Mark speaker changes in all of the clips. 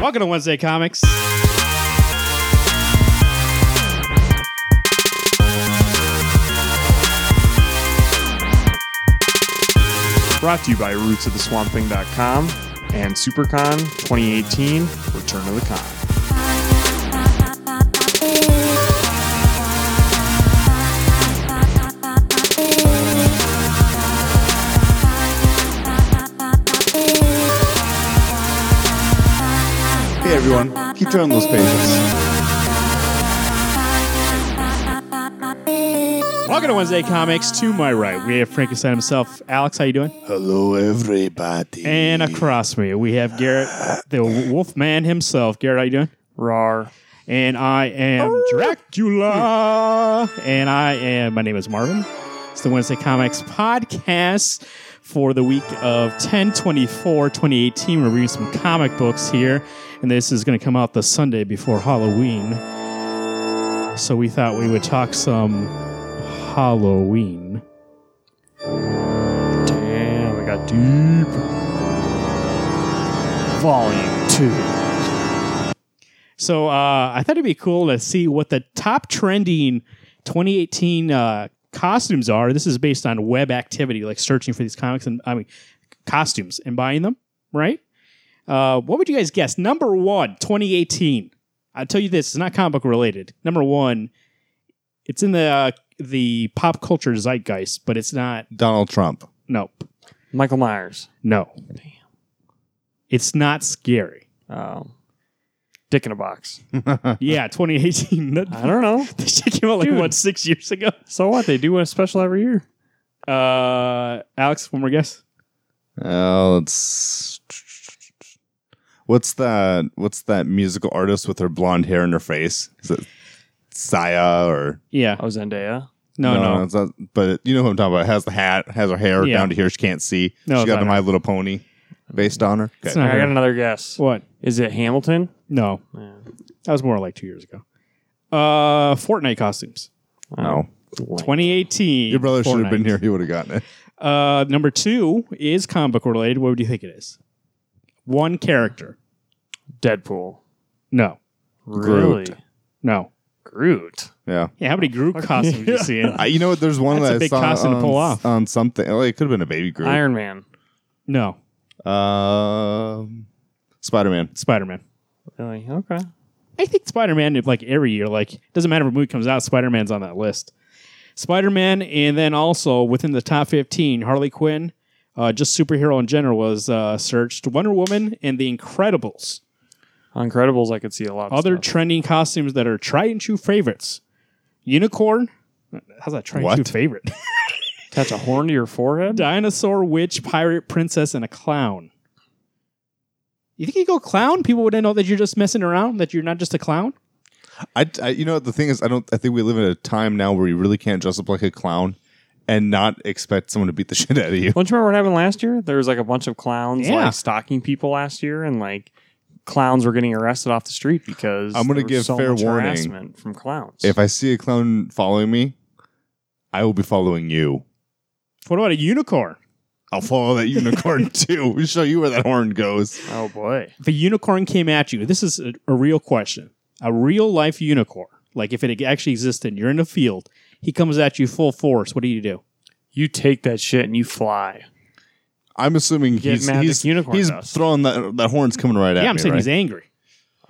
Speaker 1: Welcome to Wednesday Comics.
Speaker 2: Brought to you by Roots of the Swamp Thing.com and SuperCon 2018 Return to the Con.
Speaker 3: Hey everyone, keep turning those pages.
Speaker 1: Welcome to Wednesday Comics. To my right, we have Frankenstein himself. Alex, how you doing?
Speaker 3: Hello everybody.
Speaker 1: And across me, we have Garrett, the wolf man himself. Garrett, how you doing?
Speaker 2: Rar.
Speaker 1: And I am Dracula. And I am, my name is Marvin. It's the Wednesday Comics podcast for the week of 10 24 2018. We're reading some comic books here. And this is going to come out the Sunday before Halloween. So we thought we would talk some Halloween.
Speaker 2: Damn, I got deep. Volume 2.
Speaker 1: So uh, I thought it'd be cool to see what the top trending 2018 uh, costumes are. This is based on web activity, like searching for these comics and I mean costumes and buying them, right? Uh, what would you guys guess? Number one, 2018. I'll tell you this: it's not comic book related. Number one, it's in the uh, the pop culture zeitgeist, but it's not.
Speaker 3: Donald Trump.
Speaker 1: Nope,
Speaker 2: Michael Myers.
Speaker 1: no, it's not scary.
Speaker 2: Um, Dick in a Box.
Speaker 1: yeah, 2018.
Speaker 2: I don't know.
Speaker 1: this shit came out like
Speaker 2: Dude.
Speaker 1: what six years ago.
Speaker 2: So what? They do a special every year.
Speaker 1: Uh, Alex, one more guess.
Speaker 3: Uh, let's. What's that? What's that musical artist with her blonde hair in her face? Is it Saya or
Speaker 1: Yeah.
Speaker 2: Oh, Zendaya.
Speaker 1: No, no.
Speaker 3: It's not, but you know who I'm talking about. Has the hat? Has her hair
Speaker 1: Yeah.
Speaker 3: down to here? She can't see.
Speaker 1: No,
Speaker 3: she
Speaker 1: it's
Speaker 3: got the
Speaker 1: not
Speaker 3: My Little Pony based on her.
Speaker 1: It's
Speaker 3: Okay.
Speaker 1: not
Speaker 2: I got
Speaker 1: her.
Speaker 2: another guess.
Speaker 1: What?
Speaker 2: Is it Hamilton?
Speaker 1: No.
Speaker 2: Yeah.
Speaker 1: That was more like two years ago. Uh, Fortnite costumes.
Speaker 2: Um,
Speaker 3: No.
Speaker 2: Blank.
Speaker 1: 2018.
Speaker 3: Your brother should have been
Speaker 1: Fortnite.
Speaker 3: here. He would have gotten it.
Speaker 1: Uh, number two is comic book related. What would you think it is? One character.
Speaker 2: Deadpool.
Speaker 1: No.
Speaker 2: Really?
Speaker 3: Groot.
Speaker 1: No.
Speaker 2: Groot.
Speaker 3: Yeah.
Speaker 1: Yeah, how many group costumes you seeing?
Speaker 3: I, you know what? There's one
Speaker 1: That's a
Speaker 3: that I
Speaker 1: big
Speaker 3: saw
Speaker 1: costume to
Speaker 3: on,
Speaker 1: pull off.
Speaker 3: on something. Oh, it could have been a baby group.
Speaker 2: Iron Man.
Speaker 1: No.
Speaker 3: Um, Spider Man.
Speaker 1: Spider Man.
Speaker 2: Really? Okay.
Speaker 1: I think Spider Man, like every year, like it doesn't matter if a movie comes out, Spider Man's on that list. Spider Man, and then also within the top fifteen, Harley Quinn, uh, just superhero in general was uh, searched. Wonder Woman and The Incredibles,
Speaker 2: On Incredibles, I could see a lot. Of
Speaker 1: other
Speaker 2: stuff.
Speaker 1: trending costumes that are tried and true favorites. Unicorn, how's that tried and
Speaker 3: What?
Speaker 1: true favorite?
Speaker 2: Attach a horn to your forehead.
Speaker 1: Dinosaur, witch, pirate, princess, and a clown. You think you go clown? People wouldn't know that you're just messing around. That you're not just a clown.
Speaker 3: I, I- you know the thing is I don't I think we live in a time now where you really can't dress up like a clown and not expect someone to beat the shit out of you.
Speaker 2: Don't you remember what happened last year? There was like a bunch of clowns
Speaker 1: Yeah.
Speaker 2: like stalking people last year, and like clowns were getting arrested off the street because
Speaker 3: I'm gonna
Speaker 2: there was
Speaker 3: give
Speaker 2: so
Speaker 3: fair
Speaker 2: much
Speaker 3: warning.
Speaker 2: harassment from clowns.
Speaker 3: If I see a clown following me, I will be following you.
Speaker 1: What about a unicorn?
Speaker 3: I'll follow that unicorn too. We'll show you where that horn goes.
Speaker 2: oh boy,
Speaker 1: if a unicorn came at you, this is a, a real question. A real life unicorn, like if it actually existed, you're in a field, he comes at you full force. What do you do?
Speaker 2: you take that shit and you fly.
Speaker 3: I'm assuming
Speaker 2: Get
Speaker 3: he's
Speaker 2: magic
Speaker 3: he's,
Speaker 2: unicorn
Speaker 3: he's
Speaker 2: dust.
Speaker 3: throwing that that horn's coming right at
Speaker 1: yeah, I'm
Speaker 3: me.
Speaker 1: saying
Speaker 3: right?
Speaker 1: he's angry.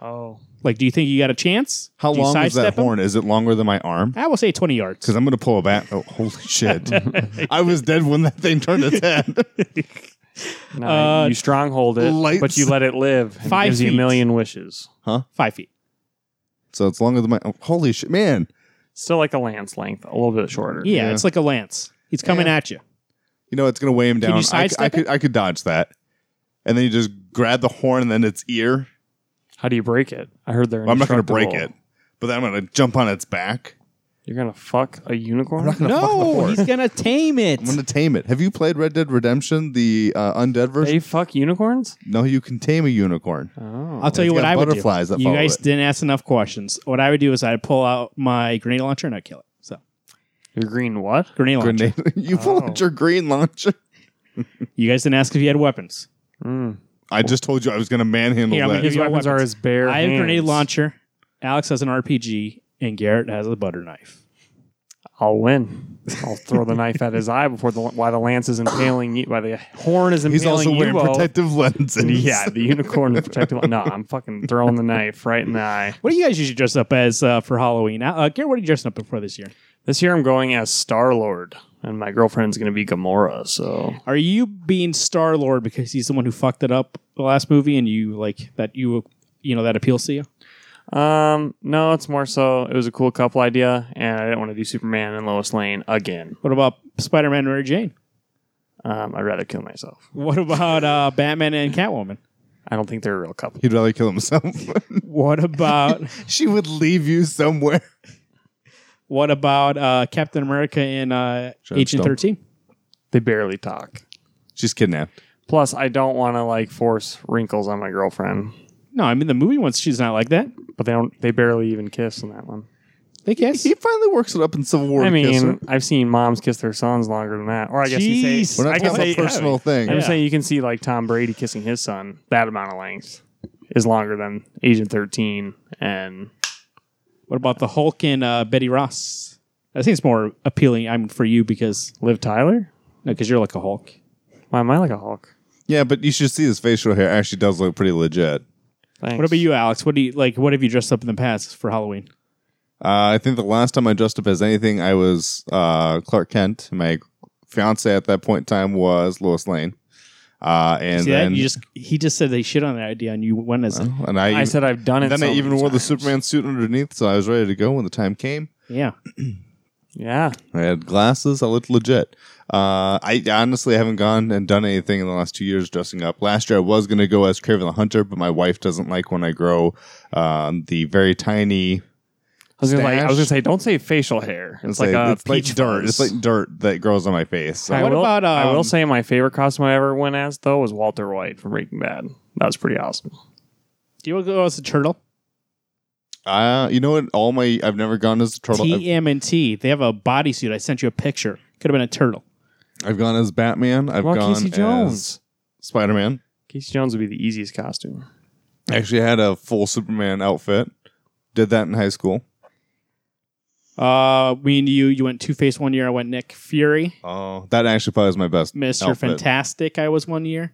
Speaker 2: Oh,
Speaker 1: Like, do you think you got a chance?
Speaker 3: How
Speaker 1: Do you
Speaker 3: long is that
Speaker 1: sidestep him?
Speaker 3: horn? Is it longer than my arm?
Speaker 1: I will say 20 yards.
Speaker 3: Because I'm gonna pull a bat. Oh, holy shit! I was dead when that thing turned its head.
Speaker 2: no,
Speaker 1: Uh,
Speaker 2: you stronghold it,
Speaker 3: lights-
Speaker 2: but you let it live. and it
Speaker 1: Five
Speaker 2: gives you a
Speaker 1: feet.
Speaker 2: million wishes.
Speaker 1: Five feet.
Speaker 3: so it's longer than my. Oh, holy shit, man!
Speaker 2: Still like a lance length, a little bit shorter.
Speaker 1: Yeah,
Speaker 3: Yeah.
Speaker 1: it's like a lance. He's coming at you.
Speaker 3: You know, it's going to weigh him
Speaker 1: Can
Speaker 3: down.
Speaker 1: you
Speaker 3: I- I,
Speaker 1: sidestep
Speaker 3: could, I could dodge that. And then you just grab the horn and then its ear.
Speaker 2: How do you break it? I heard they're.
Speaker 3: Well, I'm not going to break it,
Speaker 2: indestructible.
Speaker 3: but then I'm going to jump on its back.
Speaker 2: You're gonna fuck a unicorn.
Speaker 3: I'm not going to fuck the
Speaker 1: No,
Speaker 3: horn.
Speaker 1: he's going to tame it.
Speaker 3: I'm going to tame it. Have you played Red Dead Redemption, the uh, undead version?
Speaker 2: They fuck unicorns.
Speaker 3: no, you can tame a unicorn.
Speaker 2: Oh,
Speaker 1: I'll tell you
Speaker 3: It's
Speaker 1: what
Speaker 3: got
Speaker 1: I would do.
Speaker 3: butterflies that
Speaker 1: you
Speaker 3: follow
Speaker 1: guys
Speaker 3: it.
Speaker 1: didn't ask enough questions. What I would do is I'd pull out my grenade launcher and I'd kill it. So,
Speaker 2: you're green. What?
Speaker 1: grenade launcher.
Speaker 3: Grenade. you pull out
Speaker 2: Oh.
Speaker 3: your green launcher.
Speaker 1: You guys didn't ask if you had weapons.
Speaker 2: Mm.
Speaker 3: I just told you I was going to manhandle
Speaker 1: Here, I'm gonna
Speaker 3: that.
Speaker 1: give
Speaker 2: His
Speaker 1: you all
Speaker 2: weapons are
Speaker 1: weapons.
Speaker 2: his bare
Speaker 1: I have a grenade
Speaker 2: hands.
Speaker 1: launcher. Alex has an RPG, and Garrett has a butter knife.
Speaker 2: I'll win. I'll throw the knife at his eye before the while the lance is impaling you, while the horn is impaling
Speaker 3: He's also
Speaker 2: you.
Speaker 3: wearing
Speaker 2: Bo.
Speaker 3: protective lenses.
Speaker 2: Yeah, the unicorn is protective. No, I'm fucking throwing the knife right in the eye.
Speaker 1: What do you guys usually dress up as uh, for Halloween? Uh, uh, Garrett, what are you dressing up for this year?
Speaker 2: This year I'm going as Star Lord, and my girlfriend's gonna be Gamora. So
Speaker 1: Are you being Star Lord because he's the one who fucked it up the last movie, and you like that you you know that appeals to you?
Speaker 2: Um, no, it's more so it was a cool couple idea, and I didn't want to do Superman and Lois Lane again.
Speaker 1: What about Spider Man, Mary Jane?
Speaker 2: Um, I'd rather kill myself.
Speaker 1: What about uh, Batman and Catwoman?
Speaker 2: I don't think they're a real couple.
Speaker 3: He'd rather kill himself.
Speaker 1: What about
Speaker 3: she would leave you somewhere.
Speaker 1: what about uh, Captain America and uh,
Speaker 3: Sure,
Speaker 1: Agent
Speaker 3: don't.
Speaker 1: Thirteen?
Speaker 2: They barely talk.
Speaker 3: She's kidnapped.
Speaker 2: Plus, I don't want to like force wrinkles on my girlfriend,
Speaker 1: No, I mean the movie ones. She's not like that.
Speaker 2: but they don't. They barely even kiss in that one.
Speaker 1: They guess.
Speaker 3: He finally works it up in Civil War.
Speaker 2: I
Speaker 3: to kiss her.
Speaker 2: mean, I've seen moms kiss their sons longer than that, or I guess you
Speaker 1: Jeez.
Speaker 2: say
Speaker 3: we're not
Speaker 2: I can
Speaker 3: talking about
Speaker 2: say
Speaker 3: a personal thing.
Speaker 2: I'm
Speaker 1: Yeah.
Speaker 2: saying you can see like Tom Brady kissing his son. That amount of length is longer than Agent 13 and
Speaker 1: What about the Hulk and uh, Betty Ross? I think it's more appealing. I mean, for you because
Speaker 2: Liv Tyler.
Speaker 1: because you're like a Hulk.
Speaker 2: Why am I like a Hulk?
Speaker 3: Yeah, but you should see his facial hair. Actually, does look pretty legit.
Speaker 2: Thanks.
Speaker 1: What about you, Alex? What do you like? What have you dressed up in the past for Halloween?
Speaker 3: Uh, I think the last time I dressed up as anything, I was uh, Clark Kent. My fiance at that point in time was Lois Lane. Uh, and
Speaker 1: See
Speaker 3: then
Speaker 1: that? You just he just said they shit on that idea, and you went as it.
Speaker 3: and I,
Speaker 2: I said I've done it.
Speaker 3: then
Speaker 2: so
Speaker 3: I even
Speaker 2: many
Speaker 3: wore the
Speaker 2: times.
Speaker 3: Superman suit underneath, so I was ready to go when the time came.
Speaker 1: yeah.
Speaker 2: Yeah,
Speaker 3: I had glasses. I looked legit. Uh, I honestly haven't gone and done anything in the last two years dressing up. Last year I was going to go as Craven the Hunter, but my wife doesn't like when I grow um, the very tiny.
Speaker 2: I was gonna like, I was
Speaker 3: Stash.
Speaker 2: gonna say, don't say facial hair. It's, like, a
Speaker 3: it's like
Speaker 2: peach
Speaker 3: dirt.
Speaker 2: fuzz.
Speaker 3: It's like dirt that grows on my face. So
Speaker 2: I
Speaker 1: What
Speaker 2: will,
Speaker 1: about,
Speaker 2: I
Speaker 1: um,
Speaker 2: will say my favorite costume I ever went as though was Walter White from Breaking Bad. That was pretty awesome.
Speaker 1: Do you want to go as a turtle?
Speaker 3: Uh, you know what? All my I've never gone as a turtle. I've,
Speaker 1: TMNT. They have a bodysuit. I sent you a picture. Could have been a turtle.
Speaker 3: I've gone as Batman. I've
Speaker 2: Well,
Speaker 3: gone
Speaker 2: Casey Jones.
Speaker 3: as Spider Man.
Speaker 2: Casey Jones would be the easiest costume.
Speaker 3: I actually had a full Superman outfit. Did that in high school.
Speaker 1: Uh, me and you. You went Two Face one year. I went Nick Fury.
Speaker 3: Oh, that actually probably was my best.
Speaker 1: Mister
Speaker 3: outfit.
Speaker 1: Fantastic. I was one year.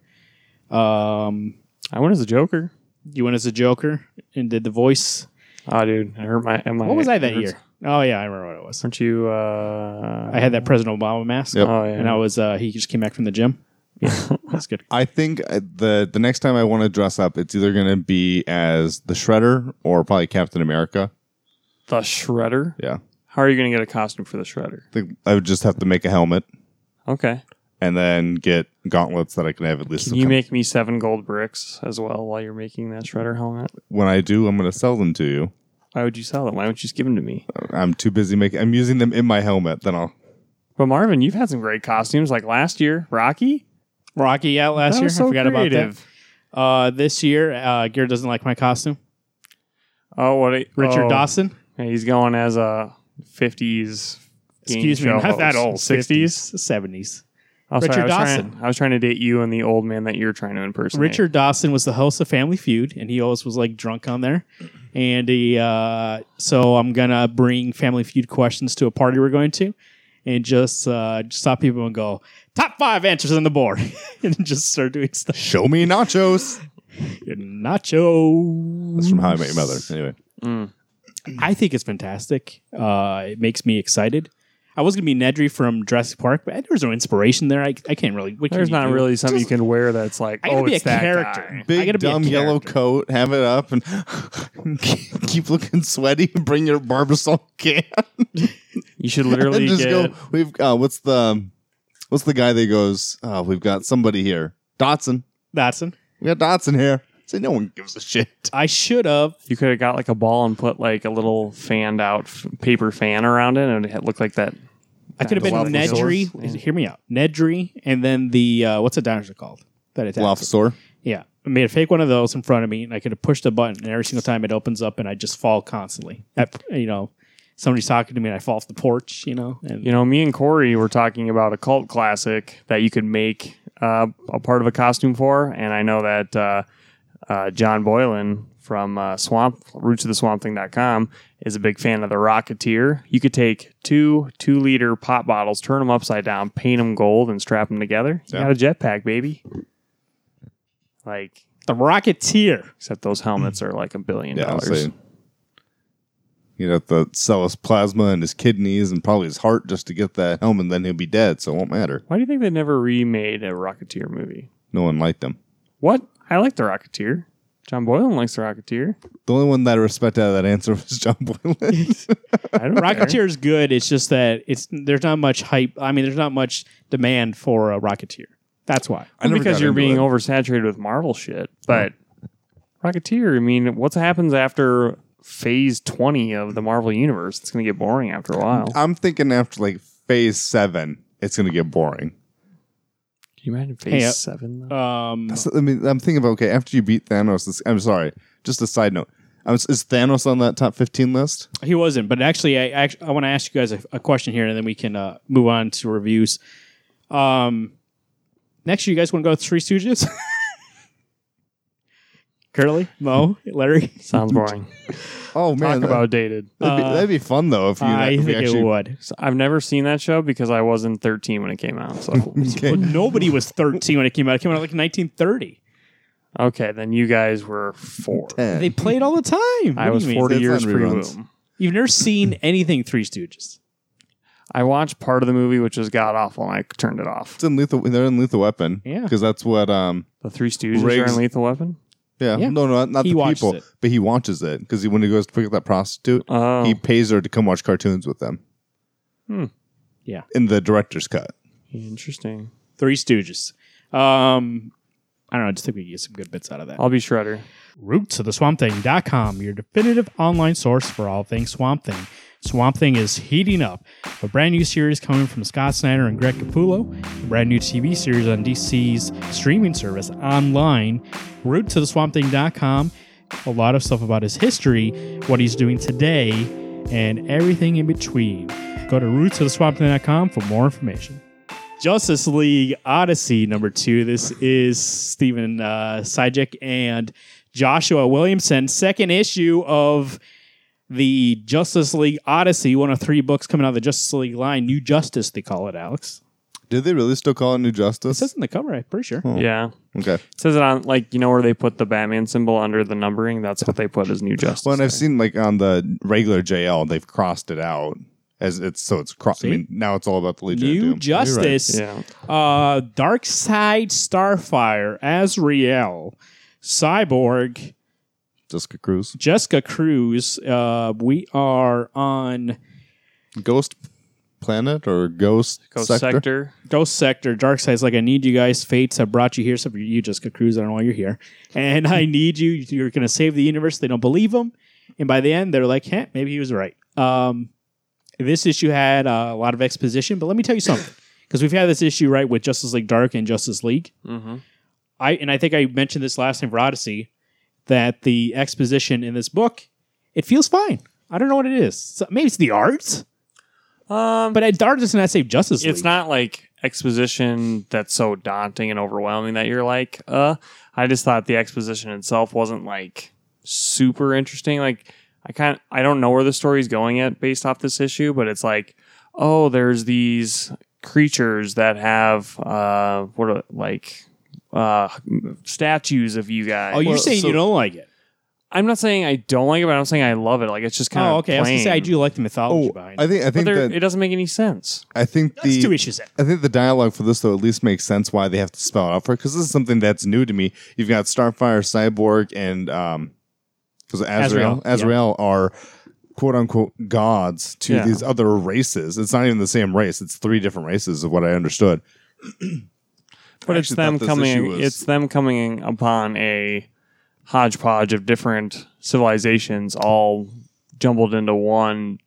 Speaker 1: Um,
Speaker 2: I went as a Joker.
Speaker 1: you went as a Joker and did the voice.
Speaker 2: Oh, dude, I hurt my. my
Speaker 1: What was I that
Speaker 2: hurts-
Speaker 1: year? Oh yeah, I remember what it was.
Speaker 2: Aren't you? Uh,
Speaker 1: I had that President Obama mask.
Speaker 3: Yep.
Speaker 2: Oh yeah.
Speaker 1: And I was uh, he just came back from the gym. Yeah, that's good.
Speaker 3: I think uh, the the next time I want to dress up, it's either going to be as the Shredder or probably Captain America.
Speaker 2: the Shredder.
Speaker 3: Yeah,
Speaker 2: How are you gonna get a costume for the Shredder?
Speaker 3: I think I would just have to make a helmet
Speaker 2: Okay.
Speaker 3: and then get gauntlets that I can have at least.
Speaker 2: Can you make me seven gold bricks as well while you're making that Shredder helmet?
Speaker 3: when I do, I'm going to sell them to you.
Speaker 2: Why would you sell them? Why don't you just give them to me?
Speaker 3: I'm too busy making. I'm using them in my helmet. Then I'll
Speaker 2: But Marvin, you've had some great costumes like last year, Rocky.
Speaker 1: Rocky, yeah, last
Speaker 2: That
Speaker 1: year
Speaker 2: was so
Speaker 1: I forgot about
Speaker 2: creative.
Speaker 1: that. Uh, this year, uh, Garrett doesn't like my costume.
Speaker 2: Oh, what? A,
Speaker 1: Richard
Speaker 2: oh,
Speaker 1: Dawson.
Speaker 2: Yeah, He's going as a '50s. game
Speaker 1: Excuse me,
Speaker 2: show Oh,
Speaker 1: not that
Speaker 2: host.
Speaker 1: old.
Speaker 2: '60s.
Speaker 1: seventies.
Speaker 2: Oh, sorry,
Speaker 1: Richard
Speaker 2: I was trying-
Speaker 1: Dawson.
Speaker 2: I was trying to date you and the old man that you're trying to impersonate.
Speaker 1: Richard Dawson was the host of Family Feud, and he always was like drunk on there. And he, uh, so I'm gonna bring Family Feud questions to a party we're going to, and just uh, just stop people and go top five answers on the board, and just start doing stuff.
Speaker 3: show me nachos.
Speaker 1: Nacho.
Speaker 3: That's from How I Met Your Mother. Anyway,
Speaker 1: I think it's fantastic. Uh, it makes me excited. I was gonna be Nedry from Jurassic Park, but there was no inspiration there. I, I can't really. What can
Speaker 2: There's
Speaker 1: you
Speaker 2: not
Speaker 1: do?
Speaker 2: really something you can wear that's like.
Speaker 1: I gotta
Speaker 2: oh,
Speaker 1: be a
Speaker 2: it's that
Speaker 1: character.
Speaker 2: guy.
Speaker 1: I
Speaker 3: big
Speaker 1: gotta be a
Speaker 3: dumb yellow
Speaker 1: character.
Speaker 3: coat. Have it up and keep looking sweaty. and Bring your barbasol can.
Speaker 2: You should literally
Speaker 3: and just
Speaker 2: get.
Speaker 3: go. We've uh, what's the what's the guy that goes? Uh, we've got somebody here. Dotson.
Speaker 1: Dotson.
Speaker 3: We got Dotson here. Say no one gives a shit.
Speaker 1: I should have.
Speaker 2: You could have got like a ball and put like a little fanned out f- paper fan around it, and it looked like that.
Speaker 1: I could have been
Speaker 2: Waffle
Speaker 1: Nedry.
Speaker 2: Source.
Speaker 1: Hear me out. Nedry, and then the uh, what's the dinosaur called? That attacks. it.
Speaker 3: Lofsor.
Speaker 1: Yeah, I made a fake one of those in front of me, and I could have pushed a button, and every single time it opens up, and I just fall constantly. At, you know, somebody's talking to me and I fall off the porch, you know. And
Speaker 2: You know, me and Corey were talking about a cult classic that you could make uh, a part of a costume for, and I know that uh, uh, John Boylan from uh, Swamp Roots of the Swamp Thing.com is a big fan of the Rocketeer. You could take two two liter pop bottles, turn them upside down, paint them gold, and strap them together. You
Speaker 3: Yeah.
Speaker 2: got a jetpack, baby. Like,
Speaker 1: the Rocketeer.
Speaker 2: except those helmets are like a billion
Speaker 3: Yeah, I'll
Speaker 2: dollars.
Speaker 3: say. You'd have to sell his plasma and his kidneys and probably his heart just to get that helmet, and then he'll be dead, so it won't matter.
Speaker 2: Why do you think they never remade a Rocketeer movie?
Speaker 3: No one liked him.
Speaker 2: What? I like the Rocketeer. John Boylan likes the Rocketeer.
Speaker 3: The only one that I respect out of that answer was John Boylan.
Speaker 2: I don't care.
Speaker 1: Rocketeer is good. It's just that it's there's not much hype. I mean, there's not much demand for a Rocketeer. That's why.
Speaker 3: I never
Speaker 2: because
Speaker 3: got
Speaker 2: you're
Speaker 3: into
Speaker 2: being
Speaker 3: it.
Speaker 2: oversaturated with Marvel shit. But Rocketeer, I mean, what happens after phase 20 of the Marvel universe? It's going to get boring after a while. Can
Speaker 3: I'm thinking after like phase seven, it's gonna get boring.
Speaker 2: you imagine phase
Speaker 1: Hey, uh,
Speaker 2: 7? though?
Speaker 1: Um,
Speaker 3: That's- I mean, I'm thinking about okay, after you beat Thanos, this, I'm sorry, just a side note. I was, is Thanos on that top 15 list?
Speaker 1: he wasn't, but actually, I act- I want to ask you guys a, a question here, and then we can uh, move on to reviews. Um, next, you guys want to go with Three Stooges? Curly, Mo, Larry.
Speaker 2: Sounds boring.
Speaker 3: Oh man,
Speaker 2: Talk about dated.
Speaker 3: that'd, be,
Speaker 1: uh,
Speaker 3: that'd be fun though if you
Speaker 1: I
Speaker 3: if we
Speaker 1: think
Speaker 3: actually
Speaker 1: it would.
Speaker 2: So I've never seen that show because I wasn't 13 when it came out. So
Speaker 1: Well, nobody was 13 when it came out. It came out like 1930.
Speaker 2: okay, then you guys were four.
Speaker 3: Eh.
Speaker 1: They played all the time.
Speaker 2: I
Speaker 1: What
Speaker 2: was
Speaker 1: do you mean?
Speaker 2: 40
Speaker 3: It's
Speaker 2: years
Speaker 3: on
Speaker 2: pre
Speaker 3: reruns.
Speaker 2: womb.
Speaker 1: You've never seen anything Three Stooges.
Speaker 2: I watched part of the movie, which was god awful, and I turned it off.
Speaker 3: It's in lethal. They're in lethal weapon.
Speaker 1: Yeah.
Speaker 3: because that's what. Um.
Speaker 2: The Three Stooges are
Speaker 3: Riggs-
Speaker 2: in Lethal Weapon.
Speaker 3: Yeah.
Speaker 1: Yeah.
Speaker 3: No, no, not
Speaker 1: He
Speaker 3: the
Speaker 1: watches
Speaker 3: people,
Speaker 1: it.
Speaker 3: but he watches it because he, when he goes to pick up that prostitute,
Speaker 2: Oh,
Speaker 3: he pays her to come watch cartoons with them.
Speaker 2: Hmm.
Speaker 1: Yeah.
Speaker 3: In the director's cut.
Speaker 2: interesting.
Speaker 1: Three Stooges. Um, I don't know. I just think we can get some good bits out of that.
Speaker 2: I'll be Shredder.
Speaker 1: Roots of the Swamp Thing.com, your definitive online source for all things Swamp Thing. Swamp Thing is heating up. A brand new series coming from Scott Snyder and Greg Capullo, a brand new TV series on DC's streaming service online. Roots of the Swamp Thing.com, a lot of stuff about his history, what he's doing today, and everything in between. Go to roots of the swamp thing.com for more information. Justice League Odyssey number two. This is Stephen uh, Sajek and Joshua Williamson. Second issue of the Justice League Odyssey, one of three books coming out of the Justice League line. New Justice, they call it, Alex.
Speaker 3: Did they really still call it New Justice?
Speaker 1: It says on the cover, I'm pretty sure.
Speaker 3: Oh.
Speaker 2: Yeah.
Speaker 3: okay.
Speaker 2: It says it on like you know where they put the Batman symbol under the numbering. That's what they put as New Justice.
Speaker 3: Well, and I've seen like on the regular JL, they've crossed it out as it's so it's crossed. I
Speaker 1: See?
Speaker 3: mean, now it's all about the Legion. of Doom.
Speaker 1: New
Speaker 3: You're right.
Speaker 1: Justice,
Speaker 2: yeah,
Speaker 1: uh, Dark Side Starfire, Azrael, Cyborg,
Speaker 3: Jessica Cruz,
Speaker 1: Jessica Cruz. Uh, we are on
Speaker 3: Ghost Planet or Ghost,
Speaker 2: Ghost
Speaker 3: Sector.
Speaker 2: Sector.
Speaker 1: Ghost Sector. Dark Side's like, I need you guys. Fates, I brought you here. So for you, Jessica Cruz, I don't know why you're here. And I need you. You're going to save the universe. They don't believe him. And by the end, they're like, hey, maybe he was right. Um, this issue had uh, a lot of exposition, but let me tell you something. Because we've had this issue, right, with Justice League Dark and Justice League.
Speaker 2: Mm-hmm.
Speaker 1: I and I think I mentioned this last time for Odyssey that the exposition in this book it feels fine. I don't know what it is. So- maybe it's the art,
Speaker 2: Um, but
Speaker 1: but the art does not save Justice League.
Speaker 2: it's not like exposition that's so daunting and overwhelming that you're like, uh. I just thought the exposition itself wasn't like super interesting. Like I kind I don't know where the story's going at based off this issue, but it's like, oh, there's these creatures that have uh what are like uh statues of you guys.
Speaker 1: Oh, you're
Speaker 3: Well,
Speaker 1: saying
Speaker 3: so-
Speaker 1: you don't like it?
Speaker 2: I'm not saying I don't like it, but I'm saying I love it. Like it's just kind of
Speaker 1: Oh, okay. I was gonna say I do like the mythology
Speaker 3: Oh,
Speaker 1: behind.
Speaker 3: I
Speaker 1: it.
Speaker 3: think I
Speaker 2: But
Speaker 3: think
Speaker 2: there-
Speaker 3: that
Speaker 2: it doesn't make any sense.
Speaker 3: I think
Speaker 1: That's two
Speaker 3: the
Speaker 1: issues. in.
Speaker 3: I think the dialogue for this though at least makes sense why they have to spell it out for because this is something that's new to me. You've got Starfire, Cyborg, and um, because Azrael,
Speaker 1: Azrael, yeah.
Speaker 3: Azrael are quote unquote gods to
Speaker 2: Yeah.
Speaker 3: these other races. It's not even the same race. It's three different races, of what I understood.
Speaker 2: But
Speaker 3: I
Speaker 2: it's
Speaker 3: actually thought
Speaker 2: them
Speaker 3: this
Speaker 2: coming.
Speaker 3: issue was-
Speaker 2: It's them coming upon a hodgepodge of different civilizations, all jumbled into one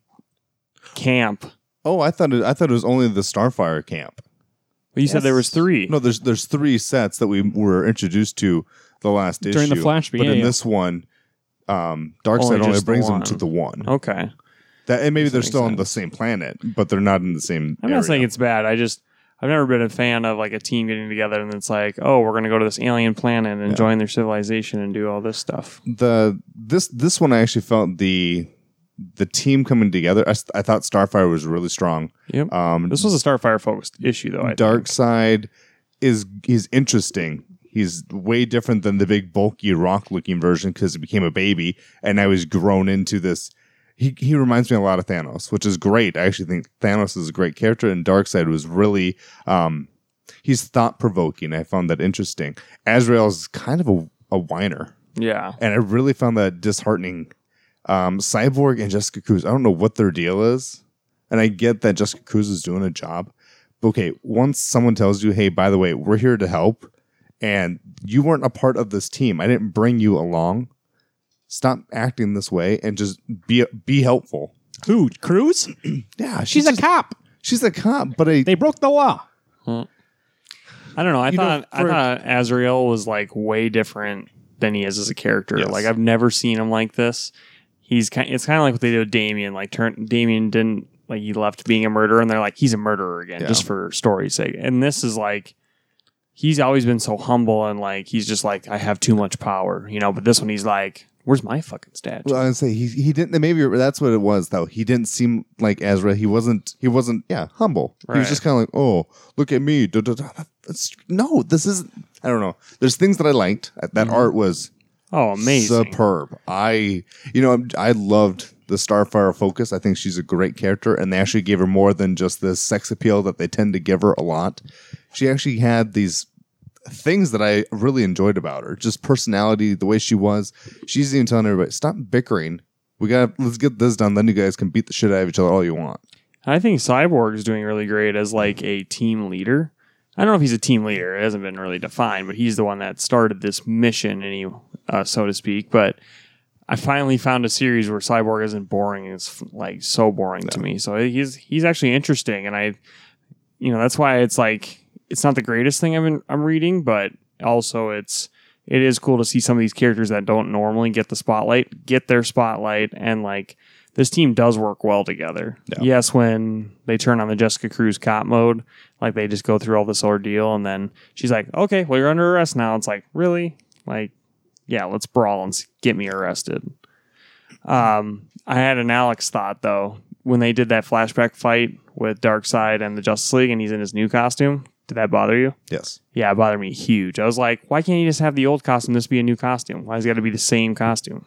Speaker 2: camp.
Speaker 3: Oh, I thought it, I thought it was only the Starfire camp.
Speaker 2: Well, you said there was three.
Speaker 3: No, there's there's three sets that we were introduced to the last
Speaker 1: During
Speaker 3: issue
Speaker 1: the Flash, but
Speaker 3: but
Speaker 1: yeah,
Speaker 3: in
Speaker 1: yeah.
Speaker 3: this one, um, Darkseid
Speaker 2: Only
Speaker 3: only,
Speaker 2: just the
Speaker 3: brings them
Speaker 2: one.
Speaker 3: to the one.
Speaker 2: Okay.
Speaker 3: That and maybe
Speaker 2: Doesn't
Speaker 3: they're
Speaker 2: make
Speaker 3: still on
Speaker 2: sense.
Speaker 3: the same planet, but they're not in the same.
Speaker 2: I'm not
Speaker 3: area.
Speaker 2: saying it's bad. I just I've never been a fan of like a team getting together and it's like, oh, we're gonna go to this alien planet and join their civilization and do all this stuff.
Speaker 3: the this this one I actually felt the the team coming together. I, s- I thought Starfire was really strong.
Speaker 2: Yep.
Speaker 3: Um,
Speaker 2: this was a Starfire focused issue though. I think.
Speaker 3: Dark Side is he's interesting. He's way different than the big bulky rock looking version because he became a baby and now he's grown into this. He, he reminds me a lot of Thanos, which is great. I actually think Thanos is a great character, and Darkseid was really um, he's thought provoking. I found that interesting. Azrael is kind of a, a whiner
Speaker 2: Yeah.
Speaker 3: and I really found that disheartening. Um, Cyborg and Jessica Cruz, I don't know what their deal is, and I get that Jessica Cruz is doing a job. But okay, once someone tells you, "Hey, by the way, we're here to help," and you weren't a part of this team, I didn't bring you along. Stop acting this way and just be be helpful.
Speaker 1: Who? Cruz?
Speaker 3: Yeah,
Speaker 1: She's a cop.
Speaker 3: she's a cop, but I
Speaker 1: They broke the law.
Speaker 2: I don't know. I
Speaker 1: You know,
Speaker 2: thought
Speaker 1: for-
Speaker 2: I thought Azrael was like way different than he is as a character.
Speaker 3: Yes.
Speaker 2: Like I've never seen him like this. He's kind. It's kind of like what they did with Damien. Like turn Damien didn't like he left being a murderer, and they're like he's a murderer again
Speaker 3: Yeah.
Speaker 2: just for story's sake. And this is like he's always been so humble and like he's just like I have too much power, you know. But this one he's like, where's my fucking statue?
Speaker 3: Well, I would say he he didn't. Maybe that's what it was though. He didn't seem like Ezra. He wasn't. He wasn't. Yeah, humble. He was
Speaker 2: Right.
Speaker 3: just kind of like, oh, look at me. Da, da, da. That's, no, this is. I don't know. There's things that I liked. That art was
Speaker 2: oh, amazing.
Speaker 3: superb. I you know I'm- I loved the Starfire focus. I think she's a great character, and they actually gave her more than just this sex appeal that they tend to give her a lot. She actually had these things that I really enjoyed about her, just personality, the way she was. She's even telling everybody, "Stop bickering. We got to let's get this done. Then you guys can beat the shit out of each other all you want."
Speaker 2: I think Cyborg is doing really great as like a team leader. I don't know if he's a team leader; it hasn't been really defined, but he's the one that started this mission, any uh, so to speak. But I finally found a series where Cyborg isn't boring. It's like so boring to me. So he's he's actually interesting, and I, you know, that's why it's like it's not the greatest thing I've been I'm reading, but also it's it is cool to see some of these characters that don't normally get the spotlight get their spotlight and like this team does work well together.
Speaker 3: Yeah.
Speaker 2: Yes, when they turn on the Jessica Cruz cop mode, like they just go through all this ordeal and then she's like, "Okay, well you're under arrest now." It's like, "Really?" Like, "Yeah, let's brawl and s- get me arrested." Um, I had an Alex thought though when they did that flashback fight with Darkseid and the Justice League and he's in his new costume. Did that bother you?
Speaker 3: Yes.
Speaker 2: Yeah, it bothered me huge. I was like, why can't you just have the old costume? This be a new costume. Why's it got to be the same costume?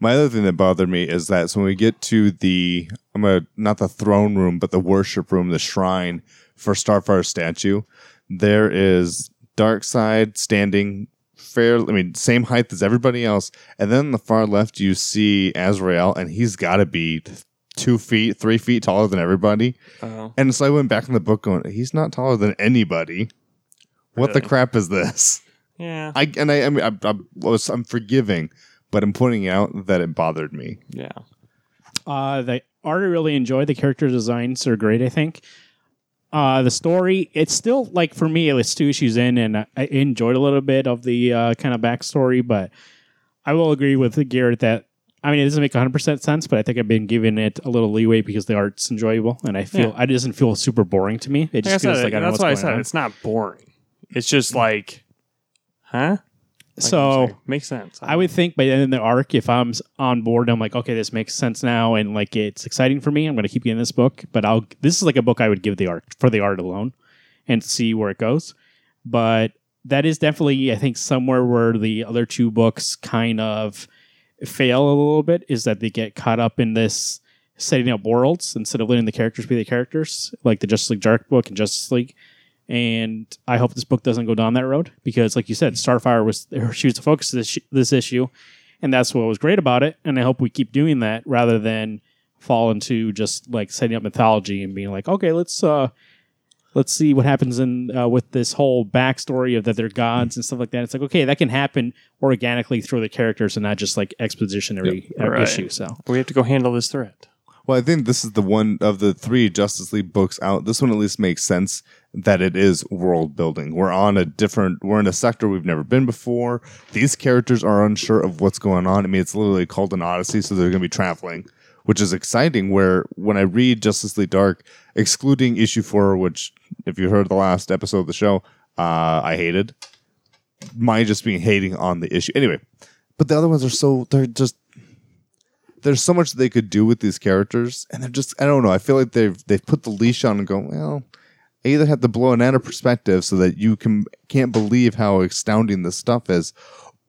Speaker 3: My other thing that bothered me is that so when we get to the I'm gonna not the throne room, but the worship room, the shrine for Starfire's statue, there is Darkseid standing fairly I mean, same height as everybody else. And then on the far left you see Azrael and he's gotta be two feet, three feet taller than everybody.
Speaker 2: Oh,
Speaker 3: And so I went back in the book going, He's not taller than anybody. What the
Speaker 2: Really?
Speaker 3: crap is this?
Speaker 2: yeah,
Speaker 3: I and I, I mean, I, I was, I'm forgiving, but I'm pointing out that it bothered me.
Speaker 2: yeah.
Speaker 1: Uh, the art I really enjoyed. The character designs are great. I think. Uh, the story, it's still like for me, it was two issues in, and I I enjoyed a little bit of the uh, kind of backstory, but I will agree with Garrett that I mean it doesn't make 100 percent sense, but I think I've been giving it a little leeway because the art's enjoyable, and I feel
Speaker 2: Yeah.
Speaker 1: I it doesn't feel super boring to me. It
Speaker 2: Like I
Speaker 1: just feels
Speaker 2: said,
Speaker 1: like I don't know what's
Speaker 2: that's why I
Speaker 1: going
Speaker 2: said
Speaker 1: on. Mm-hmm.
Speaker 2: it's not boring. It's just like, huh? Like,
Speaker 1: so.
Speaker 2: it's like, makes sense.
Speaker 1: I would think by the end of the arc, if I'm s- on board, I'm like, okay, this makes sense now, and like it's exciting for me. I'm going to keep getting this book, but I'll this is like a book I would give the art for the art alone, and see where it goes. But that is definitely, I think, somewhere where the other two books kind of fail a little bit is that they get caught up in this setting up worlds instead of letting the characters be the characters, like the Justice League Dark book and Justice League. And I hope this book doesn't go down that road because, like you said, Starfire was she was the focus of this, this issue, and that's what was great about it. And I hope we keep doing that rather than fall into just like setting up mythology and being like, okay, let's uh, let's see what happens in uh, with this whole backstory of that they're gods and stuff like that. It's like okay, that can happen organically through the characters and not just like expositionary uh,
Speaker 2: Right.
Speaker 1: issue. So
Speaker 2: we have to go handle this threat.
Speaker 3: Well, I think this is the one of the three Justice League books out. This one at least makes sense that it is world building. We're on a different, we're in a sector we've never been before. These characters are unsure of what's going on. I mean, it's literally called an Odyssey, so they're going to be traveling. which is exciting. Where when I read Justice League Dark, excluding issue four, which if you heard the last episode of the show, uh, I hated. My just being hating on the issue anyway, but the other ones are so they're just there's so much they could do with these characters, and they're just I don't know. I feel like they've they've put the leash on and go well. I either have to blow it out of perspective so that you can can't believe how astounding this stuff is,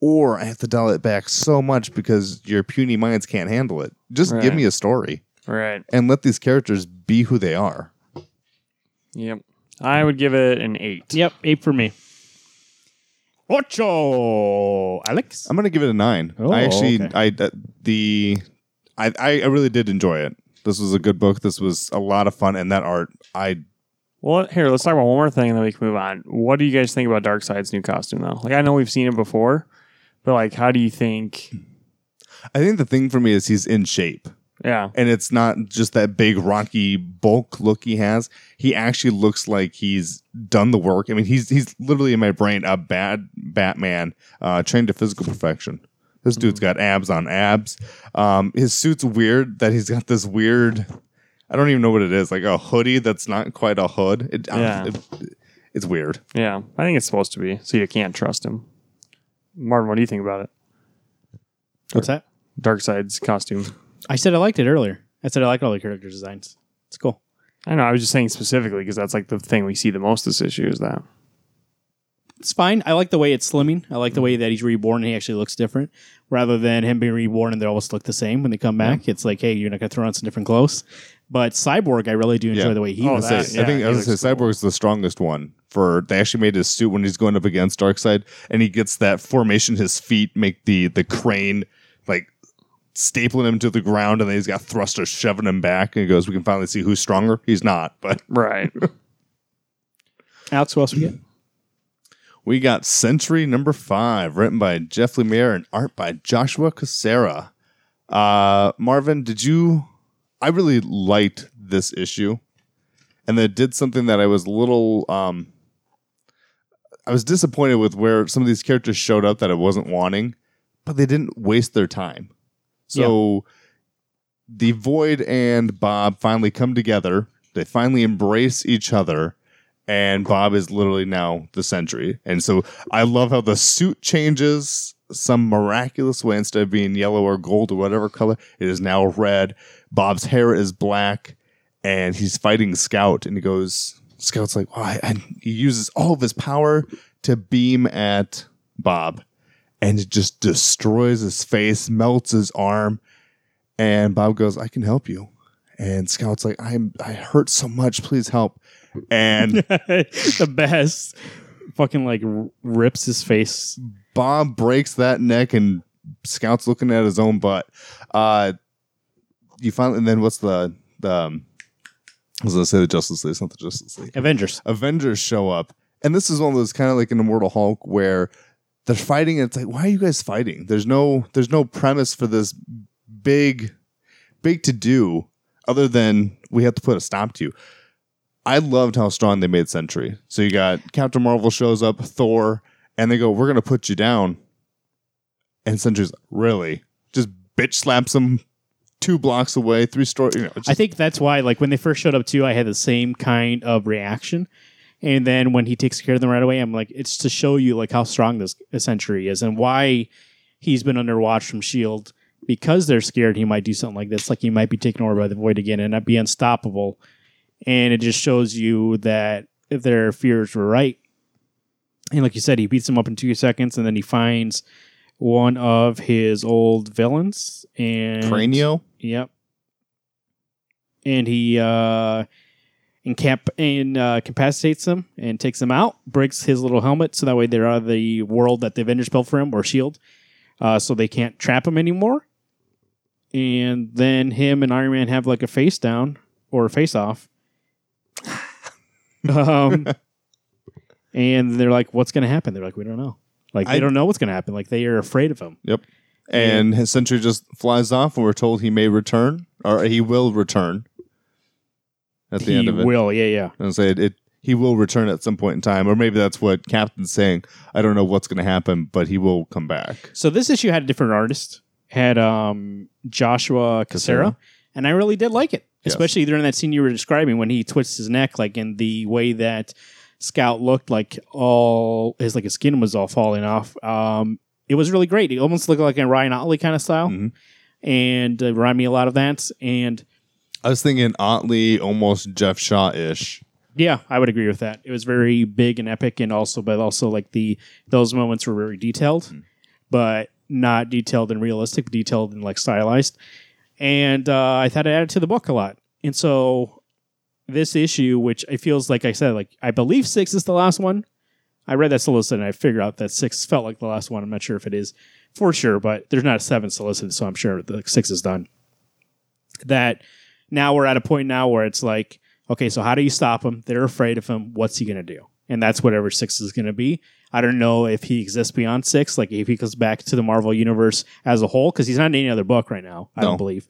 Speaker 3: or I have to dial it back so much because your puny minds can't handle it. Just give
Speaker 2: Right.
Speaker 3: me a story
Speaker 2: Right.
Speaker 3: and let these characters be who they are.
Speaker 2: Yep. I would give it an eight.
Speaker 1: Yep, eight for me. Ocho, Alex.
Speaker 3: I'm gonna give it a nine.
Speaker 1: Oh,
Speaker 3: I actually,
Speaker 1: okay.
Speaker 3: I uh, the, I, I I really did enjoy it. This was a good book. This was a lot of fun, and that art, I
Speaker 2: Well, here, let's talk about one more thing and then we can move on. What do you guys think about Darkseid's new costume, though? Like, I know we've seen it before, but, like, how do you think.
Speaker 3: I think the thing for me is he's in shape.
Speaker 2: Yeah.
Speaker 3: and it's not just that big rocky bulk look he has. He actually looks like he's done the work. I mean, he's he's literally in my brain a bad Batman uh, trained to physical perfection. This dude's got abs on abs. Um, his suit's weird that he's got this weird. I don't even know what it is, like a hoodie that's not quite a hood. It, I don't- it- it's weird.
Speaker 2: Yeah. I think it's supposed to be, so you can't trust him. Martin, what do you think about it?
Speaker 1: What's that?
Speaker 2: Darkseid's costume.
Speaker 1: I said I liked it earlier. I said I like all the character designs. It's cool.
Speaker 2: I know. I was just saying specifically because that's, like, the thing we see the most this issue is that.
Speaker 1: It's fine. I like the way it's slimming. I like the way that he's reborn and he actually looks different rather than him being reborn and they always look the same when they come back. It's like, hey, you're not going to throw on some different clothes. But Cyborg, I really do enjoy
Speaker 3: Yeah.
Speaker 1: the way he
Speaker 2: Oh,
Speaker 1: looks.
Speaker 2: that-
Speaker 3: I think
Speaker 2: yeah,
Speaker 3: I was
Speaker 2: he
Speaker 3: gonna
Speaker 2: looks
Speaker 3: say Cyborg's the strongest one. For they actually made his suit when he's going up against Darkseid, and he gets that formation. His feet make the the crane like stapling him to the ground, and then he's got thrusters shoving him back. And he goes, "We can finally see who's stronger." He's not, but
Speaker 2: Right.
Speaker 1: Alex, who else we get?
Speaker 3: we got Century Number Five, written by Jeff Lemire and art by Joshua Casera. Uh, Marvin, did you? I really liked this issue, and they did something that I was a little. Um, I was disappointed with where some of these characters showed up that I wasn't wanting, but they didn't waste their time. So the Void and Bob finally come together. They finally embrace each other, and Bob is literally now the Sentry. And so I love how the suit changes some miraculous way. Instead of being yellow or gold or whatever color, it is now red. Bob's hair is black, and he's fighting Scout. And he goes, Scout's like, why? And he uses all of his power to beam at Bob, and it just destroys his face, melts his arm. And Bob goes, I can help you. And Scout's like, I'm I hurt so much, please help. And
Speaker 1: the best. Fucking like r- rips his face.
Speaker 3: Bob breaks that neck and Scout's looking at his own butt. Uh you finally and then what's the the um, I was gonna say the Justice League, it's not the Justice League.
Speaker 1: Avengers.
Speaker 3: Avengers show up. And this is one of those kind of like an Immortal Hulk where they're fighting and it's like, why are you guys fighting? There's no there's no premise for this big big to do other than we have to put a stop to you. I loved how strong they made Sentry. So you got Captain Marvel shows up, Thor, and they go, We're gonna put you down. And Sentry's really just bitch slaps him two blocks away, three stories. You know, just-
Speaker 1: I think that's why, like, when they first showed up, too, I had the same kind of reaction. And then when he takes care of them right away, I'm like, it's to show you, like, how strong this century is and why he's been under watch from S.H.I.E.L.D. E because they're scared he might do something like this. Like, he might be taken over by the void again and not be unstoppable. And it just shows you that their fears were right. And like you said, he beats him up in two seconds and then he finds one of his old villains and
Speaker 3: Cranio.
Speaker 1: Yep. And he uh encamp and uh, incapacitates him and takes him out, breaks his little helmet so that way they're out of the world that the Avengers built for him or shield. Uh, so they can't trap him anymore. And then him and Iron Man have like a face down or a face off. um and they're like, What's gonna happen? They're like, We don't know. Like they
Speaker 3: I-
Speaker 1: don't know what's gonna happen. Like they are afraid of him.
Speaker 3: Yep. And his sentry just flies off, and we're told he may return, or he will return at the
Speaker 1: he
Speaker 3: end of it.
Speaker 1: will, yeah, yeah.
Speaker 3: And say it, it, he will return at some point in time, or maybe that's what Captain's saying. I don't know what's going to happen, but he will come back.
Speaker 1: So this issue had a different artist. Had um, Joshua Casera,
Speaker 3: Cacera.
Speaker 1: and I really did like it,
Speaker 3: Yes.
Speaker 1: especially during that scene you were describing when he twists his neck, like in the way that Scout looked like all his like his skin was all falling off. Um, it was really great. It almost looked like a Ryan Otley kind of style,
Speaker 3: Mhm.
Speaker 1: and uh, reminded me a lot of that. And
Speaker 3: I was thinking Otley, almost Jeff Shaw ish.
Speaker 1: yeah, I would agree with that. It was very big and epic, and also, but also like the those moments were very detailed, but not detailed and realistic, but detailed and like stylized. And uh, I thought it added to the book a lot. And so this issue, which it feels like I said, like I believe six is the last one. I read that solicit and I figured out that six felt like the last one. I'm not sure if it is for sure, but there's not a seven solicit, so I'm sure the six is done. That now we're at a point now where it's like okay, so how do you stop him? They're afraid of him. What's he going to do? And that's whatever six is going to be. I don't know if he exists beyond six, like if he goes back to the Marvel universe as a whole, because he's not in any other book right now. I
Speaker 3: No.
Speaker 1: don't believe.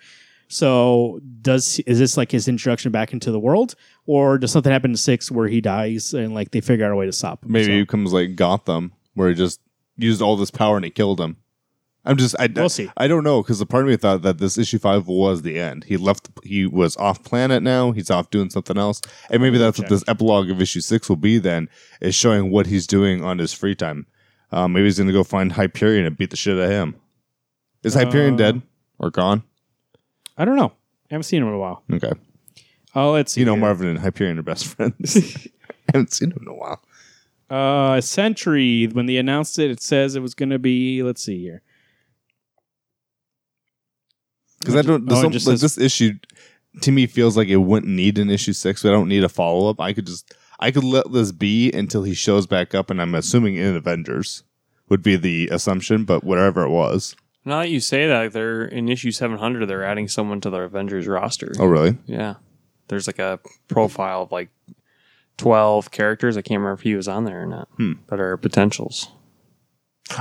Speaker 1: So does is this like his introduction back into the world, or does something happen to six where he dies and like they figure out a way to stop him?
Speaker 3: Maybe
Speaker 1: So-
Speaker 3: he becomes like Gotham, where he just used all this power and he killed him. I'm just I
Speaker 1: We'll see.
Speaker 3: I don't know because a part of me thought that this issue five was the end. He left. He was off planet now. He's off doing something else, and maybe that's what this epilogue of issue six will be. Then is showing what he's doing on his free time. Uh, maybe he's gonna go find Hyperion and beat the shit out of him. Is Hyperion
Speaker 1: Uh,
Speaker 3: dead or gone?
Speaker 1: I don't know. I haven't seen him in a while.
Speaker 3: Okay,
Speaker 1: Oh, let's see.
Speaker 3: you know
Speaker 1: here.
Speaker 3: Marvin and Hyperion are best friends. I haven't seen him in a while.
Speaker 1: Uh, Century. When they announced it, it says it was going to be. Let's see here.
Speaker 3: Because I
Speaker 1: Oh,
Speaker 3: don't. This,
Speaker 1: it
Speaker 3: don't-
Speaker 1: just
Speaker 3: like,
Speaker 1: says-
Speaker 3: this issue to me feels like it wouldn't need an issue six. But I don't need a follow up. I could just I could let this be until he shows back up, and I'm assuming in Avengers would be the assumption. But whatever it was.
Speaker 2: Now that you say that, they're in issue 700. They're adding someone to the Avengers roster.
Speaker 3: Oh really?
Speaker 2: Yeah, there's like a profile of like 12 characters. I can't remember if he was on there or not.
Speaker 3: Hmm.
Speaker 2: That are potentials.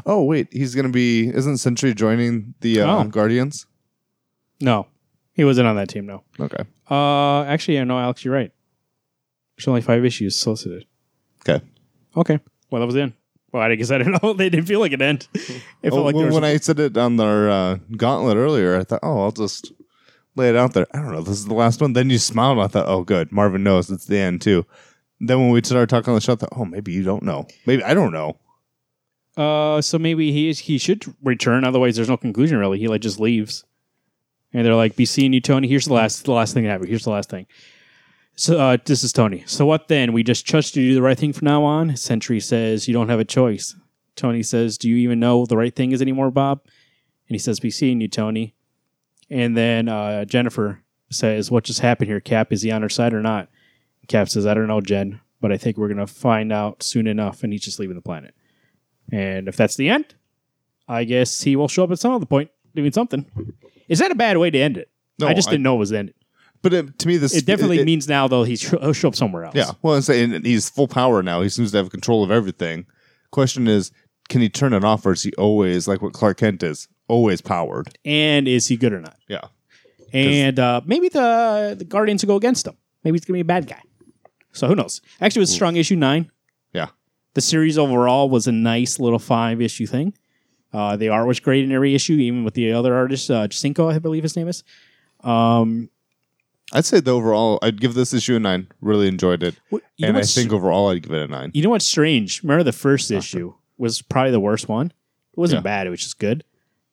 Speaker 3: Oh wait, he's gonna be. Isn't Sentry joining the
Speaker 1: Oh.
Speaker 3: uh, Guardians?
Speaker 1: No, he wasn't on that team. No.
Speaker 3: Okay.
Speaker 1: Uh, actually, yeah, no, Alex, you're right. There's only five issues solicited.
Speaker 3: Okay.
Speaker 1: Okay. Well, that was the end. Well, I guess I didn't know. They didn't feel like an end. It felt
Speaker 3: Oh,
Speaker 1: like there
Speaker 3: well,
Speaker 1: was
Speaker 3: when I said it on our uh, gauntlet earlier, I thought, oh, I'll just lay it out there. I don't know. This is the last one. Then you smiled. and I thought, oh, good. Marvin knows it's the end too. Then when we started talking on the show, I thought, oh, maybe you don't know. Maybe I don't know.
Speaker 1: Uh, so maybe he is, he should return. Otherwise, there's no conclusion really. He like just leaves, and they're like, "Be seeing you, Tony." Here's the last the last thing that happened. Here's the last thing. So uh, this is Tony. So what then? We just trust you to do the right thing from now on. Sentry says you don't have a choice. Tony says, "Do you even know the right thing is anymore, Bob?" And he says, "Be seeing you, Tony." And then uh, Jennifer says, "What just happened here, Cap? Is he on her side or not?" Cap says, "I don't know, Jen, but I think we're gonna find out soon enough." And he's just leaving the planet. And if that's the end, I guess he will show up at some other point doing something. Is that a bad way to end it?
Speaker 3: No,
Speaker 1: I just
Speaker 3: I-
Speaker 1: didn't know it was ended.
Speaker 3: But it, to me, this
Speaker 1: It definitely
Speaker 3: it- it-
Speaker 1: means now though he sh- he'll show up somewhere else.
Speaker 3: yeah. Well, I'm saying he's full power now. He seems to have control of everything. Question is, can he turn it off, or is he always like what Clark Kent is, always powered?
Speaker 1: And is he good or not?
Speaker 3: Yeah.
Speaker 1: And uh, maybe the the Guardians will go against him. Maybe he's gonna be a bad guy. So who knows? Actually, it was strong issue nine.
Speaker 3: Yeah.
Speaker 1: The series overall was a nice little five issue thing. Uh, the art was great in every issue, even with the other artist, uh, Jacinco, I believe his name is. Um,
Speaker 3: I'd say the overall, I'd give this issue a nine. Really enjoyed it.
Speaker 1: wh- you know
Speaker 3: and I
Speaker 1: what's-
Speaker 3: think overall, I'd give it a nine.
Speaker 1: You know what's strange? Remember the first issue was probably the worst one. It wasn't
Speaker 3: Yeah.
Speaker 1: bad. It was just good.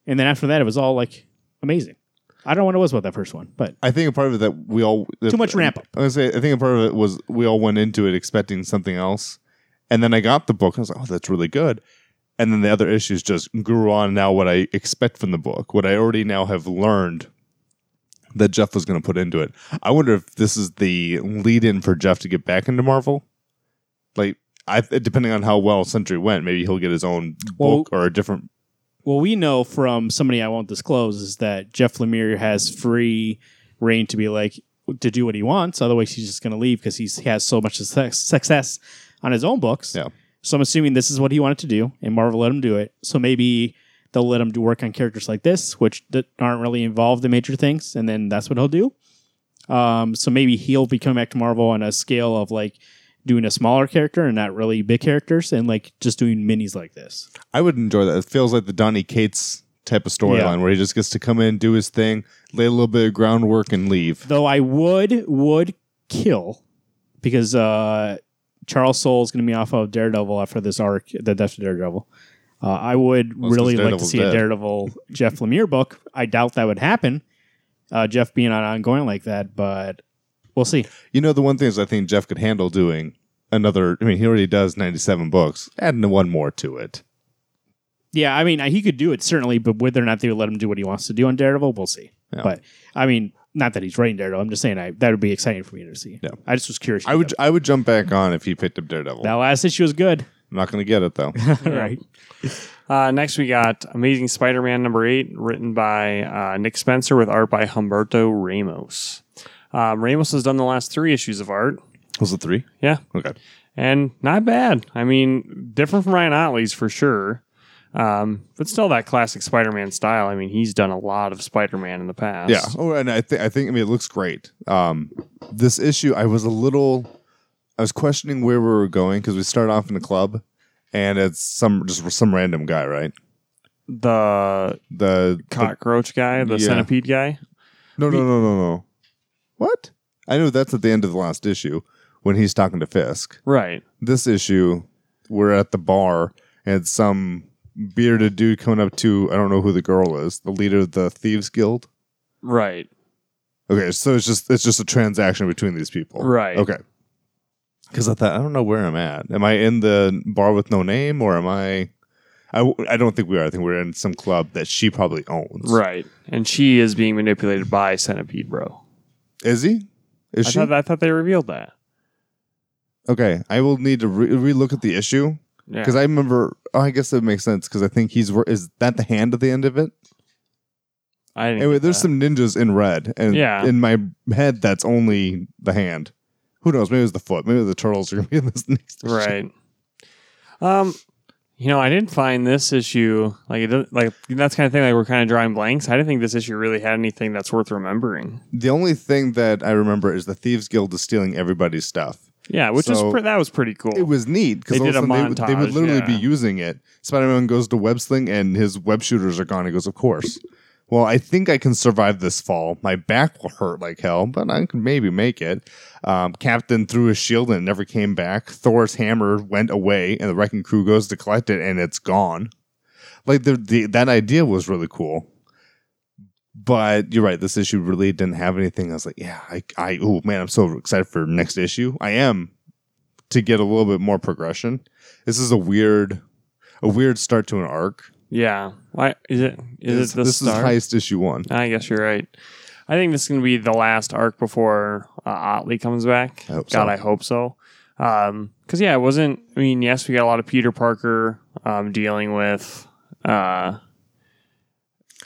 Speaker 1: And then after that, it was all like amazing. I don't know what it was about that first one, but
Speaker 3: I think a part of it that we all
Speaker 1: Too much ramp up.
Speaker 3: I was gonna say I think a part of it was we all went into it expecting something else, and then I got the book. and I was like, oh, that's really good. And then the other issues just grew on. Now what I expect from the book, what I already now have learned that Jeff was going to put into it. I wonder if this is the lead-in for Jeff to get back into Marvel. Like, I depending on how well Century went, maybe he'll get his own
Speaker 1: Well-
Speaker 3: book or a different.
Speaker 1: well, we know from somebody I won't disclose is that Jeff Lemire has free reign to be like to do what he wants. Otherwise, he's just going to leave because he has so much success- success on his own books.
Speaker 3: Yeah.
Speaker 1: So I'm assuming this is what he wanted to do, and Marvel let him do it. So maybe they'll let him do work on characters like this, which that aren't really involved in major things, and then that's what he'll do. Um, so maybe he'll be coming back to Marvel on a scale of like doing a smaller character and not really big characters, and like just doing minis like this.
Speaker 3: I would enjoy that. It feels like the Donny Cates type of storyline
Speaker 1: Yeah.
Speaker 3: where he just gets to come in, do his thing, lay a little bit of groundwork, and leave.
Speaker 1: Though I would would kill because uh, Charles Soule is going to be off of Daredevil after this arc, the Death of Daredevil. Uh, I would
Speaker 3: Well, it's 'cause
Speaker 1: really like to
Speaker 3: Daredevil's
Speaker 1: see a
Speaker 3: dead.
Speaker 1: Daredevil Jeff Lemire book. I doubt that would happen. Uh, Jeff being on ongoing like that, but we'll see.
Speaker 3: You know, the one thing is I think Jeff could handle doing another. I mean, he already does ninety seven books. Add one more to it.
Speaker 1: Yeah, I mean he could do it certainly, but whether or not they would let him do what he wants to do on Daredevil, we'll see.
Speaker 3: Yeah.
Speaker 1: But I mean, not that he's writing Daredevil. I'm just saying I, that would be exciting for me to see.
Speaker 3: Yeah.
Speaker 1: I just was curious.
Speaker 3: I would I would jump back on if he picked up Daredevil.
Speaker 1: That last issue was good.
Speaker 3: I'm not going to get it though.
Speaker 1: All right.
Speaker 2: Uh, next, we got Amazing Spider Man number eight, written by uh, Nick Spencer with art by Humberto Ramos. Um, Ramos has done the last three issues of art.
Speaker 3: Was it three?
Speaker 2: Yeah.
Speaker 3: Okay.
Speaker 2: And not bad. I mean, different from Ryan Otley's for sure. Um, but still that classic Spider Man style. I mean, he's done a lot of Spider Man in the past.
Speaker 3: Yeah. Oh, and I think I think I mean it looks great. Um, this issue, I was a little, I was questioning where we were going because we start off in the club, and it's some just some random guy, right?
Speaker 2: The
Speaker 3: The, the
Speaker 2: cockroach guy, the
Speaker 3: Yeah.
Speaker 2: centipede guy.
Speaker 3: no, no, no, no, no. What? I know that's at the end of the last issue when he's talking to Fisk.
Speaker 2: Right.
Speaker 3: This issue, we're at the bar and it's some bearded dude coming up to I don't know who the girl is, the leader of the thieves guild.
Speaker 2: Right.
Speaker 3: Okay, so it's just it's just a transaction between these people,
Speaker 2: Right.
Speaker 3: Okay. Because I thought I don't know where I'm at. Am I in the bar with no name, or am I? I, w- I don't think we are. I think we're in some club that she probably owns.
Speaker 2: Right. And she is being manipulated by Centipede Bro.
Speaker 3: Is he? Is
Speaker 2: I
Speaker 3: she?
Speaker 2: thought, I thought they revealed that.
Speaker 3: okay. I will need to re- relook at the issue
Speaker 2: Yeah.
Speaker 3: because I remember. Oh, I guess that makes sense because I think he's. wor- Is that the hand at the end of it?
Speaker 2: I didn't
Speaker 3: Anyway,
Speaker 2: get
Speaker 3: there's
Speaker 2: that.
Speaker 3: some ninjas in red, and
Speaker 2: Yeah.
Speaker 3: in my head, that's only the hand. Who knows? Maybe it's the foot. Maybe the turtles are gonna be in this next. issue.
Speaker 2: right. Um, you know, I didn't find this issue like it doesn't like that's kind of thing. Like we're kind of drawing blanks. I didn't think this issue really had anything that's worth remembering.
Speaker 3: The only thing that I remember is the Thieves Guild is stealing everybody's stuff.
Speaker 2: Yeah, which
Speaker 3: So-
Speaker 2: is pre- that was pretty cool.
Speaker 3: It was neat because
Speaker 2: They did a
Speaker 3: they, would- they would
Speaker 2: montage,
Speaker 3: literally be
Speaker 2: yeah.
Speaker 3: using it. Spider Man goes to web sling and his web shooters are gone. He goes, Of course. Well, I think I can survive this fall. My back will hurt like hell, but I can maybe make it. Um, Captain threw his shield and it never came back. Thor's hammer went away, and the wrecking crew goes to collect it, and it's gone. Like the, the that idea was really cool, but you're right. This issue really didn't have anything. I was like, yeah, I, I oh man, I'm so excited for next issue. I am to get a little bit more progression. This is a weird, a weird start to an arc.
Speaker 2: yeah. Why is it? Is
Speaker 3: this
Speaker 2: it the
Speaker 3: this is
Speaker 2: start? Uh, Ah,
Speaker 3: highest issue one.
Speaker 2: I guess you're right. I think this is going to be the last arc before uh, Otley comes back.
Speaker 3: I hope so.
Speaker 2: God, I hope so. Because, yeah, it wasn't. I mean, yes, we got a lot of Peter Parker um, dealing with. Uh,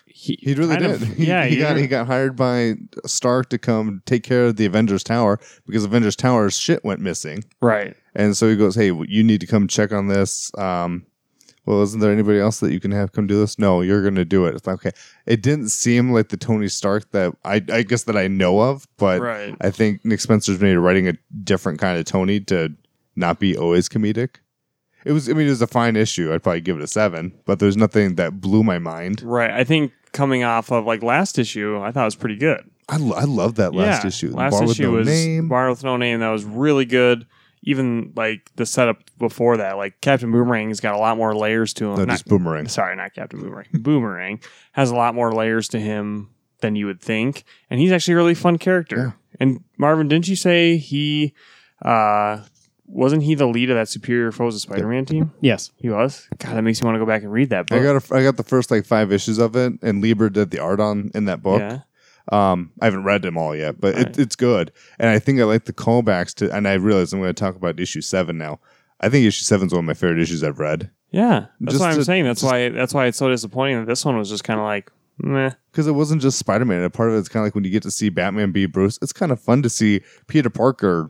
Speaker 3: He really
Speaker 2: kind
Speaker 3: did.
Speaker 2: of-
Speaker 3: he,
Speaker 2: yeah,
Speaker 3: he got
Speaker 2: you're-
Speaker 3: he got hired by Stark to come take care of the Avengers Tower because Avengers Tower's shit went missing,
Speaker 2: right.
Speaker 3: and so he goes, "Hey, you need to come check on this." Um, well, isn't there anybody else that you can have come do this? No, you're going to do it. It's like, okay. It didn't seem like the Tony Stark that I, I guess that I know of, but
Speaker 2: Right.
Speaker 3: I think Nick Spencer's maybe writing a different kind of Tony to not be always comedic. It was, I mean, it was a fine issue. I'd probably give it a seven, but there's nothing that blew my mind.
Speaker 2: Right. I think coming off of like last issue, I thought it was pretty good.
Speaker 3: I, lo- I love that last
Speaker 2: Yeah,
Speaker 3: issue. The
Speaker 2: Last
Speaker 3: bar with
Speaker 2: issue
Speaker 3: no
Speaker 2: was
Speaker 3: name.
Speaker 2: Bar with No Name. That was really good. Even like the setup before that, like Captain Boomerang's got a lot more layers to him.
Speaker 3: no,
Speaker 2: Not-
Speaker 3: just boomerang.
Speaker 2: sorry, not Captain Boomerang. Boomerang has a lot more layers to him than you would think, and he's actually a really fun character. And Marvin, didn't you say he uh, wasn't he the lead of that Superior Foes of Spider-Man team?
Speaker 1: Yes.
Speaker 2: He was. God, that makes me want to go back and read that book.
Speaker 3: I got a, I got the first like five issues of it, and Lieber did the art on in that book.
Speaker 2: Yeah.
Speaker 3: Um, I haven't read them all yet, but it,
Speaker 2: Right.
Speaker 3: it's good. And I think I like the callbacks to. And I realize I'm going to talk about issue seven now. I think issue seven is one of my favorite issues I've read
Speaker 2: Yeah, that's
Speaker 3: Just
Speaker 2: what I'm
Speaker 3: to-
Speaker 2: saying. That's
Speaker 3: just-
Speaker 2: why that's why it's so disappointing that this one was just kind of like, meh.
Speaker 3: because it wasn't just Spider Man. A part of it's kind of like when you get to see Batman be Bruce. It's kind of fun to see Peter Parker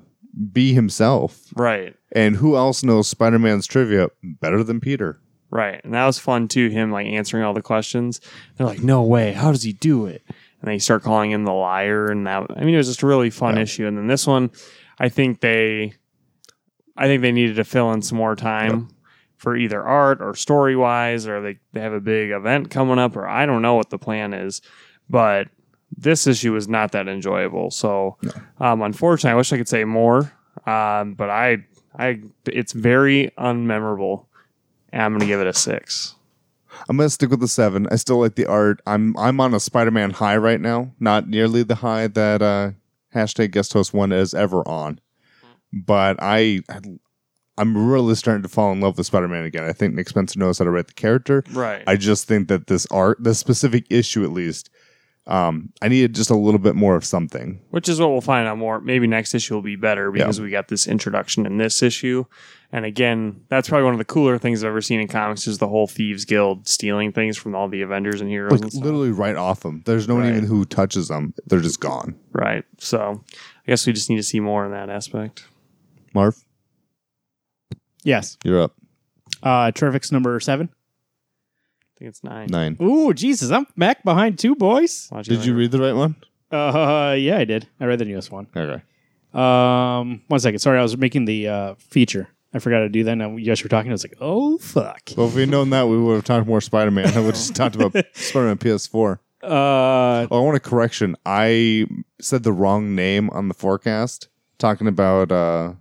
Speaker 3: be himself.
Speaker 2: Right,
Speaker 3: And who else knows Spider Man's trivia better than Peter?
Speaker 2: right. And that was fun too. Him like answering all the questions. They're like, no way. How does he do it? And they start calling him the liar. And that I mean, it was just a really fun
Speaker 3: Yeah.
Speaker 2: issue. And then this one, I think they, I think they needed to fill in some more time. for either art or story wise, or they, they have a big event coming up, or I don't know what the plan is. But this issue was not that enjoyable. So, um, unfortunately, I wish I could say more, um, but I, I, it's very unmemorable. And I'm going to give it a six.
Speaker 3: I'm gonna stick with the seven. I still like the art. I'm I'm on a Spider-Man high right now. Not nearly the high that uh, hashtag guest host one is ever on, but I, I I'm really starting to fall in love with Spider-Man again. I think Nick Spencer knows how to write the character.
Speaker 2: Right.
Speaker 3: I just think that this art, this specific issue at least, um, I needed just a little bit more of something.
Speaker 2: which is what we'll find out more. Maybe next issue will be better because we got this introduction in this issue. And again, that's probably one of the cooler things I've ever seen in comics is the whole Thieves Guild stealing things from all the Avengers and heroes.
Speaker 3: Like
Speaker 2: and stuff.
Speaker 3: literally right off them. There's no one
Speaker 2: Right.
Speaker 3: even who touches them. They're just gone.
Speaker 2: Right. So I guess we just need to see more in that aspect.
Speaker 3: Marv,
Speaker 1: Yes.
Speaker 3: you're up
Speaker 1: Uh, Terrific's number seven.
Speaker 2: I think it's nine.
Speaker 3: nine.
Speaker 1: Ooh, Jesus, I'm back behind two boys.
Speaker 2: Watch
Speaker 3: Did
Speaker 2: later.
Speaker 3: you read the right one?
Speaker 1: Uh, yeah, I did. I read the newest one.
Speaker 3: Okay.
Speaker 1: Um, one second. Sorry, I was making the uh, feature. I forgot to do that. Now you guys were talking. I was like, oh fuck.
Speaker 3: Well, if we'd known that, we would have talked more Spider Man. I would have just talked about Spider Man PS4.
Speaker 1: Uh,
Speaker 3: Oh, I want a correction. I said the wrong name on the forecast, talking about uh,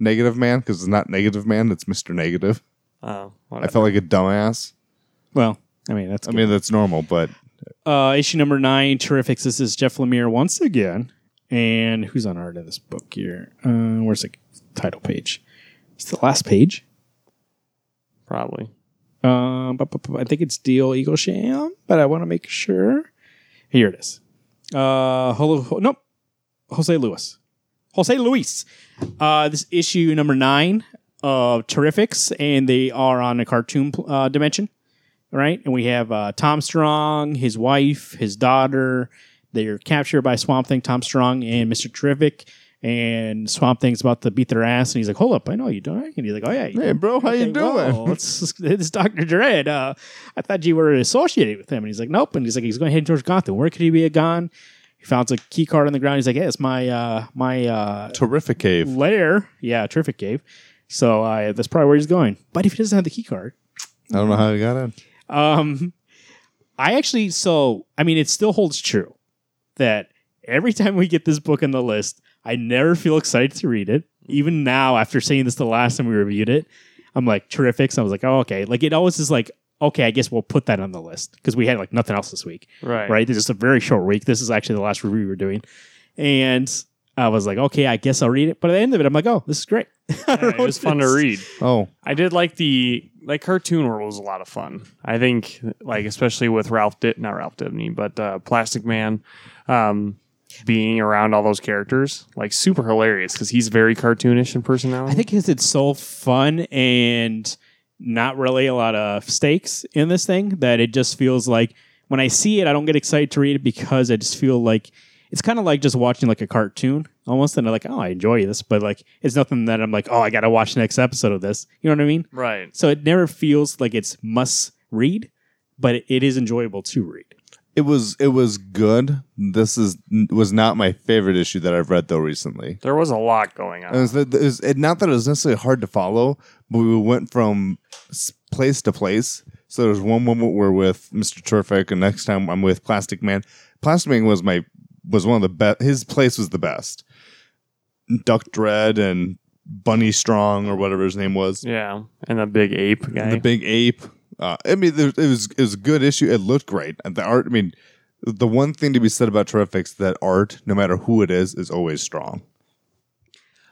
Speaker 3: Negative Man, because it's not Negative Man, it's Mr. Negative.
Speaker 2: Oh,
Speaker 3: I
Speaker 2: whatever.
Speaker 3: felt like a dumbass.
Speaker 1: well, I mean that's.
Speaker 3: I mean, that's normal, but
Speaker 1: uh, issue number nine, Terrifics. This is Jeff Lemire once again. And who's on art of this book here? Uh, where's the title page? It's the last page.
Speaker 2: Probably.
Speaker 1: Um, bu- bu- bu- I think it's Deal Eagle Sham, but I want to make sure. Here it is. Uh, hello, ho- nope. Jose Luis. Jose Luis. Uh, this issue number nine of Terrifics, and they are on a cartoon pl- uh, dimension, right? And we have uh, Tom Strong, his wife, his daughter. They're captured by Swamp Thing, Tom Strong, and Mr. Terrific. And Swamp Thing's about to beat their ass, and he's like, "Hold up, I know you don't." And he's like, "Oh yeah, you
Speaker 3: hey, bro, how you
Speaker 1: like, "Whoa,
Speaker 3: doing?
Speaker 1: it's, it's Dr. Dredd. Uh, I thought you were associated with him. And he's like, nope. And he's like, he's going heading towards Gotham. Where could he be gone? He found a key card on the ground. He's like, yeah, it's my, uh, my, uh,
Speaker 3: Terrific Cave.
Speaker 1: lair. Yeah, terrific cave. So, uh, that's probably where he's going. But if he doesn't have the key card,
Speaker 3: I don't know how you got in.
Speaker 1: um, I actually, so, I mean, it still holds true that every time we get this book on the list, I never feel excited to read it. Even now, after saying this the last time we reviewed it, I'm like, terrific. So I was like, oh, okay. Like, it always is like, okay, I guess we'll put that on the list because we had like nothing else this week,
Speaker 2: Right.
Speaker 1: right? This is a very short week. This is actually the last review we were doing. And I was like, okay, I guess I'll read it. But at the end of it, I'm like, oh, this is great. I
Speaker 2: Yeah, it
Speaker 1: wrote
Speaker 2: was fun to
Speaker 1: this.
Speaker 2: read.
Speaker 3: Oh,
Speaker 2: I did like the like cartoon world was a lot of fun. I think like especially with Ralph Di- not Ralph Dibney, but uh, Plastic Man um, being around all those characters like super hilarious because he's very cartoonish in personality.
Speaker 1: I think because it's so fun and not really a lot of stakes in this thing that it just feels like when I see it, I don't get excited to read it because I just feel like it's kind of like just watching like a cartoon almost. And I'm like, oh, I enjoy this, but like it's nothing that I'm like, oh, I got to watch the next episode of this. You know what I mean?
Speaker 2: right.
Speaker 1: So it never feels like it's must read, but it is enjoyable to read.
Speaker 3: it was it was good. This is was not my favorite issue that I've read though recently.
Speaker 2: There was a lot going
Speaker 3: It
Speaker 2: on.
Speaker 3: was, it was- it- not that it was necessarily hard to follow, but we went from s- place to place. So there was one moment we're with Mr. Terrific, and next time I'm with Plastic Man. Plastic Man was my was one of the best. His place was the best. Duck Dread and Bunny Strong or whatever his name was,
Speaker 2: Yeah, and the big ape guy.
Speaker 3: the big ape. Uh, I mean, there, it was it was a good issue. It looked great. And The art. I mean, the one thing to be said about Terrific's that art, no matter who it is, is always strong.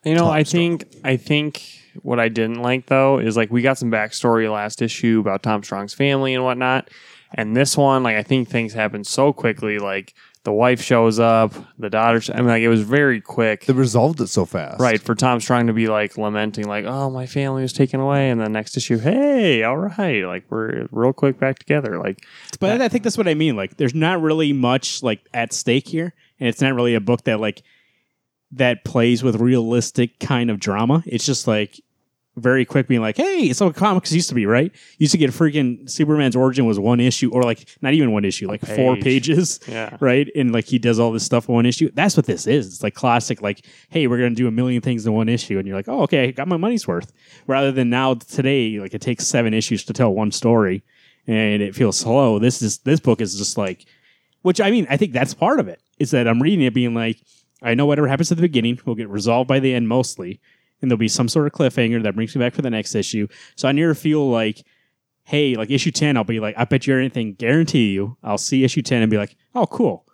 Speaker 2: You know, I
Speaker 3: Tom Strong.
Speaker 2: think I think what I didn't like though is like we got some backstory last issue about Tom Strong's family and whatnot, and this one, like I think things happen so quickly. Like the wife shows up, the daughter. sh- I mean, like it was very quick,
Speaker 3: They resolved it so fast,
Speaker 2: right? For Tom Strong to be like lamenting, like, "Oh, my family was taken away," and the next issue, "Hey, all right, like we're real quick back together." Like,
Speaker 1: But I think that's what I mean. Like, there's not really much like at stake here, and it's not really a book that like that plays with realistic kind of drama. It's just like very quick being like, hey, it's what comics used to be, right? You used to get freaking Superman's origin was one issue or like not even one issue, like four
Speaker 2: page.
Speaker 1: pages.
Speaker 2: Yeah.
Speaker 1: Right. And like he does all this stuff in one issue. That's what this is. It's like classic, like, hey, we're going to do a million things in one issue. And you're like, oh, okay, I got my money's worth. Rather than now today, like it takes seven issues to tell one story and it feels slow. This is, this book is just like, which I mean, I think that's part of it is that I'm reading it being like, I know whatever happens at the beginning will get resolved by the end mostly, and there'll be some sort of cliffhanger that brings me back for the next issue. So I never feel like, hey, like issue 10, I'll be like, I bet you anything, guarantee you, I'll see issue 10 and be like, oh, cool.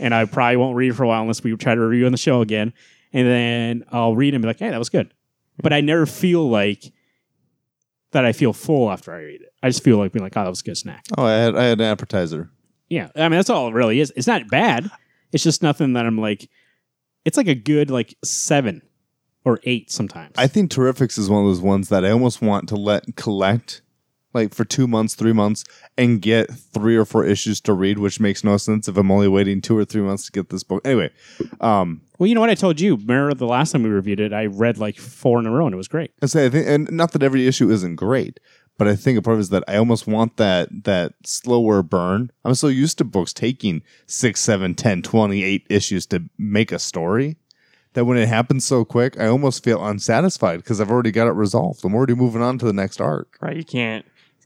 Speaker 1: And I probably won't read it for a while unless we try to review on the show again. And then I'll read and be like, hey, that was good. But I never feel like that I feel full after I read it. I just feel like being like, oh, that was a good snack.
Speaker 3: Oh, I had I had an appetizer.
Speaker 1: Yeah, I mean that's all it really is. It's not bad. It's just nothing that I'm like. It's like a good like seven or eight sometimes.
Speaker 3: I think Terrifics is one of those ones that I almost want to let collect like for two months, three months, and get three or four issues to read, which makes no sense if I'm only waiting two or three months to get this book. Anyway, um,
Speaker 1: well, you know what I told you. Remember the last time we reviewed it? I read like four in a row and it was great.
Speaker 3: I say I think, and not that every issue isn't great, but I think a part of it is that I almost want that that slower burn. I'm so used to books taking six, seven, ten, twenty-eight issues to make a story that when it happens so quick, I almost feel unsatisfied because I've already got it resolved. I'm already moving on to the next arc.
Speaker 2: Right. You can't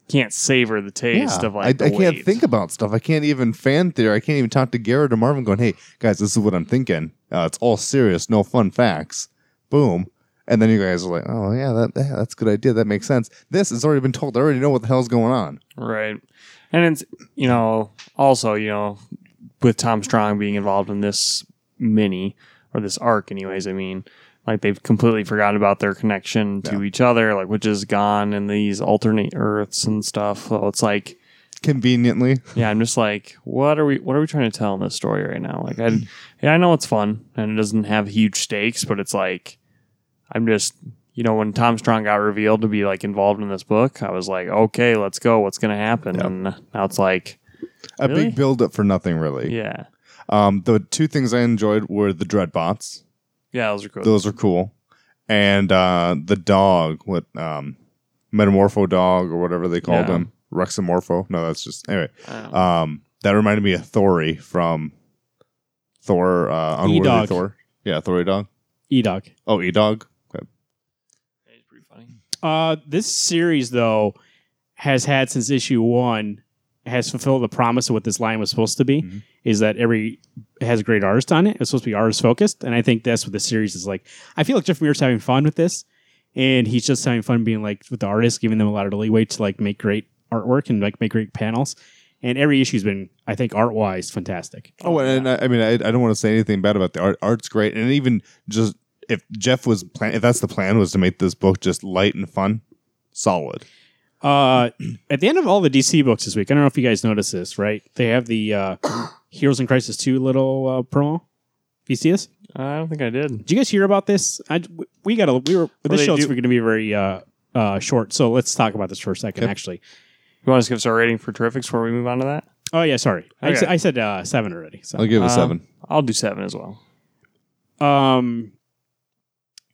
Speaker 2: can't savor the taste of like
Speaker 3: I,
Speaker 2: the
Speaker 3: I can't
Speaker 2: wait.
Speaker 3: think about stuff. I can't even fan theory. I can't even talk to Garrett or Marvin. Going, hey guys, this is what I'm thinking. Uh, it's all serious, no fun facts. Boom. And then you guys are like, oh yeah, that yeah, that's a good idea. That makes sense. This has already been told. I already know what the hell's going on.
Speaker 2: Right. And it's, you know, also, you know, with Tom Strong being involved in this mini or this arc, anyways, I mean, like they've completely forgotten about their connection to each other, like which is gone in these alternate Earths and stuff. So it's like,
Speaker 3: Conveniently,
Speaker 2: yeah, I'm just like, what are we, what are we trying to tell in this story right now? Like, I, yeah, I know it's fun and it doesn't have huge stakes, but it's like, I'm just, you know, when Tom Strong got revealed to be like involved in this book, I was like, okay, let's go. What's going to happen? And now it's like,
Speaker 3: a
Speaker 2: Really?
Speaker 3: big build up for nothing, really.
Speaker 2: yeah,
Speaker 3: Um, the two things I enjoyed were the dreadbots.
Speaker 2: yeah, those are cool.
Speaker 3: Those are cool, and uh, the dog, what um, metamorpho dog or whatever they called
Speaker 2: Yeah.
Speaker 3: him, Rexamorpho. No, that's just anyway.
Speaker 2: Um,
Speaker 3: Um, that reminded me of Thori from Thor, uh, Unworthy
Speaker 1: E-Dog.
Speaker 3: Thor. Yeah, Thori dog.
Speaker 1: E dog.
Speaker 3: Oh, E dog.
Speaker 2: it's pretty funny.
Speaker 1: Uh, this series though has had since issue one has fulfilled the promise of what this line was supposed to be.
Speaker 3: Mhm.
Speaker 1: Is that every it has a great artist on it? It's supposed to be artist focused, and I think that's what the series is like. I feel like Jeff Muir's having fun with this, and he's just having fun being like with the artists, giving them a lot of leeway to like make great artwork and like make great panels. And every issue's been, I think, art wise, fantastic.
Speaker 3: Oh, and I, I mean, I, I don't want to say anything bad about the art. Art's great, and even just if Jeff was plan, if that's the plan was to make this book just light and fun, solid.
Speaker 1: Uh, at the end of all the DC books this week, I don't know if you guys noticed this, right? They have the uh, Heroes in Crisis 2 little uh, promo. Did you see this?
Speaker 2: Uh, I don't think I did.
Speaker 1: Did you guys hear about this? I, w- we got to, we were, this
Speaker 2: they
Speaker 1: show's
Speaker 2: do-
Speaker 1: going to be very uh, uh, short, so let's talk about this for a second,
Speaker 3: Yep.
Speaker 1: actually.
Speaker 2: You want us to give us our rating for Terrifics before we move on to that?
Speaker 1: Oh, yeah, sorry. I,
Speaker 2: Okay.
Speaker 1: sa- I said uh, seven already. So.
Speaker 3: I'll give it a
Speaker 2: Um,
Speaker 3: seven.
Speaker 2: I'll do seven as well.
Speaker 1: Um,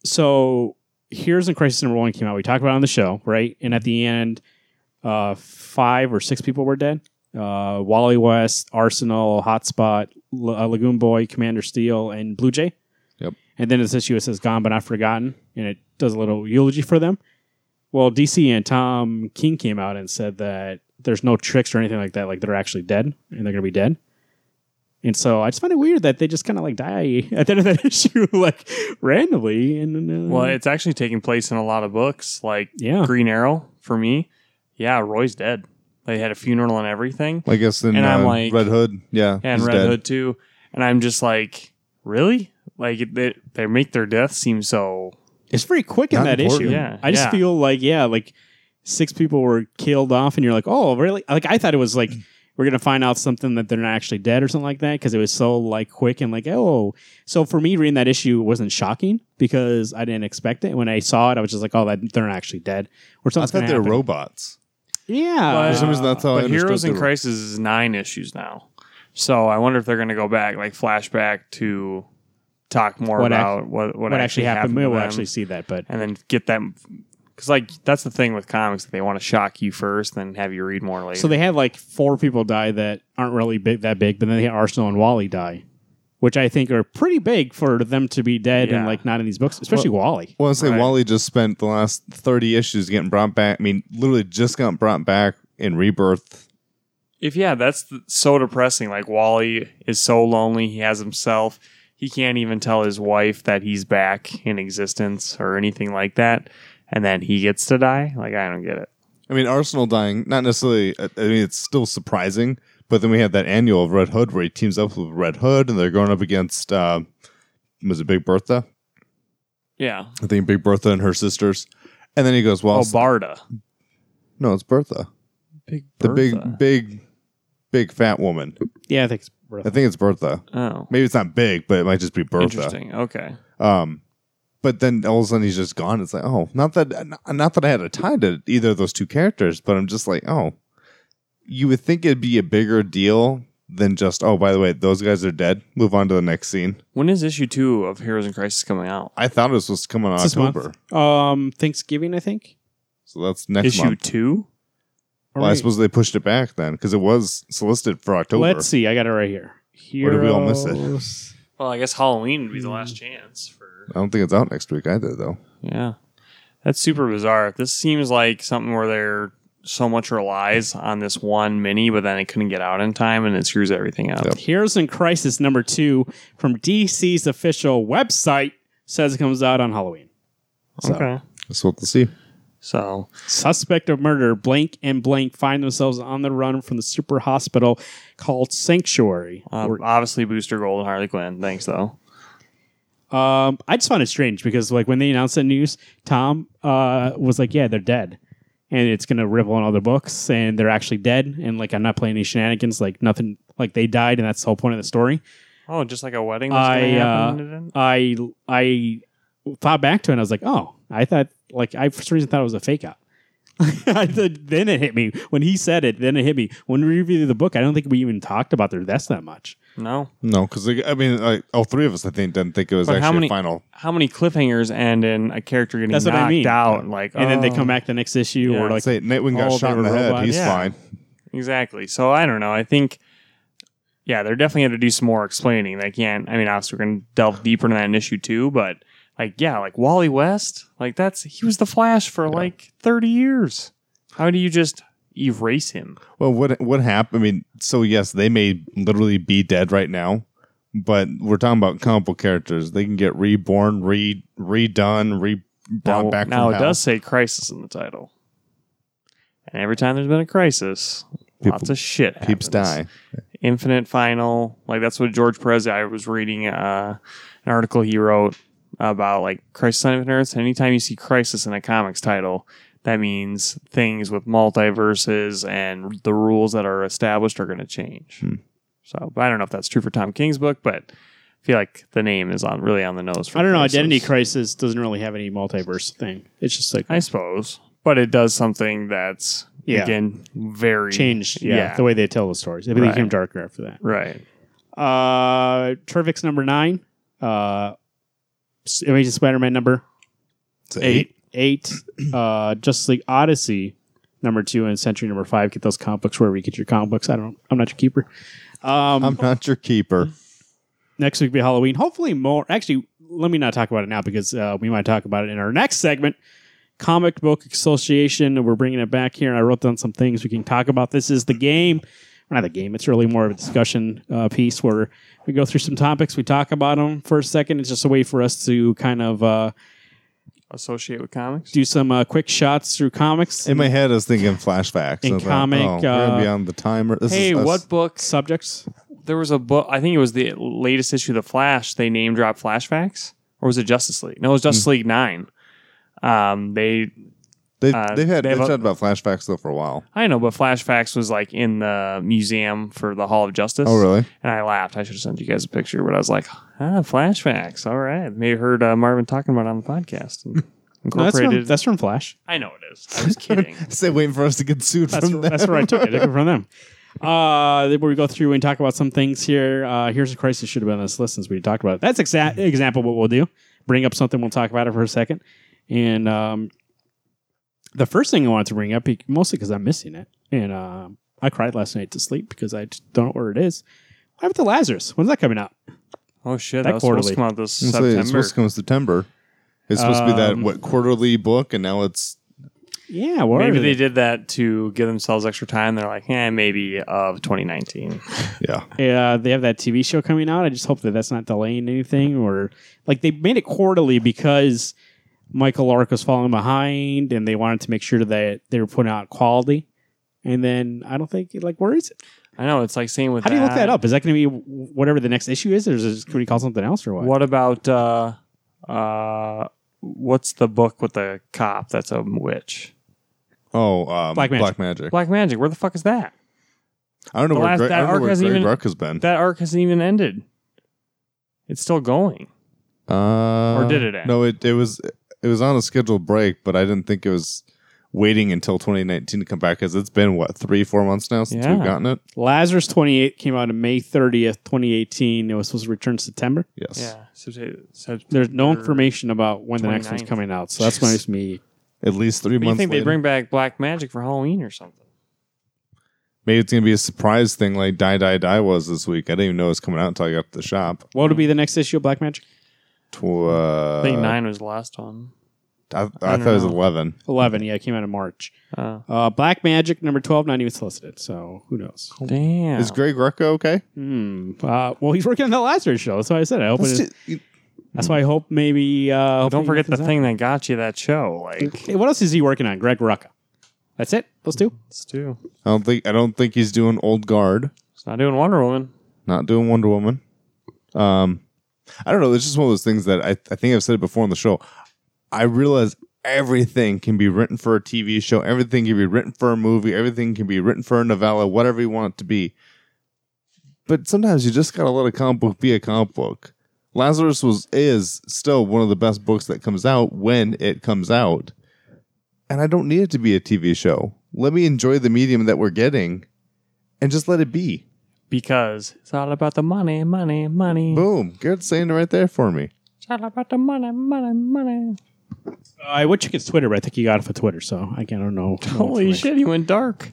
Speaker 1: so here's in Crisis Number One came out. We talked about it on the show, right? And at the end, uh, five or six people were dead. Uh, Wally West, Arsenal, Hotspot, L- uh, Lagoon Boy, Commander Steel, and Blue Jay.
Speaker 3: Yep.
Speaker 1: And then this issue it says "Gone but not forgotten," and it does a little eulogy for them. Well, DC and Tom King came out and said that there's no tricks or anything like that. Like they're actually dead, and they're gonna be dead. And so I just find it weird that they just kind of like die at the end of that issue, like randomly. And uh,
Speaker 2: Well, it's actually taking place in a lot of books, like
Speaker 1: yeah,
Speaker 2: Green Arrow for me. Yeah, Roy's dead. They had a funeral and everything,
Speaker 3: I guess then
Speaker 2: and I'm
Speaker 3: uh,
Speaker 2: like-
Speaker 3: Red Hood. Yeah,
Speaker 2: and
Speaker 3: he's
Speaker 2: Red
Speaker 3: dead.
Speaker 2: Hood too. And I'm just like, really? Like it- they they make their death seem so.
Speaker 1: it's pretty quick in
Speaker 3: Not
Speaker 1: that
Speaker 3: important.
Speaker 1: issue.
Speaker 2: Yeah,
Speaker 1: I just
Speaker 2: yeah.
Speaker 1: feel like yeah, like six people were killed off, and you're like, oh, really? Like I thought it was like we're gonna find out something that they're not actually dead or something like that because it was so like quick and like oh. So for me, reading that issue wasn't shocking because I didn't expect it. When I saw it, I was just like, oh, that they're not actually dead or
Speaker 3: I
Speaker 1: something.
Speaker 3: thought they were robots.
Speaker 1: Yeah,
Speaker 2: But-
Speaker 3: For some reason, that's how I
Speaker 2: But
Speaker 3: understood
Speaker 2: Heroes
Speaker 3: they
Speaker 2: in
Speaker 3: were.
Speaker 2: Crisis is nine issues now, so I wonder if they're going to go back, like flashback to talk more
Speaker 1: What ac-
Speaker 2: about what, what
Speaker 1: what, actually happened?
Speaker 2: to
Speaker 1: We'll
Speaker 2: them.
Speaker 1: actually see that, but
Speaker 2: and then get that Because like that's the thing with comics, they want to shock you first, then have you read more later.
Speaker 1: So they had like four people die that aren't really big that big, but then they had Arsenal and Wally die, which I think are pretty big for them to be dead
Speaker 2: Yeah.
Speaker 1: and like not in these books, especially Wally.
Speaker 3: Well, I say
Speaker 2: Right.
Speaker 3: Wally just spent the last 30 issues getting brought back. I mean, literally just got brought back in Rebirth.
Speaker 2: if yeah, that's th- so depressing. Like Wally is so lonely. He has himself. He can't even tell his wife that he's back in existence or anything like that. And then he gets to die. Like I don't get it.
Speaker 3: I mean, Arsenal dying, not necessarily, I I mean, it's still surprising, but then we have that annual of Red Hood where he teams up with Red Hood and they're going up against, uh, was it Big Bertha?
Speaker 2: Yeah.
Speaker 3: I think Big Bertha and her sisters. And then he goes, well,
Speaker 2: Oh, Barda.
Speaker 3: no, it's Bertha.
Speaker 2: Big
Speaker 3: The big, big, big fat woman.
Speaker 1: Yeah, I think it's
Speaker 3: I think it's Bertha.
Speaker 2: Oh,
Speaker 3: Maybe it's not big, but it might just be Bertha.
Speaker 2: interesting. Okay.
Speaker 3: Um, but then all of a sudden he's just gone. It's like, oh, not that, n- not that I had a tie to either of those two characters, but I'm just like, oh, you would think it'd be a bigger deal than just, oh, by the way, those guys are dead. Move on to the next scene.
Speaker 2: When is issue two of Heroes in Crisis coming out?
Speaker 3: I thought it was supposed to come in
Speaker 1: It's this month.
Speaker 3: October,
Speaker 1: Um, Thanksgiving, I think.
Speaker 3: so that's next
Speaker 2: issue
Speaker 3: month.
Speaker 2: two.
Speaker 1: Or
Speaker 3: Well, I
Speaker 1: maybe-
Speaker 3: suppose they pushed it back then because it was solicited for October.
Speaker 1: Let's see. I got it right here.
Speaker 3: Or
Speaker 1: Heroes.
Speaker 3: did we all miss it?
Speaker 2: Well, I guess Halloween would be the last chance for.
Speaker 3: I don't think it's out next week either, though.
Speaker 2: Yeah, that's super bizarre. This seems like something where there so much relies on this one mini, but then it couldn't get out in time, and it screws everything up.
Speaker 1: Heroes in Crisis number two from DC's official website says it comes out on Halloween. So,
Speaker 2: Okay,
Speaker 3: That's what we'll see.
Speaker 2: so
Speaker 1: Suspect of murder, blank and blank find themselves on the run from the super hospital called Sanctuary.
Speaker 2: uh, obviously Booster Gold and Harley Quinn. Thanks though.
Speaker 1: Um, I just found it strange because like when they announced the news, Tom uh, was like, "Yeah, they're dead, and it's gonna ripple on all their books, and they're actually dead, and like I'm not playing any shenanigans, like nothing, like they died, and that's the whole point of the story."
Speaker 2: Oh, just like a wedding. That's
Speaker 1: I
Speaker 2: gonna
Speaker 1: uh,
Speaker 2: happen, and it
Speaker 1: I I thought back to it, and I was like, "Oh, I thought like I for some reason thought it was a fake out." I thought- then it hit me when he said it. Then it hit me when we reviewed the book. I don't think we even talked about their deaths that much.
Speaker 2: didn't? no.
Speaker 3: No, because I mean, like, all three of us, I think, didn't think it was
Speaker 2: But how
Speaker 3: actually
Speaker 2: many-
Speaker 3: a final.
Speaker 2: How many cliffhangers end in a character getting
Speaker 1: That's what
Speaker 2: knocked
Speaker 1: I mean.
Speaker 2: out? Like,
Speaker 1: And then they
Speaker 2: oh.
Speaker 1: come back the next issue,
Speaker 2: Yeah.
Speaker 1: or like
Speaker 3: Like, Say Nightwing
Speaker 1: all
Speaker 3: got
Speaker 1: of
Speaker 3: shot
Speaker 1: them
Speaker 3: in the
Speaker 1: are
Speaker 3: head.
Speaker 1: robots.
Speaker 3: He's
Speaker 2: Yeah.
Speaker 3: fine.
Speaker 2: Exactly. So I don't know. I think, yeah, they're definitely going to do some more explaining. They can't. I mean, obviously, we're going to delve deeper into that in issue two, but like, yeah, like Wally West, like that's he was the Flash for like thirty years. How do you just erase him?
Speaker 3: Well, what what happened? I mean, so yes, they may literally be dead right now, but we're talking about comic book characters. They can get reborn, re redone, re brought
Speaker 2: now,
Speaker 3: back.
Speaker 2: now
Speaker 3: from
Speaker 2: it
Speaker 3: hell.
Speaker 2: does say crisis in the title, and every time there's been a crisis, lots
Speaker 3: People-
Speaker 2: of shit. Happens.
Speaker 3: Peeps die.
Speaker 2: Infinite Final. Like that's what George Perez. I was reading uh, an article he wrote about like Crisis on Infinite Earths. And anytime you see Crisis in a comics title, that means things with multiverses and the rules that are established are going to change.
Speaker 3: Hmm.
Speaker 2: So but I don't know if that's true for Tom King's book, but I feel like the name is on really on the nose. For
Speaker 1: I don't know.
Speaker 2: Crisis.
Speaker 1: Identity Crisis doesn't really have any multiverse thing. It's just like
Speaker 2: I suppose, but it does something that's
Speaker 1: Yeah.
Speaker 2: again very
Speaker 1: changed. Yeah,
Speaker 2: yeah.
Speaker 1: the way they tell the stories. Everything
Speaker 2: Right.
Speaker 1: became darker after that.
Speaker 2: Right.
Speaker 1: Uh, Turvix number nine. Uh, S- Amazing Spider-Man number
Speaker 3: It's eight.
Speaker 1: eight. uh, Justice League Odyssey number two and Century number five. Get those comic books wherever you get your comic books. I don't. I'm not your keeper. Um,
Speaker 3: I'm not your keeper.
Speaker 1: next week will be Halloween. Hopefully more. Actually, let me not talk about it now because uh, we might talk about it in our next segment. Comic Book Association. We're bringing it back here, and I wrote down some things we can talk about. This is the game. Well, Not a game. It's really more of a discussion uh, piece where we go through some topics, we talk about them for a second. It's just a way for us to kind of uh,
Speaker 2: Associate with comics.
Speaker 1: do some uh, quick shots through comics,
Speaker 3: In my head, I was thinking flashbacks.
Speaker 1: In
Speaker 3: I was like,
Speaker 1: comic,
Speaker 3: oh, we're gonna be
Speaker 1: uh,
Speaker 3: on the timer. This
Speaker 2: Hey,
Speaker 3: is us.
Speaker 2: what book
Speaker 1: subjects.
Speaker 2: there was a book. I think it was the latest issue of the Flash. They name drop flashbacks, or was it Justice League?
Speaker 3: Hmm.
Speaker 2: No, it was Justice League Nine. Um, they
Speaker 3: They,
Speaker 2: uh,
Speaker 3: they've had
Speaker 2: they
Speaker 3: they've
Speaker 2: have a-
Speaker 3: had about flashbacks though for a while.
Speaker 2: I know, but flashbacks was like in the museum for the Hall of Justice.
Speaker 3: Oh, really?
Speaker 2: And I laughed. I should have sent you guys a picture, but I was like, ah, flashbacks. All right, may have heard uh, Marvin talking about it on the podcast. And
Speaker 1: No, that's,
Speaker 2: incorporated.
Speaker 1: from, that's from Flash.
Speaker 2: I know it is. I was kidding.
Speaker 3: Say waiting for us to get sued
Speaker 1: That's,
Speaker 3: from
Speaker 1: where- that's
Speaker 3: them.
Speaker 1: where I took it. I took it from them. Uh, where we go through and talk about some things here. Uh, here's a crisis should have been on this list since we talked about it. That's exact example of what we'll do. Bring up something, we'll talk about it for a second, and um, the first thing I wanted to bring up, be- mostly because I'm missing it, and um, I cried last night to sleep because I just don't know where it is. What happened to Lazarus? When's that coming out?
Speaker 2: Oh shit,
Speaker 1: That
Speaker 2: that, was supposed
Speaker 1: quarterly.
Speaker 2: to come out this
Speaker 3: It's like- It's
Speaker 2: September.
Speaker 3: supposed to come in September. It's supposed to be that
Speaker 1: Um,
Speaker 3: what quarterly book, and now it's
Speaker 1: Yeah, where
Speaker 2: Maybe
Speaker 1: are
Speaker 2: they did that to give themselves extra time. They're like, eh, maybe of 2019.
Speaker 3: yeah.
Speaker 1: Yeah, they have that TV show coming out. I just hope that that's not delaying anything or like they made it quarterly because Michael Lark was falling behind and they wanted to make sure that they were putting out quality. And then I don't think like where is it?
Speaker 2: I know it's like same with.
Speaker 1: How do you look that up? Is that going to be whatever the next issue is, or is it just, can we call something else or what?
Speaker 2: What about uh, uh, what's the book with the cop that's a witch?
Speaker 3: Oh, um,
Speaker 1: Black
Speaker 3: Black
Speaker 1: Magic.
Speaker 3: Magic.
Speaker 2: Black Magic. Where the fuck is that?
Speaker 3: I don't know
Speaker 2: The
Speaker 3: where,
Speaker 2: last-
Speaker 3: Greg,
Speaker 2: that
Speaker 3: I don't know
Speaker 2: arc
Speaker 3: where
Speaker 2: hasn't
Speaker 3: Greg
Speaker 2: even-
Speaker 3: Ruck has been.
Speaker 2: That arc hasn't even ended. It's still going.
Speaker 3: Uh,
Speaker 2: did it end?
Speaker 3: No, it, it was it was on a scheduled break, but I didn't think it was waiting until 2019 to come back because it's been what three four months now since
Speaker 2: Yeah.
Speaker 3: we've gotten it.
Speaker 1: Lazarus twenty eight came out on May thirtieth, twenty eighteen. It was supposed to return September.
Speaker 3: Yes,
Speaker 2: Yeah. Sept- Sept-
Speaker 1: There's no
Speaker 2: or-
Speaker 1: information about when the next one's
Speaker 2: 29th.
Speaker 1: coming out, so that's why it's me.
Speaker 3: at least three
Speaker 2: What do you
Speaker 3: months.
Speaker 2: think they
Speaker 3: later.
Speaker 2: bring back Black Magic for Halloween or something?
Speaker 3: Maybe it's gonna be a surprise thing like Die Die Die was this week. I didn't even know it was coming out until I got to the shop.
Speaker 1: What would be the next issue of Black Magic?
Speaker 3: Tw- uh,
Speaker 2: I think nine was the last one.
Speaker 3: I, I
Speaker 2: don't
Speaker 3: thought it was
Speaker 2: know.
Speaker 3: eleven.
Speaker 1: Eleven. Yeah, it came out in March.
Speaker 2: Uh,
Speaker 1: Uh, Black Magic number twelve, not even solicited. So who knows?
Speaker 2: damn.
Speaker 3: oh, Is Greg Rucka okay?
Speaker 1: Hmm. Uh, well, he's working on the Lazarus show. That's why I said. I hope. That's,
Speaker 3: Let's
Speaker 1: it,
Speaker 3: ju- you-
Speaker 1: that's why I hope maybe. Uh, hopefully
Speaker 2: Don't
Speaker 1: he
Speaker 2: forget the
Speaker 1: comes
Speaker 2: thing that got you that show. Like,
Speaker 1: out. Hey, what else is he working on? Greg Rucka. That's it. Those two.
Speaker 2: it's too.
Speaker 3: I don't think I don't think he's doing Old Guard.
Speaker 2: It's not doing Wonder Woman.
Speaker 3: Not doing Wonder Woman. Um, I don't know. It's just one of those things that I, I think I've said it before on the show. I realize everything can be written for a TV show. Everything can be written for a movie. Everything can be written for a novella. Whatever you want it to be. But sometimes you just gotta let a comic book be a comic book. Lazarus was is still one of the best books that comes out when it comes out. And I don't need it to be a TV show. Let me enjoy the medium that we're getting and just let it be.
Speaker 2: because it's all about the money, money, money.
Speaker 3: Boom. Good saying it right there for me.
Speaker 2: It's all about the money, money, money.
Speaker 1: Uh, I would check his Twitter, but I think he got it for Twitter, so I can't I don't know. no
Speaker 2: Holy
Speaker 1: information.
Speaker 2: shit, he went dark.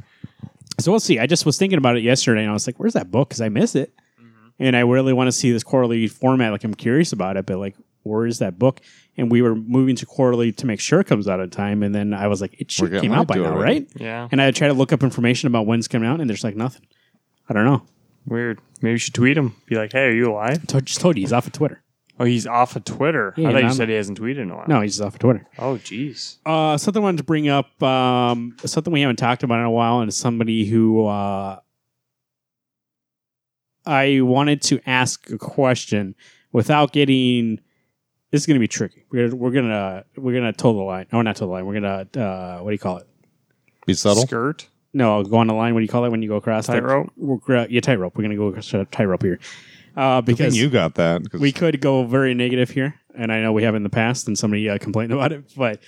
Speaker 1: So we'll see. I just was thinking about it yesterday, and I was like, "Where's that book?" Because I miss it,
Speaker 3: Mm-hmm.
Speaker 1: and I really want to see this quarterly format. Like I'm curious about it, but like, where is that book? And we were moving to quarterly to make sure it comes out on time, and then I was like, "It
Speaker 3: We're
Speaker 1: should
Speaker 3: getting
Speaker 1: came out
Speaker 3: lied
Speaker 1: by
Speaker 3: to
Speaker 1: now,
Speaker 3: already.
Speaker 1: right?"
Speaker 2: Yeah,
Speaker 1: And I tried to look up information about when's coming out, and there's like nothing. I don't know.
Speaker 2: weird. Maybe you should tweet him. Be like, hey, are you alive?
Speaker 1: I just told you he's off of Twitter.
Speaker 2: Oh, he's off of Twitter.
Speaker 1: Yeah,
Speaker 2: I thought you
Speaker 1: I'm-
Speaker 2: said he hasn't tweeted in a while.
Speaker 1: No, he's just off of Twitter.
Speaker 2: Oh, jeez.
Speaker 1: Uh, something I wanted to bring up. Um, something we haven't talked about in a while, and it's somebody who uh, I wanted to ask a question without getting. This is going to be tricky. We're we're gonna we're gonna toe the line. No, not toe the line. We're gonna uh, what do you call it?
Speaker 3: Be subtle.
Speaker 2: Skirt.
Speaker 1: No, go on the line. What do you call it when you go across? like-
Speaker 2: Tightrope?
Speaker 1: We're, gra- yeah, tightrope. We're gonna go across a tightrope here. Uh,
Speaker 3: Because
Speaker 1: because
Speaker 3: you got that. 'cause
Speaker 1: we could go very negative here, and I know we have in the past, and somebody uh, complained about it. But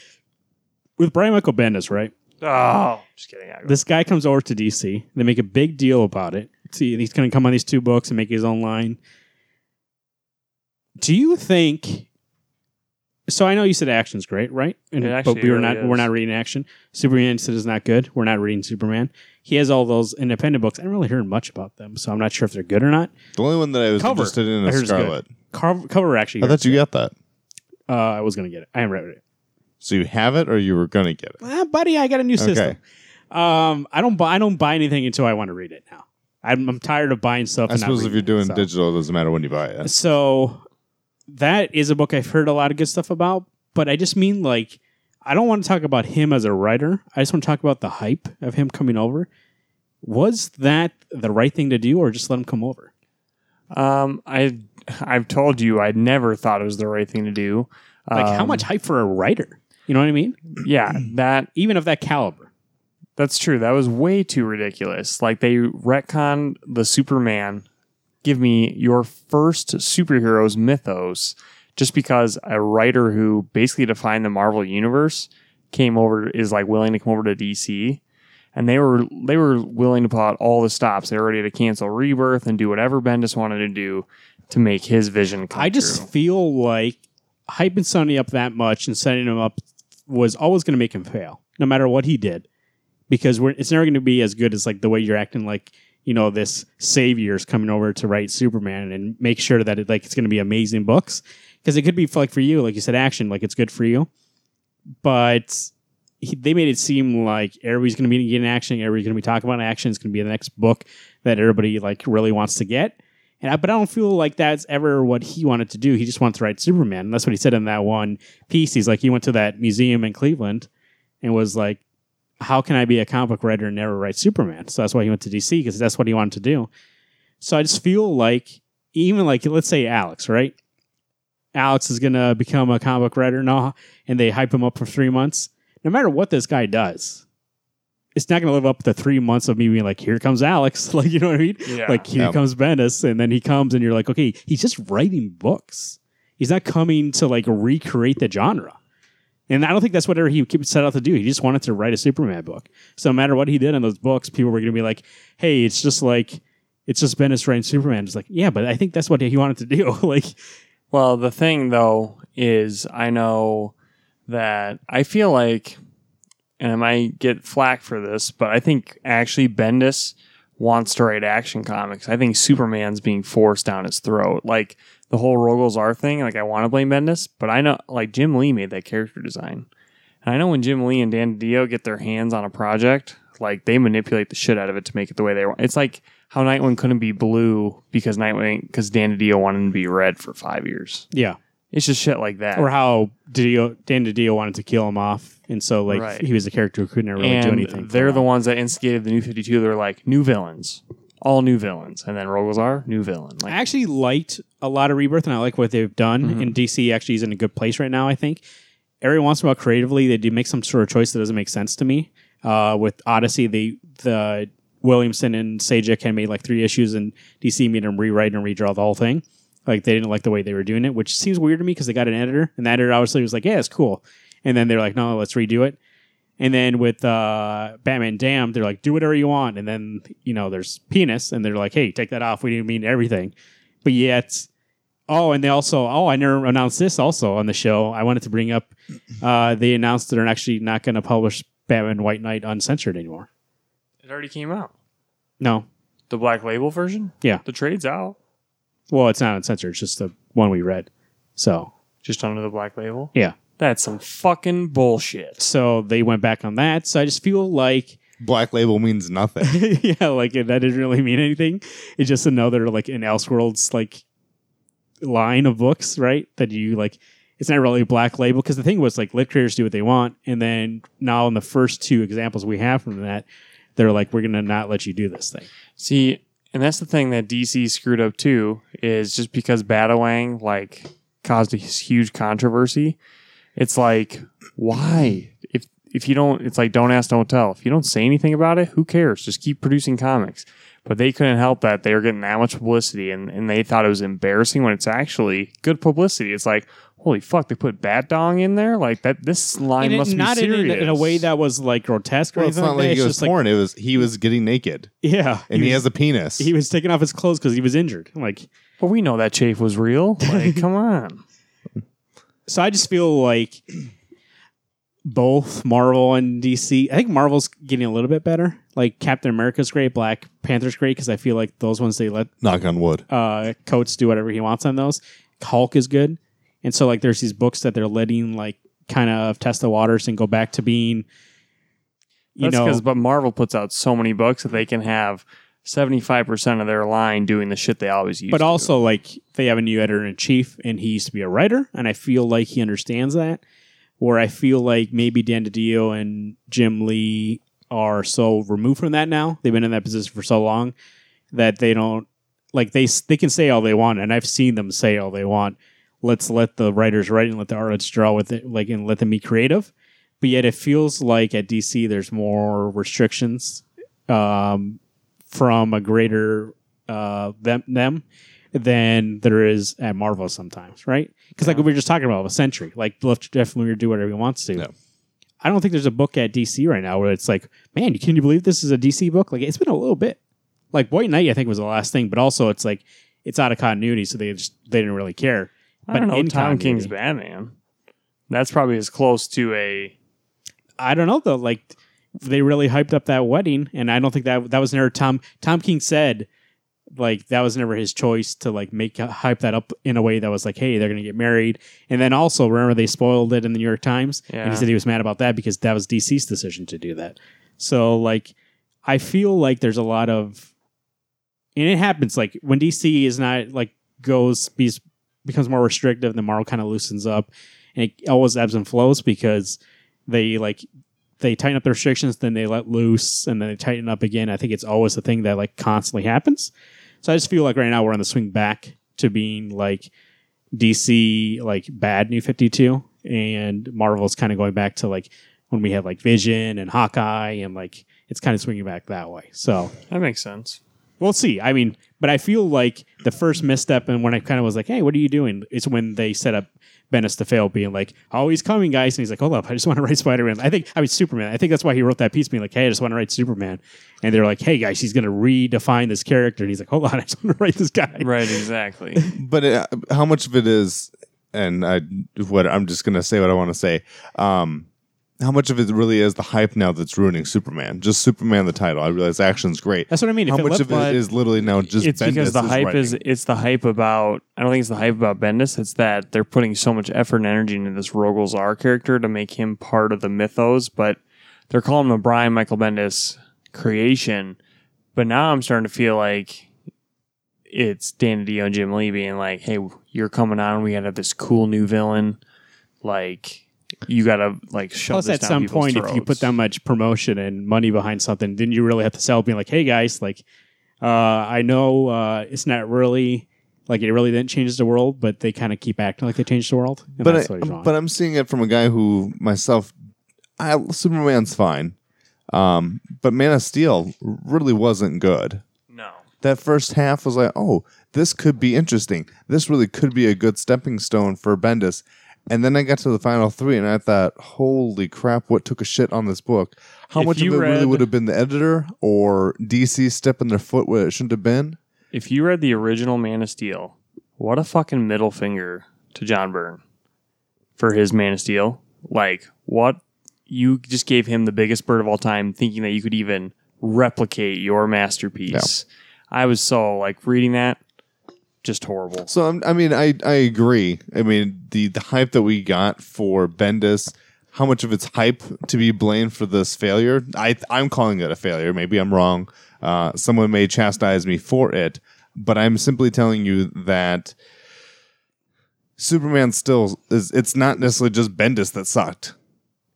Speaker 1: with Brian Michael Bendis, right?
Speaker 2: Oh, just kidding. I-
Speaker 1: This guy comes over to DC. They make a big deal about it. See, he's going to come on these two books and make his own line. Do you think? So I know you said action's great, right? And,
Speaker 2: It
Speaker 1: but
Speaker 2: actually
Speaker 1: we were
Speaker 2: really
Speaker 1: not we're
Speaker 2: is.
Speaker 1: not reading action. Superman said is not good. We're not reading Superman. He has all those independent books. I haven't really heard much about them, so I'm not sure if they're good or not.
Speaker 3: the only one that I was
Speaker 1: Cover.
Speaker 3: interested in
Speaker 1: I heard
Speaker 3: is
Speaker 1: it's good.
Speaker 3: Scarlet.
Speaker 1: Cover, cover actually.
Speaker 3: I thought you got that.
Speaker 1: uh, I was going to get it. I haven't read it.
Speaker 3: So you have it or you were going to get it?
Speaker 1: ah, buddy, I got a new system. Um, I don't buy I don't buy anything until I want to read it now. I'm, I'm tired of buying stuff.
Speaker 3: I
Speaker 1: and not
Speaker 3: suppose if
Speaker 1: reading
Speaker 3: you're
Speaker 1: it,
Speaker 3: doing
Speaker 1: so.
Speaker 3: digital, it doesn't matter when you buy it.
Speaker 1: so that is a book I've heard a lot of good stuff about, but I just mean like I don't want to talk about him as a writer. I just want to talk about the hype of him coming over. Was that the right thing to do, or just let him come over?
Speaker 2: Um, I, I've told you, I never thought it was the right thing to do.
Speaker 1: Like how
Speaker 2: Um,
Speaker 1: much hype for a writer? You know what I mean?
Speaker 2: Yeah, that
Speaker 1: Even of that caliber.
Speaker 2: That's true. That was way too ridiculous. Like they retconned the Superman. Give me your first superheroes mythos just because a writer who basically defined the Marvel universe came over is like willing to come over to DC and they were they were willing to pull out all the stops. They were ready to cancel Rebirth and do whatever Bendis wanted to do to make his vision come
Speaker 1: I just
Speaker 2: true.
Speaker 1: feel like hyping Sonny up that much and setting him up was always going to make him fail. no matter what he did, because we're, it's never going to be as good as like the way you're acting like you know this savior's coming over to write Superman and make sure that it like it's going to be amazing books because it could be like for you like you said action like it's good for you, but he, they made it seem like everybody's going to be getting action, everybody's going to be talking about action. It's going to be the next book that everybody like really wants to get. And I, but I don't feel like that's ever what he wanted to do. He just wanted to write Superman. And that's what he said in that one piece. He's like, he went to that museum in Cleveland and was like, how can I be a comic book writer and never write Superman? So that's why he went to DC because that's what he wanted to do. So I just feel like even like let's say Alex, right? Alex is gonna become a comic book writer now, and they hype him up for three months. No matter what this guy does, it's not gonna live up to three months of me being like, "Here comes Alex," like you know what I mean?
Speaker 2: Yeah.
Speaker 1: Like here
Speaker 3: Yeah.
Speaker 1: comes Bendis, and then he comes, and you're like, okay, he's just writing books. He's not coming to like recreate the genre. And I don't think that's what he set out to do. He just wanted to write a Superman book. So no matter what he did in those books, people were going to be like, "Hey, it's just like it's just Bendis writing Superman." It's like, yeah, but I think that's what he wanted to do. like,
Speaker 2: Well, the thing though is, I know that I feel like, and I might get flack for this, but I think actually Bendis wants to write action comics. I think Superman's being forced down his throat. Like the whole Rogel's R thing, like I want to blame Bendis, but I know, like Jim Lee made that character design. And I know when Jim Lee and Dan Dio get their hands on a project, like they manipulate the shit out of it to make it the way they want. It's like how Nightwing couldn't be blue because Nightwing because Dan Dio wanted him to be red for five years.
Speaker 1: yeah,
Speaker 2: It's just shit like that.
Speaker 1: or how Didio, Dan DiDio wanted to kill him off, and so like
Speaker 2: Right.
Speaker 1: he was a character who couldn't really
Speaker 2: and
Speaker 1: do anything. for
Speaker 2: they're
Speaker 1: a
Speaker 2: the
Speaker 1: while.
Speaker 2: ones that instigated the new 52. They're like, new villains. All new villains. And then Rogel's are new villain.
Speaker 1: I
Speaker 2: Like,
Speaker 1: actually liked a lot of Rebirth, and I like what they've done. And DC actually is in a good place right now. I think every once in a while, creatively, they do make some sort of choice that doesn't make sense to me. Uh, with Odyssey, they the Williamson and Sajak had made like three issues, and DC made them rewrite and redraw the whole thing. Like they didn't like the way they were doing it, which seems weird to me because they got an editor, and that editor obviously was like, "Yeah, it's cool," and then they're like, "No, let's redo it." And then with uh, Batman Damned, they're like, "Do whatever you want," and then you know there's penis, and they're like, "Hey, take that off. We didn't mean everything." but yet oh and they also oh i never announced this also on the show i wanted to bring up uh they announced they're actually not going to publish batman white knight uncensored anymore
Speaker 2: it already came out.
Speaker 1: no
Speaker 2: The Black Label version?
Speaker 1: Yeah.
Speaker 2: The trade's out.
Speaker 1: well it's not uncensored it's just the one we read so
Speaker 2: Just under the Black Label?
Speaker 1: yeah
Speaker 2: That's some fucking bullshit.
Speaker 1: so they went back on that so i just feel like
Speaker 3: Black label means nothing.
Speaker 1: yeah like that didn't really mean anything it's just another like an elseworlds like line of books right that you like it's not really a black label because the thing was like lit creators do what they want and then now in the first two examples we have from that they're like we're gonna not let you do this thing
Speaker 2: See, and that's the thing that DC screwed up too, is just because Batawang, like, caused a huge controversy. It's like, why? If if you don't, it's like don't ask, don't tell. If you don't say anything about it, who cares? Just keep producing comics. But they couldn't help that they were getting that much publicity, and, and they thought it was embarrassing when it's actually good publicity. It's like, holy fuck, they put Bat Dong in there like that. This line must be
Speaker 1: not in,
Speaker 2: serious
Speaker 1: a way that was like grotesque or
Speaker 3: Well, it's
Speaker 1: anything
Speaker 3: not like
Speaker 1: that.
Speaker 3: it
Speaker 1: It's
Speaker 3: was
Speaker 1: just like-
Speaker 3: porn. it was he was getting naked,
Speaker 1: yeah
Speaker 3: and he, has a penis.
Speaker 1: he was taking off his clothes because he was injured like
Speaker 2: But we know that chafe was real. Like, come on.
Speaker 1: so I just feel like both Marvel and DC. I think Marvel's getting a little bit better. Like Captain America's great, Black Panther's great because I feel like those ones they let
Speaker 3: Knock on wood.
Speaker 1: uh, Coates do whatever he wants on those. Hulk is good, and so like there's these books that they're letting like kind of test the waters and go back to being, you
Speaker 2: That's
Speaker 1: know,
Speaker 2: because but Marvel puts out so many books that they can have seventy five percent of their line doing the shit they always use.
Speaker 1: but also like they have a new editor in chief and he used to be a writer and i feel like he understands that where i feel like maybe dan didio and jim lee are so removed from that now they've been in that position for so long that they don't like they s- they can say all they want and i've seen them say all they want let's let the writers write and let the artists draw with it like and let them be creative but yet it feels like at dc there's more restrictions um, from a greater uh, them them than there is at Marvel sometimes, right? Because like we were just talking about with Sentry, like let Jeff Lemire do whatever he wants to.
Speaker 3: Yeah.
Speaker 1: I don't think there's a book at DC right now where it's like, man, can you believe this is a DC book? Like it's been a little bit. Like White Knight, I think was the last thing, but also it's like it's out of continuity, so they just they didn't really care.
Speaker 2: I don't
Speaker 1: but
Speaker 2: know
Speaker 1: in
Speaker 2: Tom
Speaker 1: continuity.
Speaker 2: King's Batman. That's probably as close to a
Speaker 1: I don't know though. Like they really hyped up that wedding, and I don't think that that was never Tom. Tom King said like that was never his choice to like make uh, hype that up in a way that was like, hey, they're gonna get married. And then also remember they spoiled it in the New York Times, and
Speaker 2: Yeah.
Speaker 1: he said he was mad about that because that was DC's decision to do that. So like, I feel like there's a lot of, and it happens like when DC is not like goes be, becomes more restrictive, the Marvel kind of loosens up, and it always ebbs and flows because they like they tighten up the restrictions, then they let loose, and then they tighten up again. I think it's always the thing that like constantly happens. So I just feel like right now we're on the swing back to being like DC, like bad New Fifty Two, and Marvel's kind of going back to like when we had like Vision and Hawkeye, and like it's kind of swinging back that way. So
Speaker 2: That makes sense.
Speaker 1: we'll see. I mean, but I feel like the first misstep and when I kind of was like, "Hey, what are you doing?" is when they set up Bendis to fail, being like, "Oh, he's coming, guys," and he's like, "Hold up, I just want to write Spider Man." I think I mean Superman. I think that's why he wrote that piece, being like, "Hey, I just want to write Superman," and they're like, "Hey, guys, he's going to redefine this character," and he's like, "Hold on, I just want to write this guy."
Speaker 2: Right, exactly.
Speaker 3: but uh how much of it is and I what I'm just gonna say what I want to say. Um, how much of it really is the hype now that's ruining Superman? Just Superman the title. I realize action's great.
Speaker 1: That's what I mean. If
Speaker 3: how
Speaker 1: it
Speaker 3: much
Speaker 1: looked
Speaker 3: of it
Speaker 1: like-
Speaker 3: is literally now just
Speaker 2: it's because
Speaker 3: Bendis
Speaker 2: the hype
Speaker 3: writing?
Speaker 2: is it's the hype about I don't think it's the hype about Bendis. It's that they're putting so much effort and energy into this Rogolzar character to make him part of the mythos, but they're calling him a Brian Michael Bendis creation. But now I'm starting to feel like it's Danny Dio and Jim Lee being like, "Hey, you're coming on. We got to have this cool new villain. Like, you got to like shove
Speaker 1: Plus,
Speaker 2: this
Speaker 1: at
Speaker 2: down
Speaker 1: some
Speaker 2: people's
Speaker 1: point, if you put
Speaker 2: throats."
Speaker 1: that much promotion and money behind something, didn't you really have to sell? Being like, "Hey guys, like, uh, I know uh, it's not really like it really didn't change the world, but they kind of keep acting like they changed the world." And
Speaker 3: but
Speaker 1: that's
Speaker 3: I, um,
Speaker 1: what he's wrong.
Speaker 3: but I'm seeing it from a guy who myself, I, Superman's fine, um, but Man of Steel really wasn't good.
Speaker 2: no,
Speaker 3: That first half was like, oh, this could be interesting. This really could be a good stepping stone for Bendis. And then I got to the final three, and I thought, holy crap, what took a shit on this book? How
Speaker 2: If
Speaker 3: much of
Speaker 2: you
Speaker 3: it really
Speaker 2: read-
Speaker 3: would have been the editor or DC stepping their foot where it shouldn't have been?
Speaker 2: If you read the original Man of Steel, what a fucking middle finger to John Byrne for his Man of Steel. Like, what? You just gave him the biggest bird of all time, thinking that you could even replicate your masterpiece. I was so, like, reading that, just horrible.
Speaker 3: So I'm, I mean, I I agree. I mean, the the hype that we got for Bendis, how much of it's hype to be blamed for this failure? I I'm calling it a failure. Maybe I'm wrong. Uh, someone may chastise me for it, but I'm simply telling you that Superman still is. It's not necessarily just Bendis that sucked.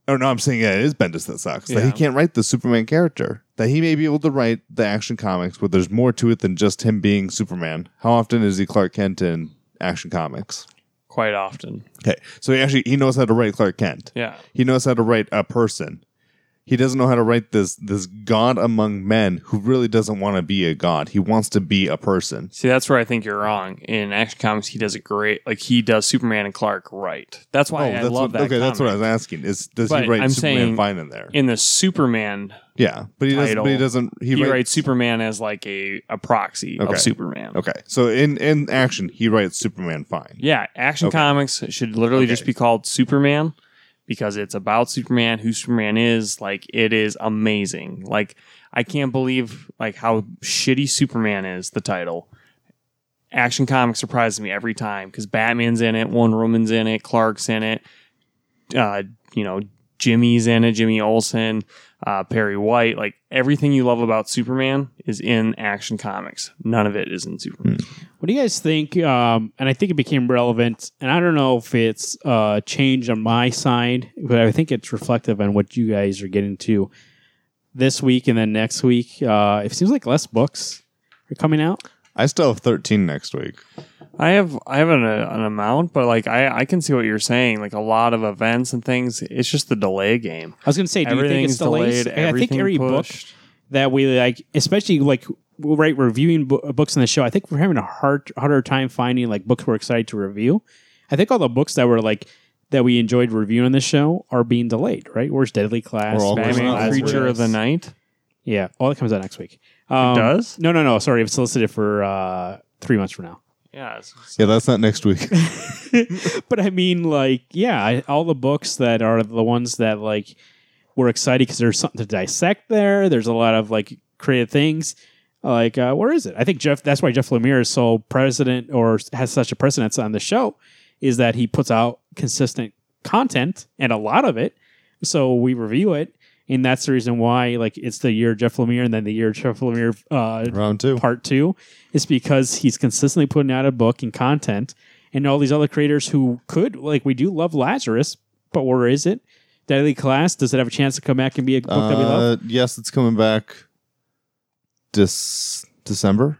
Speaker 3: Oh no, I'm saying yeah, it is Bendis that sucks. That he
Speaker 2: Yeah.
Speaker 3: can't write the Superman character. That he may be able to write the action comics, but there's more to it than just him being Superman. How often is he Clark Kent in action comics?
Speaker 2: Quite often.
Speaker 3: Okay, so he actually he knows how to write Clark Kent.
Speaker 2: Yeah.
Speaker 3: He knows how to write a person. He doesn't know how to write this this god among men who really doesn't want to be a god. He wants to be a person.
Speaker 2: See, that's where I think you're wrong. In Action Comics, he does a great, like, he does Superman and Clark right. That's why I
Speaker 3: Oh, that's
Speaker 2: love
Speaker 3: what,
Speaker 2: that.
Speaker 3: okay, that's what I
Speaker 2: comic.
Speaker 3: was asking. Is does
Speaker 2: But
Speaker 3: he write
Speaker 2: I'm
Speaker 3: Superman
Speaker 2: saying-
Speaker 3: fine in there?
Speaker 2: In the Superman
Speaker 3: yeah, but he doesn't. But he
Speaker 2: Title.
Speaker 3: doesn't. He,
Speaker 2: he
Speaker 3: writes,
Speaker 2: writes Superman as like a, a proxy
Speaker 3: Okay.
Speaker 2: of Superman.
Speaker 3: Okay, so in in action, he writes Superman fine.
Speaker 2: Yeah, Action
Speaker 3: Okay.
Speaker 2: Comics should literally just
Speaker 3: Okay.
Speaker 2: be called Superman because it's about Superman, who Superman is. Like it is amazing. Like I can't believe like how shitty Superman is. The title. Action Comics surprises me every time because Batman's in it, One Woman's in it, Clark's in it, uh, you know, Jimmy's in it, Jimmy Olsen, uh, Perry White. Like everything you love about Superman is in Action Comics. None of it is in Superman.
Speaker 1: What do you guys think? Um, and I think it became relevant, and I don't know if it's uh, change on my side, but I think it's reflective on what you guys are getting to this week and then next week. Uh, it seems like less books are coming out.
Speaker 3: I still have thirteen next week.
Speaker 2: I have I have an, uh, an amount, but like I, I can see what you're saying. Like a lot of events and things, it's just the delay game.
Speaker 1: I was going to say, do you think it's delays? I think
Speaker 2: everything
Speaker 1: every book
Speaker 2: pushed.
Speaker 1: that we like, especially like we'll write reviewing bo- books on the show. I think we're having a hard harder time finding like books we're excited to review. I think all the books that were like that we enjoyed reviewing on the show are being delayed. Right? Where's Deadly Class?
Speaker 3: Or all
Speaker 1: Batman
Speaker 3: Batman
Speaker 2: Batman
Speaker 1: Last
Speaker 2: Creature
Speaker 1: Words.
Speaker 2: of the Night.
Speaker 1: Yeah. Oh, that comes out next week. Um,
Speaker 2: does?
Speaker 1: No, no, no. Sorry, it's solicited for uh, three months from now.
Speaker 2: Yeah, it's-
Speaker 3: Yeah, that's not next week.
Speaker 1: but I mean, like, yeah, I, all the books that are the ones that like we're excited because there's something to dissect there. There's a lot of like creative things. Like, uh, where is it? I think Jeff. That's why Jeff Lemire is so president or has such a precedence on the show, is that he puts out consistent content and a lot of it. So we review it, and that's the reason why like it's the year Jeff Lemire and then the year Jeff Lemire uh,
Speaker 3: Round two.
Speaker 1: part two is because he's consistently putting out a book and content and all these other creators who could like we do love lazarus but where is it deadly class does it have a chance to come back and be a book that we love
Speaker 3: Uh, yes, it's coming back. This December,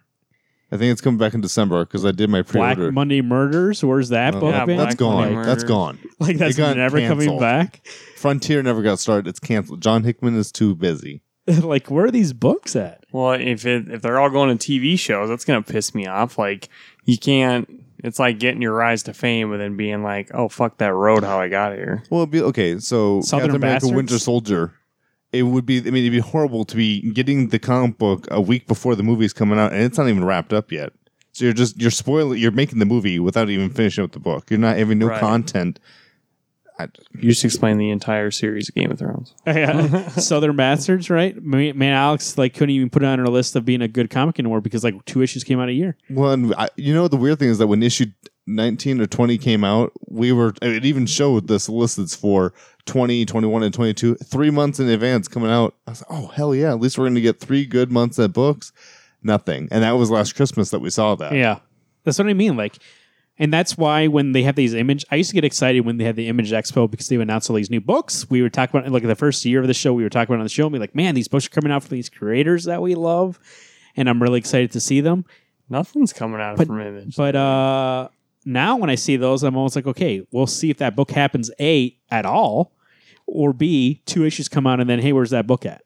Speaker 3: I think it's coming back in December because I did my
Speaker 1: black
Speaker 3: pre-order.
Speaker 1: monday murders where's that
Speaker 3: Oh,
Speaker 1: book
Speaker 2: Yeah,
Speaker 1: been?
Speaker 3: that's
Speaker 2: Black Monday
Speaker 3: gone. That's
Speaker 2: Murders.
Speaker 3: gone.
Speaker 1: like that's
Speaker 3: it got
Speaker 1: never coming
Speaker 3: canceled.
Speaker 1: back
Speaker 3: Frontier never got started. It's canceled. John Hickman is too busy.
Speaker 1: like where are these books at
Speaker 2: Well, if it, if they're all going to TV shows, that's gonna piss me off. Like you can't. It's like getting your rise to fame and then being like, "Oh fuck that road, how I got here."
Speaker 3: Well, it'd be okay. So
Speaker 1: Southern
Speaker 3: Captain America:
Speaker 1: Bastards?
Speaker 3: Winter Soldier. It would be. I mean, it'd be horrible to be getting the comic book a week before the movie's coming out, and it's not even wrapped up yet. So you're just you're spoiling. You're making the movie without even finishing up the book. You're not having new
Speaker 2: Right.
Speaker 3: content.
Speaker 2: You just explained the entire series of Game of Thrones.
Speaker 1: Yeah. uh, Southern Bastards, right? Man, man, Alex like couldn't even put it on her list of being a good comic anymore because like two issues came out a year.
Speaker 3: Well, and I, you know the weird thing is that when issue nineteen or twenty came out, we were it even showed the solicits for 20, 21, and twenty two three months in advance coming out. I was like, oh hell yeah! At least we're going to get three good months at books. Nothing, and that was last Christmas that we saw that.
Speaker 1: Yeah. That's what I mean. Like, and that's why when they have these image, I used to get excited when they had the image expo because they would announce all these new books. We would talk about like the first year of the show, we were talking about on the show and be like, man, these books are coming out from these creators that we love. And I'm really excited to see them.
Speaker 2: Nothing's coming out
Speaker 1: But-
Speaker 2: from Image.
Speaker 1: But uh now when I see those, I'm almost like, okay, we'll see if that book happens A at all, or B, two issues come out and then, hey, where's that book at?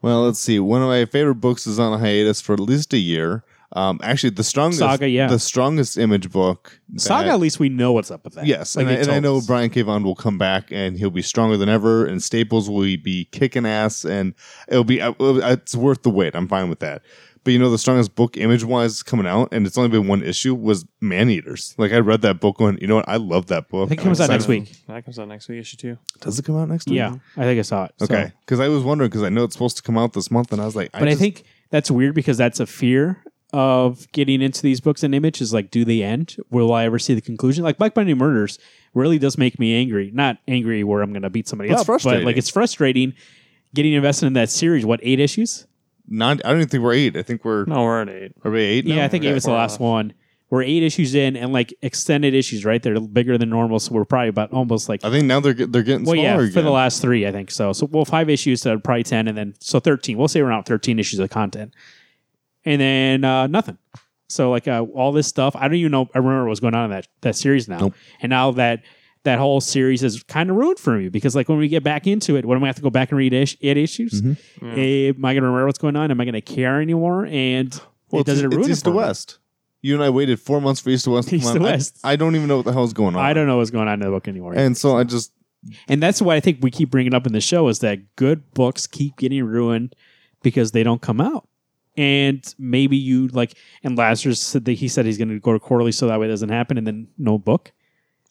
Speaker 3: Well, let's see. One of my favorite books is on a hiatus for at least a year. Um, actually, the strongest
Speaker 1: Saga, yeah.
Speaker 3: the strongest image book. that-
Speaker 1: Saga, at least we know what's up with that.
Speaker 3: Yes,
Speaker 1: Like
Speaker 3: and, I,
Speaker 1: they
Speaker 3: and I
Speaker 1: told
Speaker 3: know
Speaker 1: us.
Speaker 3: Brian K. Vaughan will come back and he'll be stronger than ever, and Staples will be kicking ass, and it'll be uh, it's worth the wait. I'm fine with that. But you know, the strongest book image wise coming out, and it's only been one issue, was Man Eaters. Like I read that book, going, you know what? I love that book.
Speaker 1: I think it comes out
Speaker 3: I'm
Speaker 1: next
Speaker 3: excited.
Speaker 1: week.
Speaker 2: That comes out next week, issue two.
Speaker 3: Does it come out next week?
Speaker 1: Yeah, I think I saw it. so.
Speaker 3: Okay, because I was wondering because I know it's supposed to come out this month, and I was like,
Speaker 1: but I,
Speaker 3: just-
Speaker 1: think that's weird because that's a fear of getting into these books and image is like, do they end? Will I ever see the conclusion? Like Black Bunny Murders really does make me angry. Not angry where I'm going to beat somebody
Speaker 3: It's
Speaker 1: up, but
Speaker 3: frustrating.
Speaker 1: like it's frustrating getting invested in that series. What eight issues?
Speaker 3: not. I don't even think we're eight. I think we're
Speaker 2: No, we're at eight.
Speaker 3: are we eight? now?
Speaker 1: yeah, I think
Speaker 3: Okay.
Speaker 1: eight was the
Speaker 2: we're
Speaker 1: last
Speaker 2: off.
Speaker 1: one. We're eight issues in, and like extended issues, right? They're bigger than normal, so we're probably about almost like
Speaker 3: I think now they're get- they're getting
Speaker 1: well,
Speaker 3: smaller
Speaker 1: yeah, for
Speaker 3: again.
Speaker 1: the last three, I think so. So, well, five issues, so probably ten, and then so thirteen. We'll say we're around thirteen issues of content, and then uh, nothing. So, like uh, all this stuff, I don't even know. I remember what's going on in that that series now,
Speaker 3: Nope.
Speaker 1: and now that that whole series is kind of ruined for me because, like, when we get back into it, what am I gonna have to go back and read ish- eight issues?
Speaker 3: Mhm.
Speaker 1: Am I going to remember what's going on? Am I going to care anymore? And
Speaker 3: Well,
Speaker 1: it doesn't
Speaker 3: it's,
Speaker 1: ruin
Speaker 3: it's
Speaker 1: it
Speaker 3: East
Speaker 1: for
Speaker 3: to
Speaker 1: me.
Speaker 3: West. You and I waited four months for East to West. to
Speaker 1: East
Speaker 3: come
Speaker 1: to
Speaker 3: out. I-
Speaker 1: West.
Speaker 3: I, don't even know what the hell's going on.
Speaker 1: I don't know what's going on in the book anymore.
Speaker 3: And so I just
Speaker 1: And that's why I think we keep bringing up in the show is that good books keep getting ruined because they don't come out. And maybe you like, and Lazarus said that he said he's going to go to quarterly so that way it doesn't happen, and then no book.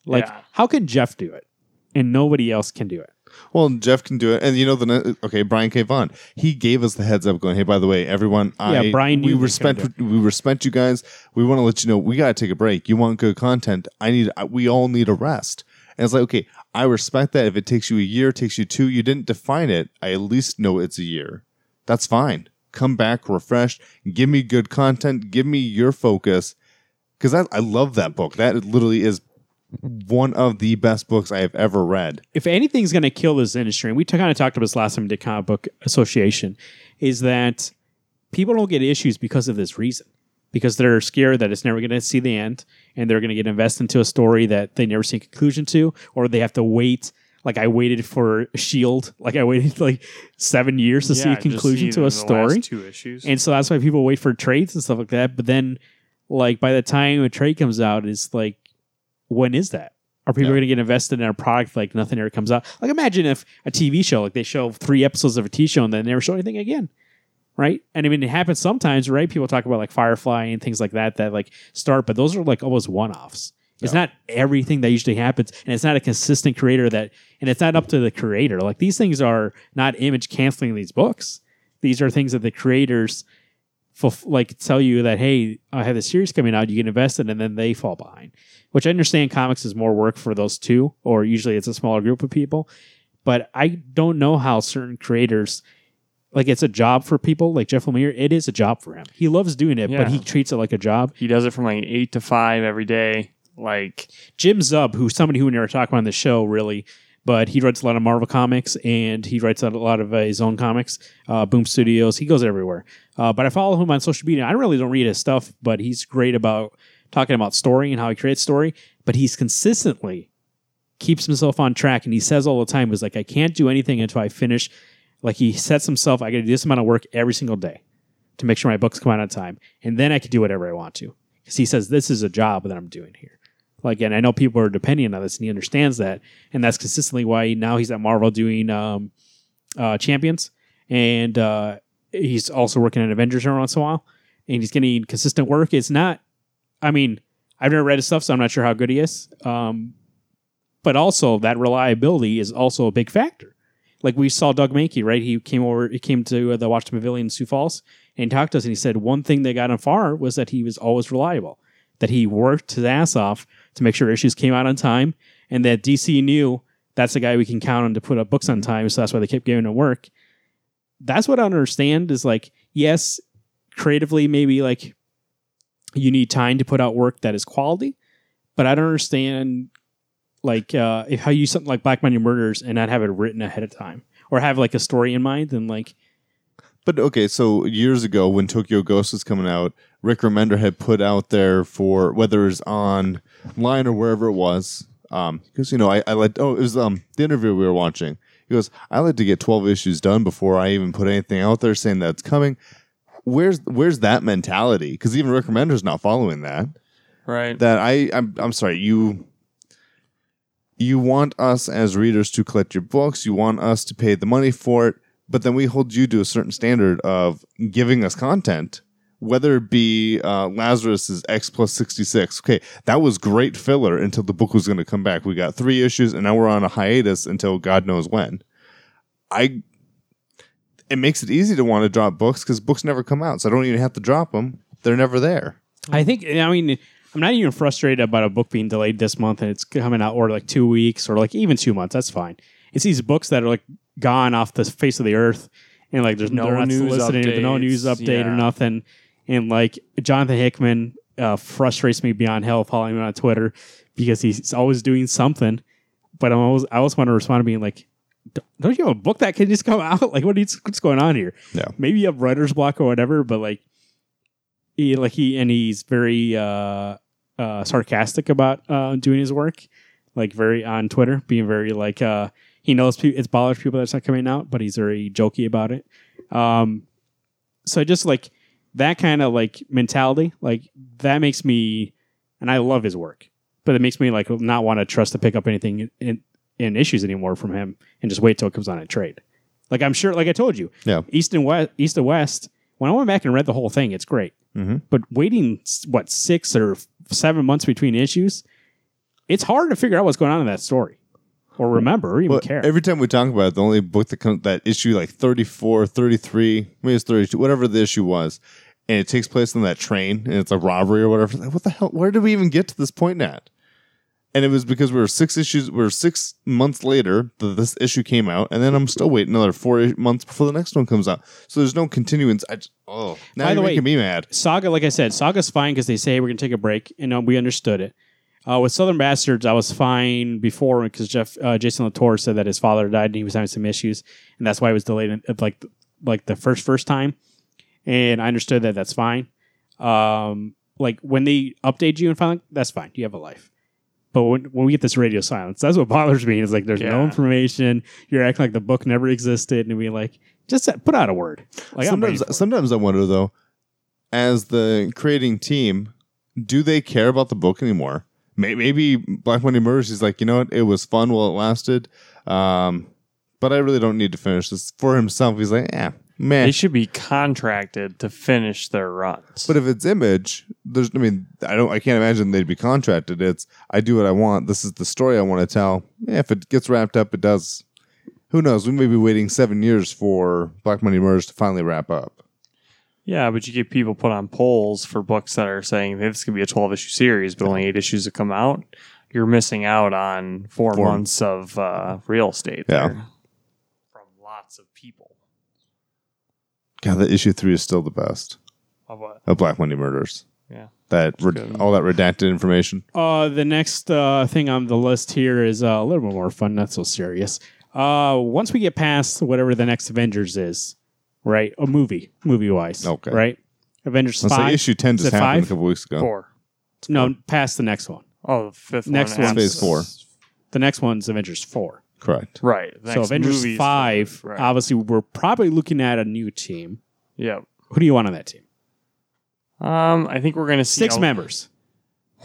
Speaker 1: Like,
Speaker 2: Yeah.
Speaker 1: how can Jeff do it and nobody else can do it?
Speaker 3: well, Jeff can do it. And you know the ne- okay, Brian K. Vaughn. He gave us the heads up, going, "Hey, by the way, everyone, I,
Speaker 1: Yeah, Brian knew
Speaker 3: we
Speaker 1: he was gonna
Speaker 3: respect we respect you guys. We want to let you know we got to take a break. You want good content? I need. I, we all need a rest." And it's like, okay, I respect that. If it takes you a year, it takes you two, you didn't define it. I at least know it's a year. That's fine. Come back refreshed. Give me good content. Give me your focus. Because I, I love that book. That literally is one of the best books I have ever read.
Speaker 1: if anything's going to kill this industry, and we kind of talked about this last time we did Comic Book Association, is that people don't get issues because of this reason, because they're scared that it's never going to see the end, and they're going to get invested into a story that they never see a conclusion to, or they have to wait. Like I waited for Shield, like I waited like seven years to see
Speaker 2: Yeah,
Speaker 1: a
Speaker 2: just
Speaker 1: conclusion
Speaker 2: see
Speaker 1: to
Speaker 2: the
Speaker 1: a
Speaker 2: last
Speaker 1: story.
Speaker 2: two issues.
Speaker 1: And so that's why people wait for trades and stuff like that. But then, like by the time a trade comes out, it's like, when is that? Are people
Speaker 3: Yeah.
Speaker 1: going to get invested in a product like nothing ever comes out? Like imagine if a TV show, like they show three episodes of a TV show and then never show anything again, right? And I mean, it happens sometimes, right? People talk about like Firefly and things like that that like start, but those are like almost one offs. It's not everything that usually happens, and it's not a consistent creator that, and it's not up to the creator. Like these things are not image canceling these books. These are things that the creators, fulf- like, tell you that hey, I have this series coming out, you can invest in, it, and then they fall behind. Which I understand, comics is more work for those two, or usually it's a smaller group of people. But I don't know how certain creators. Like it's a job for people like Jeff Lemire. It is a job for him. He loves doing it,
Speaker 2: Yeah.
Speaker 1: but he treats it like a job.
Speaker 2: He does it from like eight to five every day. Like
Speaker 1: Jim Zub, who's somebody who we never talk about on the show really, but he writes a lot of Marvel comics and he writes a lot of uh, his own comics, uh, Boom Studios. He goes everywhere. Uh, but I follow him on social media. I really don't read his stuff, but he's great about talking about story and how he creates story. But he's consistently keeps himself on track and he says all the time is like, I can't do anything until I finish. Like he sets himself, I got to do this amount of work every single day to make sure my books come out on time, and then I can do whatever I want to. Because he says this is a job that I'm doing here. Like, and I know people are depending on this, and he understands that, and that's consistently why now he's at Marvel doing um, uh, Champions, and uh, he's also working on Avengers every once in a while, and he's getting consistent work. It's not, I mean, I've never read his stuff, so I'm not sure how good he is. Um, but also that reliability is also a big factor. Like we saw Doug Mankey, right? He came over, he came to the Washington Pavilion in Sioux Falls and he talked to us, and he said one thing they got on far was that he was always reliable, that he worked his ass off to make sure issues came out on time, and that DC knew that's the guy we can count on to put up books on time, so that's why they kept giving him work. That's what I don't understand is like, yes, creatively maybe like you need time to put out work that is quality, but I don't understand like uh, if how you use something like Black Monday Murders and not have it written ahead of time or have like a story in mind and like
Speaker 3: But okay, so years ago when Tokyo Ghost was coming out, Rick Remender had put out there for whether it was online or wherever it was. Um, because you know, I, I like oh, it was um the interview we were watching. He goes, I like to get twelve issues done before I even put anything out there saying that's coming. Where's where's that mentality? Because even Rick Remender's not following that
Speaker 2: right.
Speaker 3: that I I'm, I'm sorry you you want us as readers to collect your books you want us to pay the money for it but then we hold you to a certain standard of giving us content whether it be uh, Lazarus's X plus 66 okay that was great filler until the book was going to come back we got three issues and now we're on a hiatus until God knows when I it makes it easy to want to drop books because books never come out so I don't even have to drop them they're never there
Speaker 1: I think I mean I'm not even frustrated about a book being delayed this month and it's coming out or like two weeks or like even two months. That's fine. It's these books that are like gone off the face of the earth and like there's
Speaker 2: No
Speaker 1: no they're not
Speaker 2: news
Speaker 1: soliciting, there's no
Speaker 2: updates,
Speaker 1: news update
Speaker 2: yeah.
Speaker 1: or nothing. And like Jonathan Hickman uh, frustrates me beyond hell following him on Twitter because he's always doing something. But I'm always I always want to respond to being like, "Don't- don't you have a book that can just come out? Like what is what's going on here?
Speaker 3: Yeah.
Speaker 1: maybe you have writer's block or whatever, but like he like he and he's very uh uh sarcastic about uh doing his work like very on twitter being very like uh he knows pe- it's bothers people that's not coming out but he's very jokey about it um so just like that kind of like mentality like that makes me and i love his work but it makes me like not want to trust to pick up anything in, in in issues anymore from him and just wait till it comes on a trade like i'm sure like i told you
Speaker 3: Yeah.
Speaker 1: east and west east and west when i went back and read the whole thing it's great
Speaker 3: mm-hmm.
Speaker 1: but waiting s- what six or f- seven months between issues, it's hard to figure out what's going on in that story, or remember, or even
Speaker 3: Well,
Speaker 1: care.
Speaker 3: Every time we talk about it, the only book that comes that issue like 34, 33, maybe it's 32, whatever the issue was, and it takes place on that train and it's a robbery or whatever. Like, what the hell? Where did we even get to this point at? And it was because we were six issues, we were six months later that this issue came out, and then I'm still waiting another four i- months before the next one comes out. So there's no continuance. I just, oh, now
Speaker 1: By
Speaker 3: you're
Speaker 1: the way-
Speaker 3: making me mad.
Speaker 1: Saga, like I said, Saga's fine because they say we're going to take a break, and um, we understood it. Uh, with Southern Bastards, I was fine before because Jeff uh, Jason Latour said that his father died and he was having some issues, and that's why it was delayed in- at, like like the first first time. And I understood that that's fine. Um, like when they update you and find that's fine, you have a life. But when, when we get this radio silence, that's what bothers me. Is like there's no
Speaker 2: Yeah.
Speaker 1: information. You're acting like the book never existed, and being like, just uh, put out a word. Like I'm ready
Speaker 3: sometimes,
Speaker 1: for it.
Speaker 3: sometimes I wonder though, as the creating team, do they care about the book anymore? May- Maybe Black Monday Murders is like, you know what? It was fun while it lasted, um, but I really don't need to finish this for himself. He's like, yeah, man.
Speaker 2: They should be contracted to finish their runs.
Speaker 3: But if it's image, there's I mean, I don't I can't imagine they'd be contracted. It's I do what I want. This is the story I want to tell. Yeah, if it gets wrapped up, it does. Who knows? We may be waiting seven years for Black Money Murders to finally wrap up.
Speaker 2: yeah, but you get people put on polls for books that are saying hey, this could be a 12 issue series, but only eight issues have come out. You're missing out on four,
Speaker 3: Four.
Speaker 2: months of uh, real estate
Speaker 3: Yeah.
Speaker 2: there from lots of people.
Speaker 3: God, that issue three is still the best
Speaker 2: Of what?
Speaker 3: of Black Money Murders.
Speaker 2: Yeah.
Speaker 3: That re-
Speaker 2: good.
Speaker 3: all that redacted information.
Speaker 1: Uh, the next uh, thing on the list here is uh, a little bit more fun, not so serious. Uh, once we get past whatever the next Avengers is, right? A movie, movie wise.
Speaker 3: Okay.
Speaker 1: Right? Avengers
Speaker 3: Let's say
Speaker 1: 5.
Speaker 3: issue ten
Speaker 1: Is
Speaker 3: just
Speaker 1: it
Speaker 3: happened
Speaker 1: five?
Speaker 3: a couple weeks ago.
Speaker 2: Four.
Speaker 1: no, past the next one.
Speaker 2: Oh, the fifth
Speaker 1: Next
Speaker 2: one.
Speaker 1: one.
Speaker 3: Phase four.
Speaker 1: The next one's Avengers 4.
Speaker 3: Correct.
Speaker 2: Right. The
Speaker 1: so
Speaker 2: next
Speaker 1: Avengers
Speaker 2: movie's
Speaker 1: 5,
Speaker 2: four, Right.
Speaker 1: obviously, we're probably looking at a new team.
Speaker 2: yeah.
Speaker 1: Who do you want on that team?
Speaker 2: Um, I think we're gonna see
Speaker 1: Six
Speaker 2: a-
Speaker 1: members.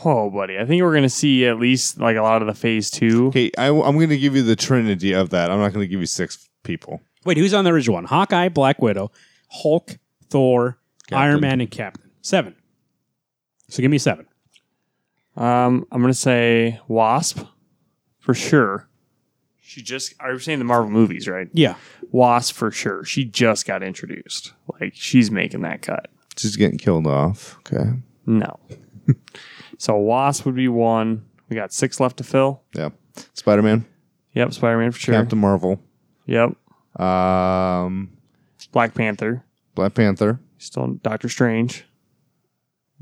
Speaker 2: Oh, buddy, I think we're gonna see at least like a lot of the phase two.
Speaker 3: Okay, I, am going to give you the trinity of that. I'm not going to give you six people.
Speaker 1: Wait, who's on the original one? Hawkeye, Black Widow, Hulk, Thor, Iron
Speaker 3: Captain.
Speaker 1: Man, and Captain. Seven. So give me seven.
Speaker 2: Um, I'm gonna say Wasp for sure. She just I'm saying the Marvel movies, right?
Speaker 1: Yeah.
Speaker 2: Wasp for sure. She just got introduced. Like she's making that cut.
Speaker 3: She's getting killed off. Okay.
Speaker 2: No. so Wasp would be one. We got six left to fill.
Speaker 3: Yeah. Spider Man,
Speaker 2: Yep, Spider Man for sure.
Speaker 3: Captain Marvel,
Speaker 2: Yep.
Speaker 3: um,
Speaker 2: Black Panther.
Speaker 3: Black Panther.
Speaker 2: Still Doctor Strange.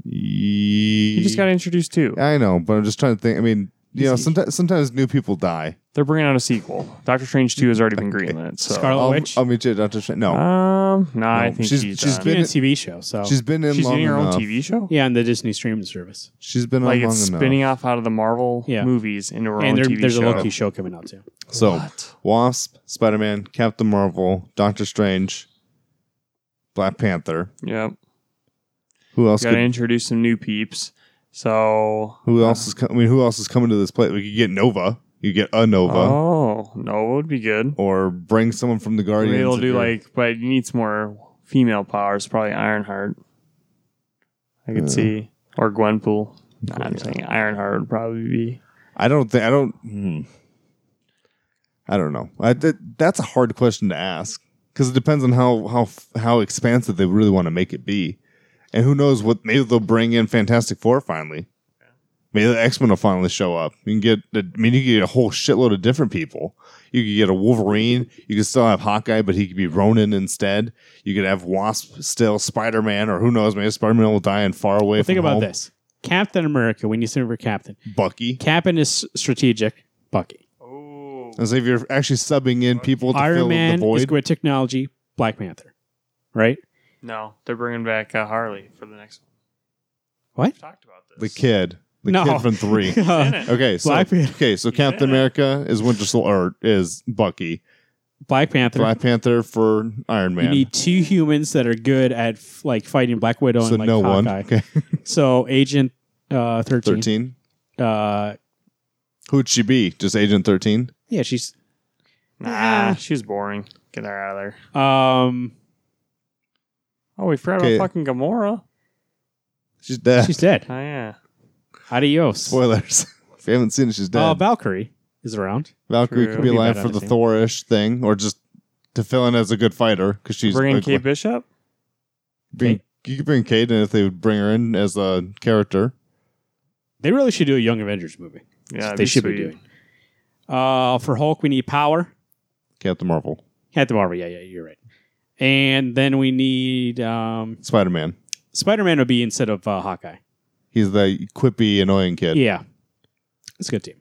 Speaker 3: He
Speaker 2: He just got introduced too.
Speaker 3: I know, but I'm just trying to think. I mean, you know, sometimes sometimes new people die.
Speaker 2: They're bringing out a sequel. Doctor Strange 2 has already been greenlit. So,
Speaker 1: Scarlet
Speaker 3: I'll,
Speaker 1: Witch.
Speaker 3: I'll meet you at Doctor Strange. No,
Speaker 2: um, no, I think
Speaker 3: she's-
Speaker 2: she's
Speaker 3: she's
Speaker 2: done.
Speaker 1: She's
Speaker 3: been-
Speaker 1: in a TV show, so
Speaker 3: she's been in
Speaker 2: Oh. she's
Speaker 3: long
Speaker 2: doing her own
Speaker 3: enough.
Speaker 2: TV show.
Speaker 1: yeah, on the Disney streaming service.
Speaker 3: She's been
Speaker 2: Like
Speaker 3: on
Speaker 2: it's
Speaker 3: long enough.
Speaker 2: spinning off out of the Marvel
Speaker 1: Yeah.
Speaker 2: movies into her own
Speaker 1: and there,
Speaker 2: TV
Speaker 1: there's
Speaker 2: show.
Speaker 1: a Loki show coming out too.
Speaker 3: So,
Speaker 2: What?
Speaker 3: Wasp, Spider Man, Captain Marvel, Doctor Strange, Black Panther.
Speaker 2: Yep.
Speaker 3: Who else?
Speaker 2: Got to
Speaker 3: Could,
Speaker 2: introduce some new peeps. So,
Speaker 3: who else is? Co- I mean, who else is coming to this place? We could get Nova. You get a Nova,
Speaker 2: oh, Nova would be good.
Speaker 3: or bring someone from the Guardians.
Speaker 2: They'll
Speaker 3: if
Speaker 2: do
Speaker 3: you're-
Speaker 2: like, but you need some more female powers. Probably Ironheart. I could
Speaker 3: Yeah.
Speaker 2: see or Gwenpool. Nah, I'm saying Ironheart would probably be.
Speaker 3: I don't think I don't. Hmm. I don't know. I, th- that's a hard question to ask because it depends on how how f- how expansive they really want to make it be, and who knows what maybe they'll bring in Fantastic Four finally. Maybe the X Men will finally show up. You can get, the- I mean, you can get a whole shitload of different people. You could get a Wolverine. You could still have Hawkeye, but he could be Ronin instead. You could have Wasp still, Spider Man, or who knows? Maybe Spider Man will die and far away.
Speaker 1: Think
Speaker 3: from
Speaker 1: about
Speaker 3: home.
Speaker 1: this: Captain America. We need something for Captain.
Speaker 3: Bucky.
Speaker 1: Captain is strategic. Bucky.
Speaker 2: Oh,
Speaker 3: As if you're actually subbing in people to
Speaker 1: Iron
Speaker 3: fill
Speaker 1: Man
Speaker 3: the void.
Speaker 1: is great technology. Black Panther. Right.
Speaker 2: No, they're bringing back uh, Harley for the next one.
Speaker 1: What?
Speaker 2: We've talked about this.
Speaker 3: The kid. The
Speaker 1: No.
Speaker 3: kid from three.
Speaker 1: Uh,
Speaker 3: Okay, so
Speaker 1: Black Panther.
Speaker 3: okay, so Captain America is Winter Soldier, or is Bucky.
Speaker 1: Black Panther.
Speaker 3: Black Panther for Iron Man.
Speaker 1: You need two humans that are good at f- like fighting Black Widow
Speaker 3: so
Speaker 1: and like
Speaker 3: no one.
Speaker 1: Hawkeye.
Speaker 3: Okay,
Speaker 1: So Agent uh, 13.
Speaker 3: thirteen.
Speaker 1: Uh,
Speaker 3: Who'd she be? Just Agent Thirteen.
Speaker 1: yeah, she's
Speaker 2: Nah, she was boring. Get her out of there.
Speaker 1: um,
Speaker 2: Oh, we forgot
Speaker 3: Okay.
Speaker 2: about fucking Gamora.
Speaker 3: She's dead.
Speaker 1: she's dead.
Speaker 2: Oh yeah.
Speaker 1: Adios.
Speaker 3: Spoilers. if you haven't seen it, she's dead.
Speaker 1: Uh, Valkyrie is around.
Speaker 3: Valkyrie could
Speaker 2: true.
Speaker 3: be
Speaker 1: Be
Speaker 3: alive
Speaker 1: bad
Speaker 3: for
Speaker 1: on
Speaker 3: the
Speaker 1: the team.
Speaker 3: Thorish thing, or just to fill in as a good fighter because she's
Speaker 2: Bringing
Speaker 3: like,
Speaker 2: Kate Bishop.
Speaker 3: bring- You could bring Kate in if they would bring her in as a character.
Speaker 1: They really should do a Young Avengers movie.
Speaker 2: Yeah,
Speaker 1: they should be doing. Uh, for Hulk, we need power.
Speaker 3: Captain Marvel,
Speaker 1: Captain Marvel. Yeah, yeah, you're right. And then we need um,
Speaker 3: Spider Man.
Speaker 1: Spider Man would be instead of uh, Hawkeye.
Speaker 3: He's the quippy, annoying kid.
Speaker 1: Yeah, it's a good team.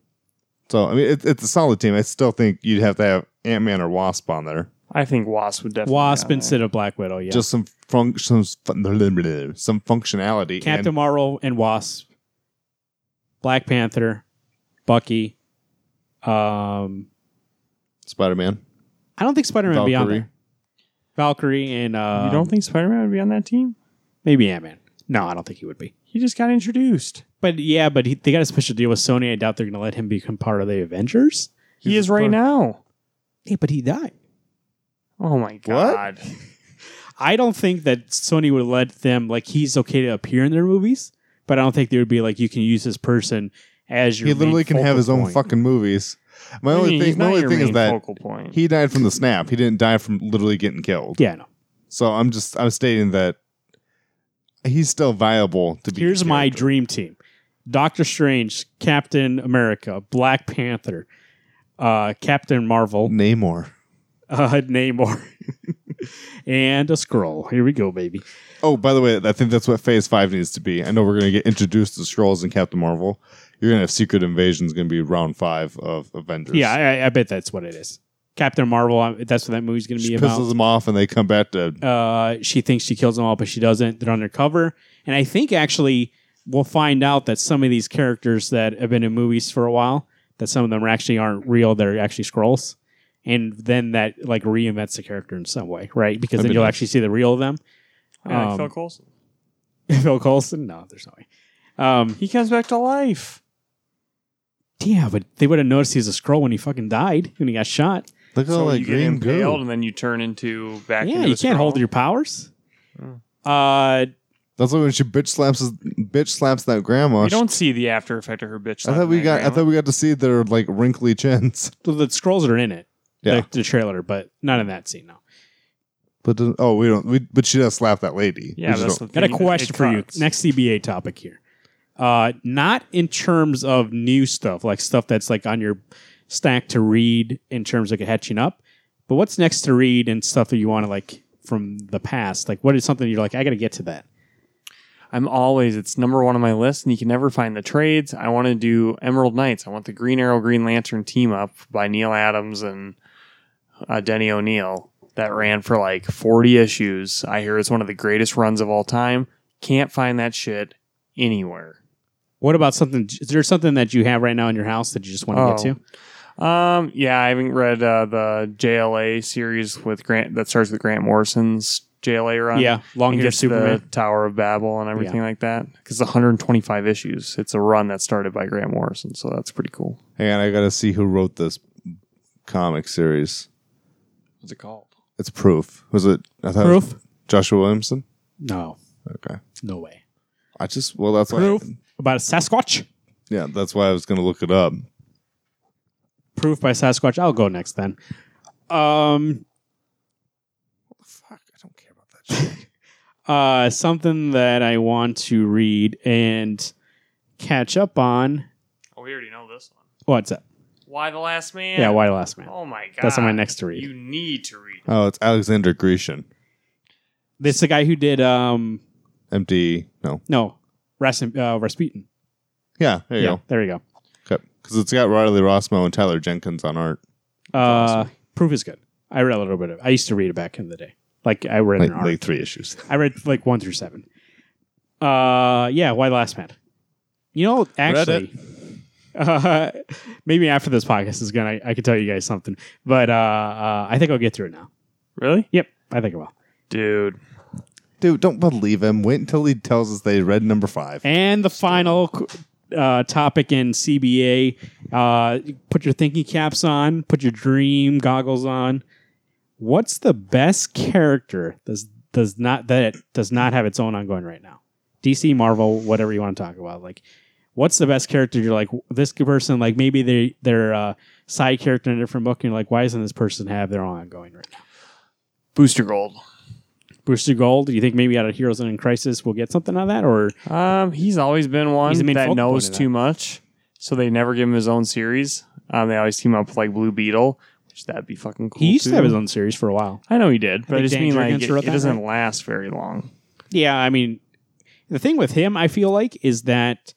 Speaker 3: So I mean, it, it's a solid team. I still think you'd have to have Ant Man or Wasp on there.
Speaker 2: I think Wasp would definitely.
Speaker 1: Wasp
Speaker 2: be on there.
Speaker 1: instead of Black Widow. Yeah,
Speaker 3: Just some fun, some fun- blah, blah, blah, some functionality.
Speaker 1: Captain
Speaker 3: and
Speaker 1: Marvel and Wasp, Black Panther, Bucky. Um,
Speaker 3: Spider Man,
Speaker 1: I don't think Spider Man be on
Speaker 3: Valkyrie.
Speaker 1: there. Valkyrie and uh,
Speaker 2: You don't think Spider Man would be on that team?
Speaker 1: maybe Ant Man. No, I don't think he would be.
Speaker 2: He just got introduced.
Speaker 1: But yeah, but he, they got a special deal with Sony. I doubt they're going to let him become part of the Avengers.
Speaker 2: He
Speaker 3: He's
Speaker 2: is right
Speaker 3: part-
Speaker 2: now.
Speaker 1: Yeah, but he died.
Speaker 2: Oh my god.
Speaker 1: I don't think that Sony would let them like he's okay to appear in their movies, but I don't think they would be like you can use this person as your.
Speaker 3: He literally
Speaker 1: main
Speaker 3: can have
Speaker 1: focal
Speaker 3: his own
Speaker 1: point.
Speaker 3: fucking movies. My only
Speaker 2: He's
Speaker 3: thing, my
Speaker 2: not
Speaker 3: only
Speaker 2: your
Speaker 3: thing is
Speaker 2: main
Speaker 3: that
Speaker 2: focal point.
Speaker 3: he died from the snap. He didn't die from literally getting killed.
Speaker 1: Yeah, no.
Speaker 3: So I'm just I'm stating that he's still viable to be.
Speaker 1: Here's
Speaker 3: a
Speaker 1: my
Speaker 3: character.
Speaker 1: dream team: Doctor Strange, Captain America, Black Panther, uh, Captain Marvel,
Speaker 3: Namor.
Speaker 1: uh, Namor, and a scroll. Here we go, baby.
Speaker 3: Oh, by the way, I think that's what Phase Five needs to be. I know we're gonna get introduced to scrolls and Captain Marvel. You're gonna have Secret Invasion is gonna be round five of Avengers.
Speaker 1: Yeah, I, I- I bet that's what it is. Captain Marvel. I- That's what that movie's going to be
Speaker 3: she
Speaker 1: about.
Speaker 3: pistols them off and they come back to.
Speaker 1: uh, she thinks she kills them all, but she doesn't. They're undercover. And I think actually we'll find out that some of these characters that have been in movies for a while, that some of them actually aren't real. They're actually scrolls. And then that like reinvents the character in some way, right? Because
Speaker 3: That'd
Speaker 1: then
Speaker 3: be
Speaker 1: you'll
Speaker 3: nice.
Speaker 1: actually see the real of them.
Speaker 2: Yeah,
Speaker 1: um,
Speaker 2: Phil Coulson.
Speaker 1: Phil Coulson? No, there's no way. Um,
Speaker 2: He comes back to life.
Speaker 1: yeah, but they would have noticed he was a scroll when he fucking died, when he got shot.
Speaker 3: Look at all that
Speaker 2: you get
Speaker 3: green
Speaker 2: impaled
Speaker 3: goo.
Speaker 2: and then you turn into back.
Speaker 1: yeah,
Speaker 2: into
Speaker 1: you
Speaker 2: a
Speaker 1: can't hold
Speaker 2: scroll.
Speaker 1: your powers.
Speaker 2: Mm.
Speaker 3: Oh.
Speaker 1: Uh,
Speaker 3: That's why when she bitch slaps his, bitch slaps that grandma.
Speaker 2: You
Speaker 3: she-
Speaker 2: don't see the after effect of her bitch.
Speaker 3: I thought we got. I thought we got to see their like wrinkly chins.
Speaker 1: the scrolls are in it,
Speaker 3: Yeah.
Speaker 1: the, the trailer, but not in that scene, no.
Speaker 3: But doesn't- oh, we don't. We, but she does slap that lady.
Speaker 2: yeah,
Speaker 3: We just
Speaker 2: that's
Speaker 3: don't-
Speaker 2: the
Speaker 1: Got a
Speaker 2: thing, it-
Speaker 1: question
Speaker 2: it
Speaker 1: for you.
Speaker 2: cuts.
Speaker 1: Next CBA topic here. Uh, not in terms of new stuff, like stuff that's like on your stack to read in terms of catching up, but what's next to read and stuff that you want to like from the past? Like, what is something you're like, I got to get to that?
Speaker 2: I'm always it's number one on my list, and you can never find the trades. I want to do Emerald Knights. I want the Green Arrow, Green Lantern team up by Neil Adams and uh, Denny O'Neill that ran for like 40 issues. I hear it's one of the greatest runs of all time. Can't find that shit anywhere.
Speaker 1: What about something? Is there something that you have right now in your house that you just want to
Speaker 2: Oh.
Speaker 1: get to?
Speaker 2: Um, yeah, I haven't read uh, the JLA series with Grant that starts with Grant Morrison's JLA run.
Speaker 1: yeah, long
Speaker 2: and
Speaker 1: hair
Speaker 2: gets
Speaker 1: Superman.
Speaker 2: the Tower of Babel and everything like that. Because 125 issues. It's a run that started by Grant Morrison, so that's pretty cool.
Speaker 3: Hang on, I gotta see who wrote this comic series.
Speaker 2: What's it called?
Speaker 3: It's Proof. Was it? I thought it was
Speaker 1: Proof?
Speaker 3: Joshua Williamson.
Speaker 1: No,
Speaker 3: Okay.
Speaker 1: no way.
Speaker 3: I just well, that's
Speaker 1: Proof
Speaker 3: Why,
Speaker 1: about Sasquatch.
Speaker 3: yeah, that's why I was gonna look it up.
Speaker 1: Proof by Sasquatch. I'll go next then. Um,
Speaker 3: Fuck, I don't care about that. Shit.
Speaker 1: uh, something that I want to read and catch up on.
Speaker 2: Oh, we already know this one.
Speaker 1: What's up?
Speaker 2: Why the Last Man?
Speaker 1: Yeah, Why the Last Man.
Speaker 2: Oh my god,
Speaker 1: That's on my next to read.
Speaker 2: You need to read.
Speaker 3: oh, it's Alexander Grecian.
Speaker 1: This is the guy who did um
Speaker 3: MD. No.
Speaker 1: no Ras- uh, Rasputin.
Speaker 3: Yeah. There you
Speaker 1: yeah, there you go.
Speaker 3: go. Okay. Because it's got Riley Rossmo and Tyler Jenkins on art.
Speaker 1: Uh,
Speaker 2: awesome.
Speaker 1: Proof is good. I read a little bit of. I used to read it back in the day. Like I read
Speaker 3: Like,
Speaker 1: an arc.
Speaker 3: like three issues.
Speaker 1: I read like one through seven. Uh, yeah. Why the Last Man? You know, actually, uh, maybe after this podcast is gonna, I, I could tell you guys something. But uh, uh, I think I'll get through it now.
Speaker 2: Really,
Speaker 1: Yep, I think I will.
Speaker 2: dude?
Speaker 3: Dude, don't believe him. Wait until he tells us they read number five.
Speaker 1: And the final uh, topic in CBA uh, put your thinking caps on, put your dream goggles on. What's the best character does does not that does not have its own ongoing right now? DC, Marvel, whatever you want to talk about. Like, what's the best character? You're like this person. Like maybe they they're uh, side character in a different book. And you're like, why doesn't this person have their own ongoing right now?
Speaker 2: Booster Gold.
Speaker 1: Brewster Gold. Do you think maybe out of Heroes and in Crisis we'll get something out of that, or
Speaker 2: Um, he's always been one
Speaker 1: He's the main
Speaker 2: that
Speaker 1: focal point
Speaker 2: knows
Speaker 1: of that.
Speaker 2: too much, so they never give him his own series. Um, they always team up with like Blue Beetle, which that'd be fucking cool.
Speaker 1: he used to
Speaker 2: too.
Speaker 1: have his own series for a while?
Speaker 2: I know he did, but I,
Speaker 1: think
Speaker 2: just
Speaker 1: Dan
Speaker 2: mean like
Speaker 1: Jurgens
Speaker 2: it,
Speaker 1: wrote
Speaker 2: it
Speaker 1: that,
Speaker 2: doesn't last very long.
Speaker 1: Yeah, I mean, the thing with him, I feel like, is that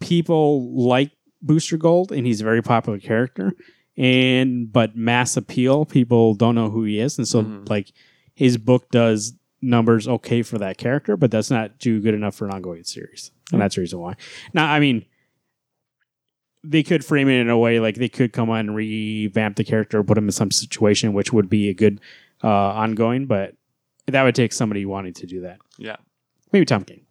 Speaker 1: people like Booster Gold, and he's a very popular character, and but mass appeal, people don't know who he is, and so
Speaker 2: Mhm.
Speaker 1: like his book does numbers okay for that character, but that's not too good enough for an ongoing series, and that's the reason why. Now, I mean. They could frame it in a way like they could come on and revamp the character, put him in some situation, which would be a good uh, ongoing. But that would take somebody wanting to do that.
Speaker 2: Yeah.
Speaker 1: Maybe Tom King.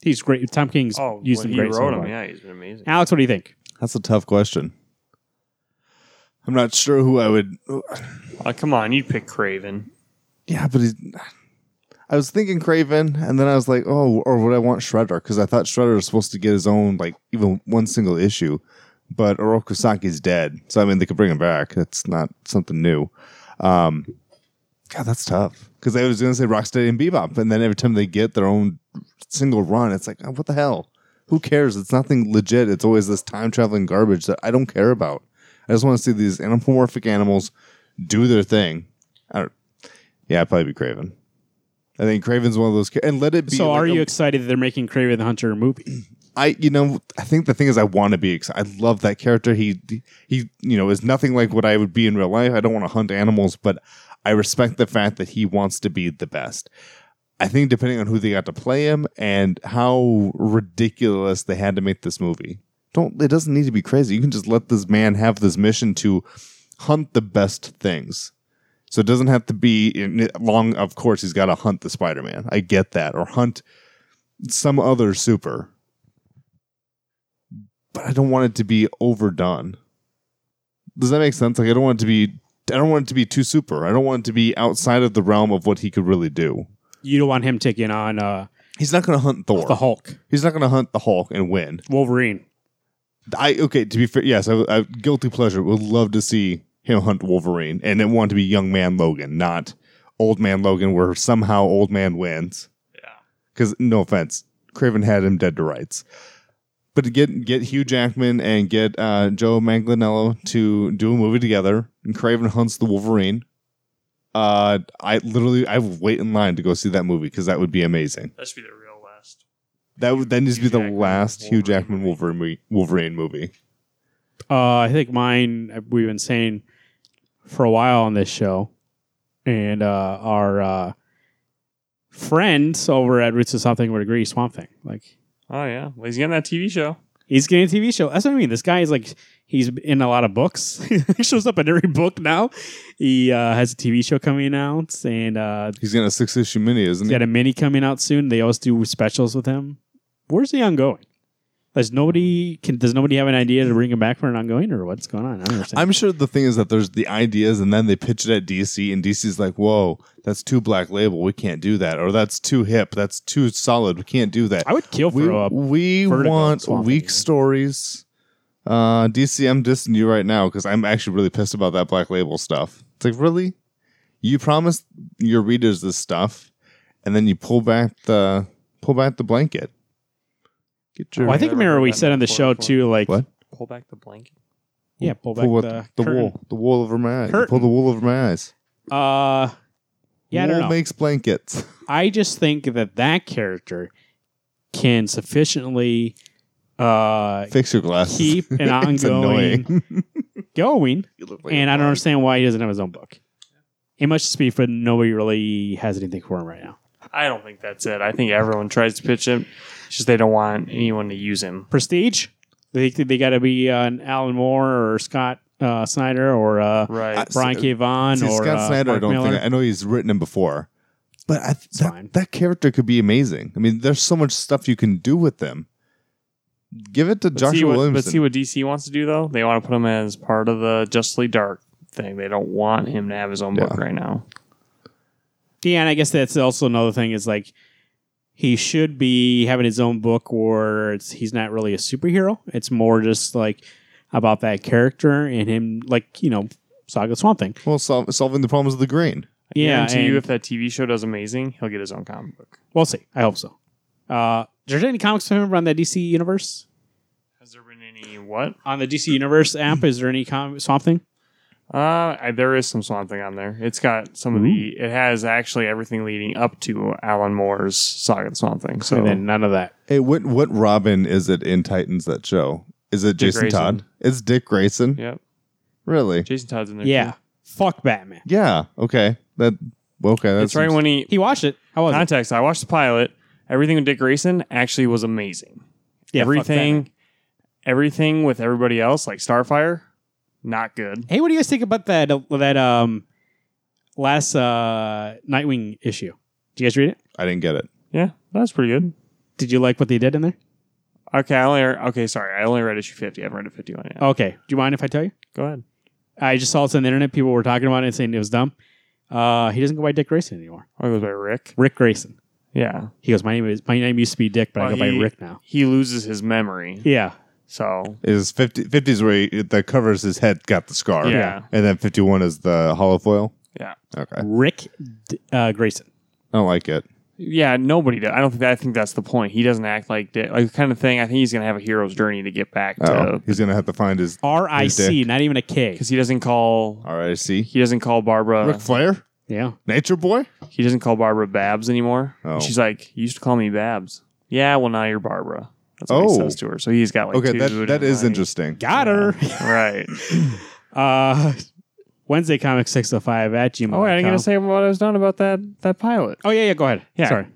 Speaker 1: He's great. Tom King's
Speaker 2: Oh,
Speaker 1: used
Speaker 2: well,
Speaker 1: him
Speaker 2: he
Speaker 1: great. so
Speaker 2: wrote
Speaker 1: far.
Speaker 2: him. Yeah, he's been amazing.
Speaker 1: Alex, what do you think?
Speaker 3: That's a tough question. I'm not sure who I would.
Speaker 2: Oh, come on, you'd pick Craven.
Speaker 3: Yeah, but he's I was thinking Craven, and then I was like, oh, or would I want Shredder? Because I thought Shredder was supposed to get his own, like, even one single issue. But Orokusaki's dead. So, I mean, they could bring him back. That's not something new. Um, God, that's tough. Because I was going to say Rocksteady and Bebop, and then every time they get their own single run, it's like, oh, what the hell? Who cares? It's nothing legit. It's always this time traveling garbage that I don't care about. I just want to see these anthropomorphic animals do their thing. I don't, yeah, I'd probably be Craven. I think Craven's one of those. cha- And let it be.
Speaker 1: So,
Speaker 3: like
Speaker 1: are
Speaker 3: a-
Speaker 1: you excited that they're making Craven the Hunter a movie?
Speaker 3: I you know I think the thing is I want to be excited. I love that character. He he you know is nothing like what I would be in real life. I don't want to hunt animals, but I respect the fact that he wants to be the best. I think depending on who they got to play him and how ridiculous they had to make this movie. Don't it doesn't need to be crazy. You can just let this man have this mission to hunt the best things. So it doesn't have to be in, long. Of course, he's got to hunt the Spider Man. I get that, or hunt some other super but I don't want it to be overdone. Does that make sense? Like I don't want it to be I don't want it to be too super. I don't want it to be outside of the realm of what he could really do.
Speaker 1: You don't want him taking on uh,
Speaker 3: He's not going to hunt Thor.
Speaker 1: the Hulk,
Speaker 3: He's not going to hunt the Hulk and win.
Speaker 1: Wolverine.
Speaker 3: I okay to be fair. Yes, I, I guilty pleasure would love to see him hunt Wolverine, and it want to be young man Logan, not old man Logan, where somehow old man wins.
Speaker 2: Yeah.
Speaker 3: Because no offense, Craven had him dead to rights. But to get get Hugh Jackman and get uh, Joe Manganiello to do a movie together, and Craven hunts the Wolverine. Uh, I literally I would wait in line to go see that movie because that would be amazing.
Speaker 2: That should be the real last.
Speaker 3: That would that needs to be
Speaker 2: Hugh
Speaker 3: the
Speaker 2: Jackman
Speaker 3: last Hugh
Speaker 2: Wolverine
Speaker 3: Jackman
Speaker 2: movie.
Speaker 3: Wolverine movie- Wolverine movie.
Speaker 1: Uh, I think mine. uh, We've been saying for a while on this show, and uh, our uh, friends over at Roots of Something would agree. Swamp Thing, like
Speaker 2: Oh yeah, well, he's getting that TV show.
Speaker 1: he's getting a TV show. That's what I mean. This guy is like he's in a lot of books. he shows up in every book now. He uh, has a TV show coming out, and uh,
Speaker 3: He's got a six issue mini, isn't
Speaker 1: He's
Speaker 3: he?
Speaker 1: got a mini coming out soon. They always do specials with him. Where's the ongoing? Does nobody can? Does nobody have an idea to bring him back for an ongoing, or what's going on? I don't understand.
Speaker 3: I'm sure the thing is that there's the ideas, and then they pitch it at DC, and DC's like, "Whoa, that's too black label. We can't do that. Or that's too hip. That's too solid. We can't do that.
Speaker 1: I would kill
Speaker 3: we
Speaker 1: for a
Speaker 3: we
Speaker 1: Vertigo
Speaker 3: want
Speaker 1: Swamp
Speaker 3: weak
Speaker 1: Thing.
Speaker 3: stories." Uh, DC, I'm dissing you right now because I'm actually really pissed about that black label stuff. It's like, really, you promised your readers this stuff, and then you pull back the pull back the blanket. Get your
Speaker 1: Well, I think
Speaker 2: Never
Speaker 1: remember
Speaker 2: heard
Speaker 1: we
Speaker 2: that
Speaker 1: said on the
Speaker 2: before,
Speaker 1: show
Speaker 2: before.
Speaker 1: too, like
Speaker 3: What?
Speaker 2: Pull back the blanket.
Speaker 1: yeah, pull back
Speaker 3: pull
Speaker 1: the,
Speaker 3: what- the,
Speaker 1: curtain.
Speaker 3: wool the wool over my eyes. You Pull
Speaker 1: Curtain.
Speaker 3: the wool over my eyes.
Speaker 1: Uh, yeah, I
Speaker 3: Wool
Speaker 1: don't know.
Speaker 3: makes blankets.
Speaker 1: I just think that that character can sufficiently uh,
Speaker 3: Fix your glasses.
Speaker 1: keep an
Speaker 3: It's annoying.
Speaker 1: ongoing going
Speaker 3: You look like
Speaker 1: and
Speaker 3: a
Speaker 1: I don't
Speaker 3: bug.
Speaker 1: understand why he doesn't have his own book. It must just be for nobody really has anything for him right now.
Speaker 2: I don't think that's it. I think everyone tries to pitch him. It's just they don't want anyone to use him.
Speaker 1: Prestige, they think they got to be uh, an Alan Moore or Scott uh, Snyder or uh,
Speaker 2: Right.
Speaker 3: I-
Speaker 1: Brian K. Vaughan
Speaker 3: See,
Speaker 1: or
Speaker 3: Scott
Speaker 1: uh,
Speaker 3: Snyder. I
Speaker 1: Mark
Speaker 3: don't
Speaker 1: Miller.
Speaker 3: think I know he's written him before, but I,
Speaker 1: fine.
Speaker 3: that, that character could be amazing. I mean, there's so much stuff you can do with them. Give it to
Speaker 2: But see
Speaker 3: Joshua
Speaker 2: what,
Speaker 3: Williamson.
Speaker 2: But see what DC wants to do though. They want to put him as part of the Justly Dark thing. They don't want him to have his own book
Speaker 3: Yeah.
Speaker 2: right now.
Speaker 1: Yeah, and I guess that's also another thing is like he should be having his own book where it's, he's not really a superhero. It's more just like about that character and him, like you know, Saga Swamp Thing.
Speaker 3: well, sol- solving the problems of the green.
Speaker 2: I
Speaker 1: Yeah,
Speaker 2: guarantee
Speaker 1: and-
Speaker 2: you, if that TV show does amazing, he'll get his own comic book.
Speaker 1: We'll see. I hope so. Uh, there's any comics from around that DC universe
Speaker 2: Has there been any what?
Speaker 1: on the DC Universe app? Is there any com- Swamp Thing?
Speaker 2: Uh, I, there is some Swamp Thing on there. It's got some of the. It has actually everything leading up to Alan Moore's Saga of the Swamp Thing. So
Speaker 1: and then none of that.
Speaker 3: Hey, what what Robin is it in Titans that show? Is it
Speaker 2: Dick
Speaker 3: Jason
Speaker 2: Grayson.
Speaker 3: Todd? It's Dick Grayson.
Speaker 2: Yep.
Speaker 3: Really?
Speaker 2: Jason Todd's in there.
Speaker 1: Yeah,
Speaker 2: too.
Speaker 1: fuck Batman.
Speaker 3: Yeah. Okay. That. well, Okay. That's
Speaker 2: It's right when he
Speaker 1: He watched it. How was it?
Speaker 2: context. I watched the pilot. Everything with Dick Grayson actually was amazing.
Speaker 1: Yeah, fuck Batman.
Speaker 2: everything, everything with everybody else, like Starfire, not good.
Speaker 1: Hey, what do you guys think about that? that um, last uh, Nightwing issue. Did you guys read it?
Speaker 3: I didn't get it.
Speaker 2: Yeah, that's pretty good.
Speaker 1: Did you like what they did in there?
Speaker 2: Okay, I only okay. Sorry, I only read issue fifty. I haven't read a fifty-one
Speaker 1: Oh.
Speaker 2: yet.
Speaker 1: Okay. Do you mind if I tell you?
Speaker 2: Go ahead.
Speaker 1: I just saw this on the internet. People were talking about it and saying it was dumb. Uh, he doesn't go by Dick Grayson anymore.
Speaker 2: Oh, it goes by Rick.
Speaker 1: Rick Grayson.
Speaker 2: Yeah.
Speaker 1: He goes, my name is my name used to be Dick, but I
Speaker 2: Well,
Speaker 1: go by
Speaker 2: he-
Speaker 1: Rick now.
Speaker 2: He loses his memory.
Speaker 1: Yeah,
Speaker 2: So
Speaker 3: Is 50, 50 is where he, that covers his head, got the scar.
Speaker 2: Yeah.
Speaker 3: And then 51 is the hollow foil.
Speaker 2: yeah.
Speaker 3: Okay. I
Speaker 1: Rick D- uh, Grayson.
Speaker 3: don't like it.
Speaker 2: Yeah, nobody does. I don't think that, I think that's the point. He doesn't act like Dick. Like the kind of thing. I think he's gonna have a hero's journey to get back
Speaker 3: Oh,
Speaker 2: to
Speaker 3: he's going to have to find his
Speaker 1: R I C, not even a K.
Speaker 2: because he doesn't call
Speaker 3: RIC.
Speaker 2: he doesn't call Barbara
Speaker 3: Ric Flair?
Speaker 1: Yeah,
Speaker 3: Nature Boy?
Speaker 2: he doesn't call Barbara Babs anymore.
Speaker 3: Oh.
Speaker 2: She's like, You used to call me Babs. Yeah, well now you're Barbara. That's what he
Speaker 3: Oh.
Speaker 2: says to her. So he's got like
Speaker 3: Okay,
Speaker 2: two
Speaker 3: that, that
Speaker 2: different
Speaker 3: is
Speaker 2: lines.
Speaker 3: interesting.
Speaker 1: got her.
Speaker 2: Right.
Speaker 1: Uh, Wednesday Comic 605 at gmail.
Speaker 2: Oh, wait, I didn't get to say what I was done about that that pilot.
Speaker 1: Oh, yeah, yeah, go ahead.
Speaker 2: Yeah.
Speaker 1: Sorry.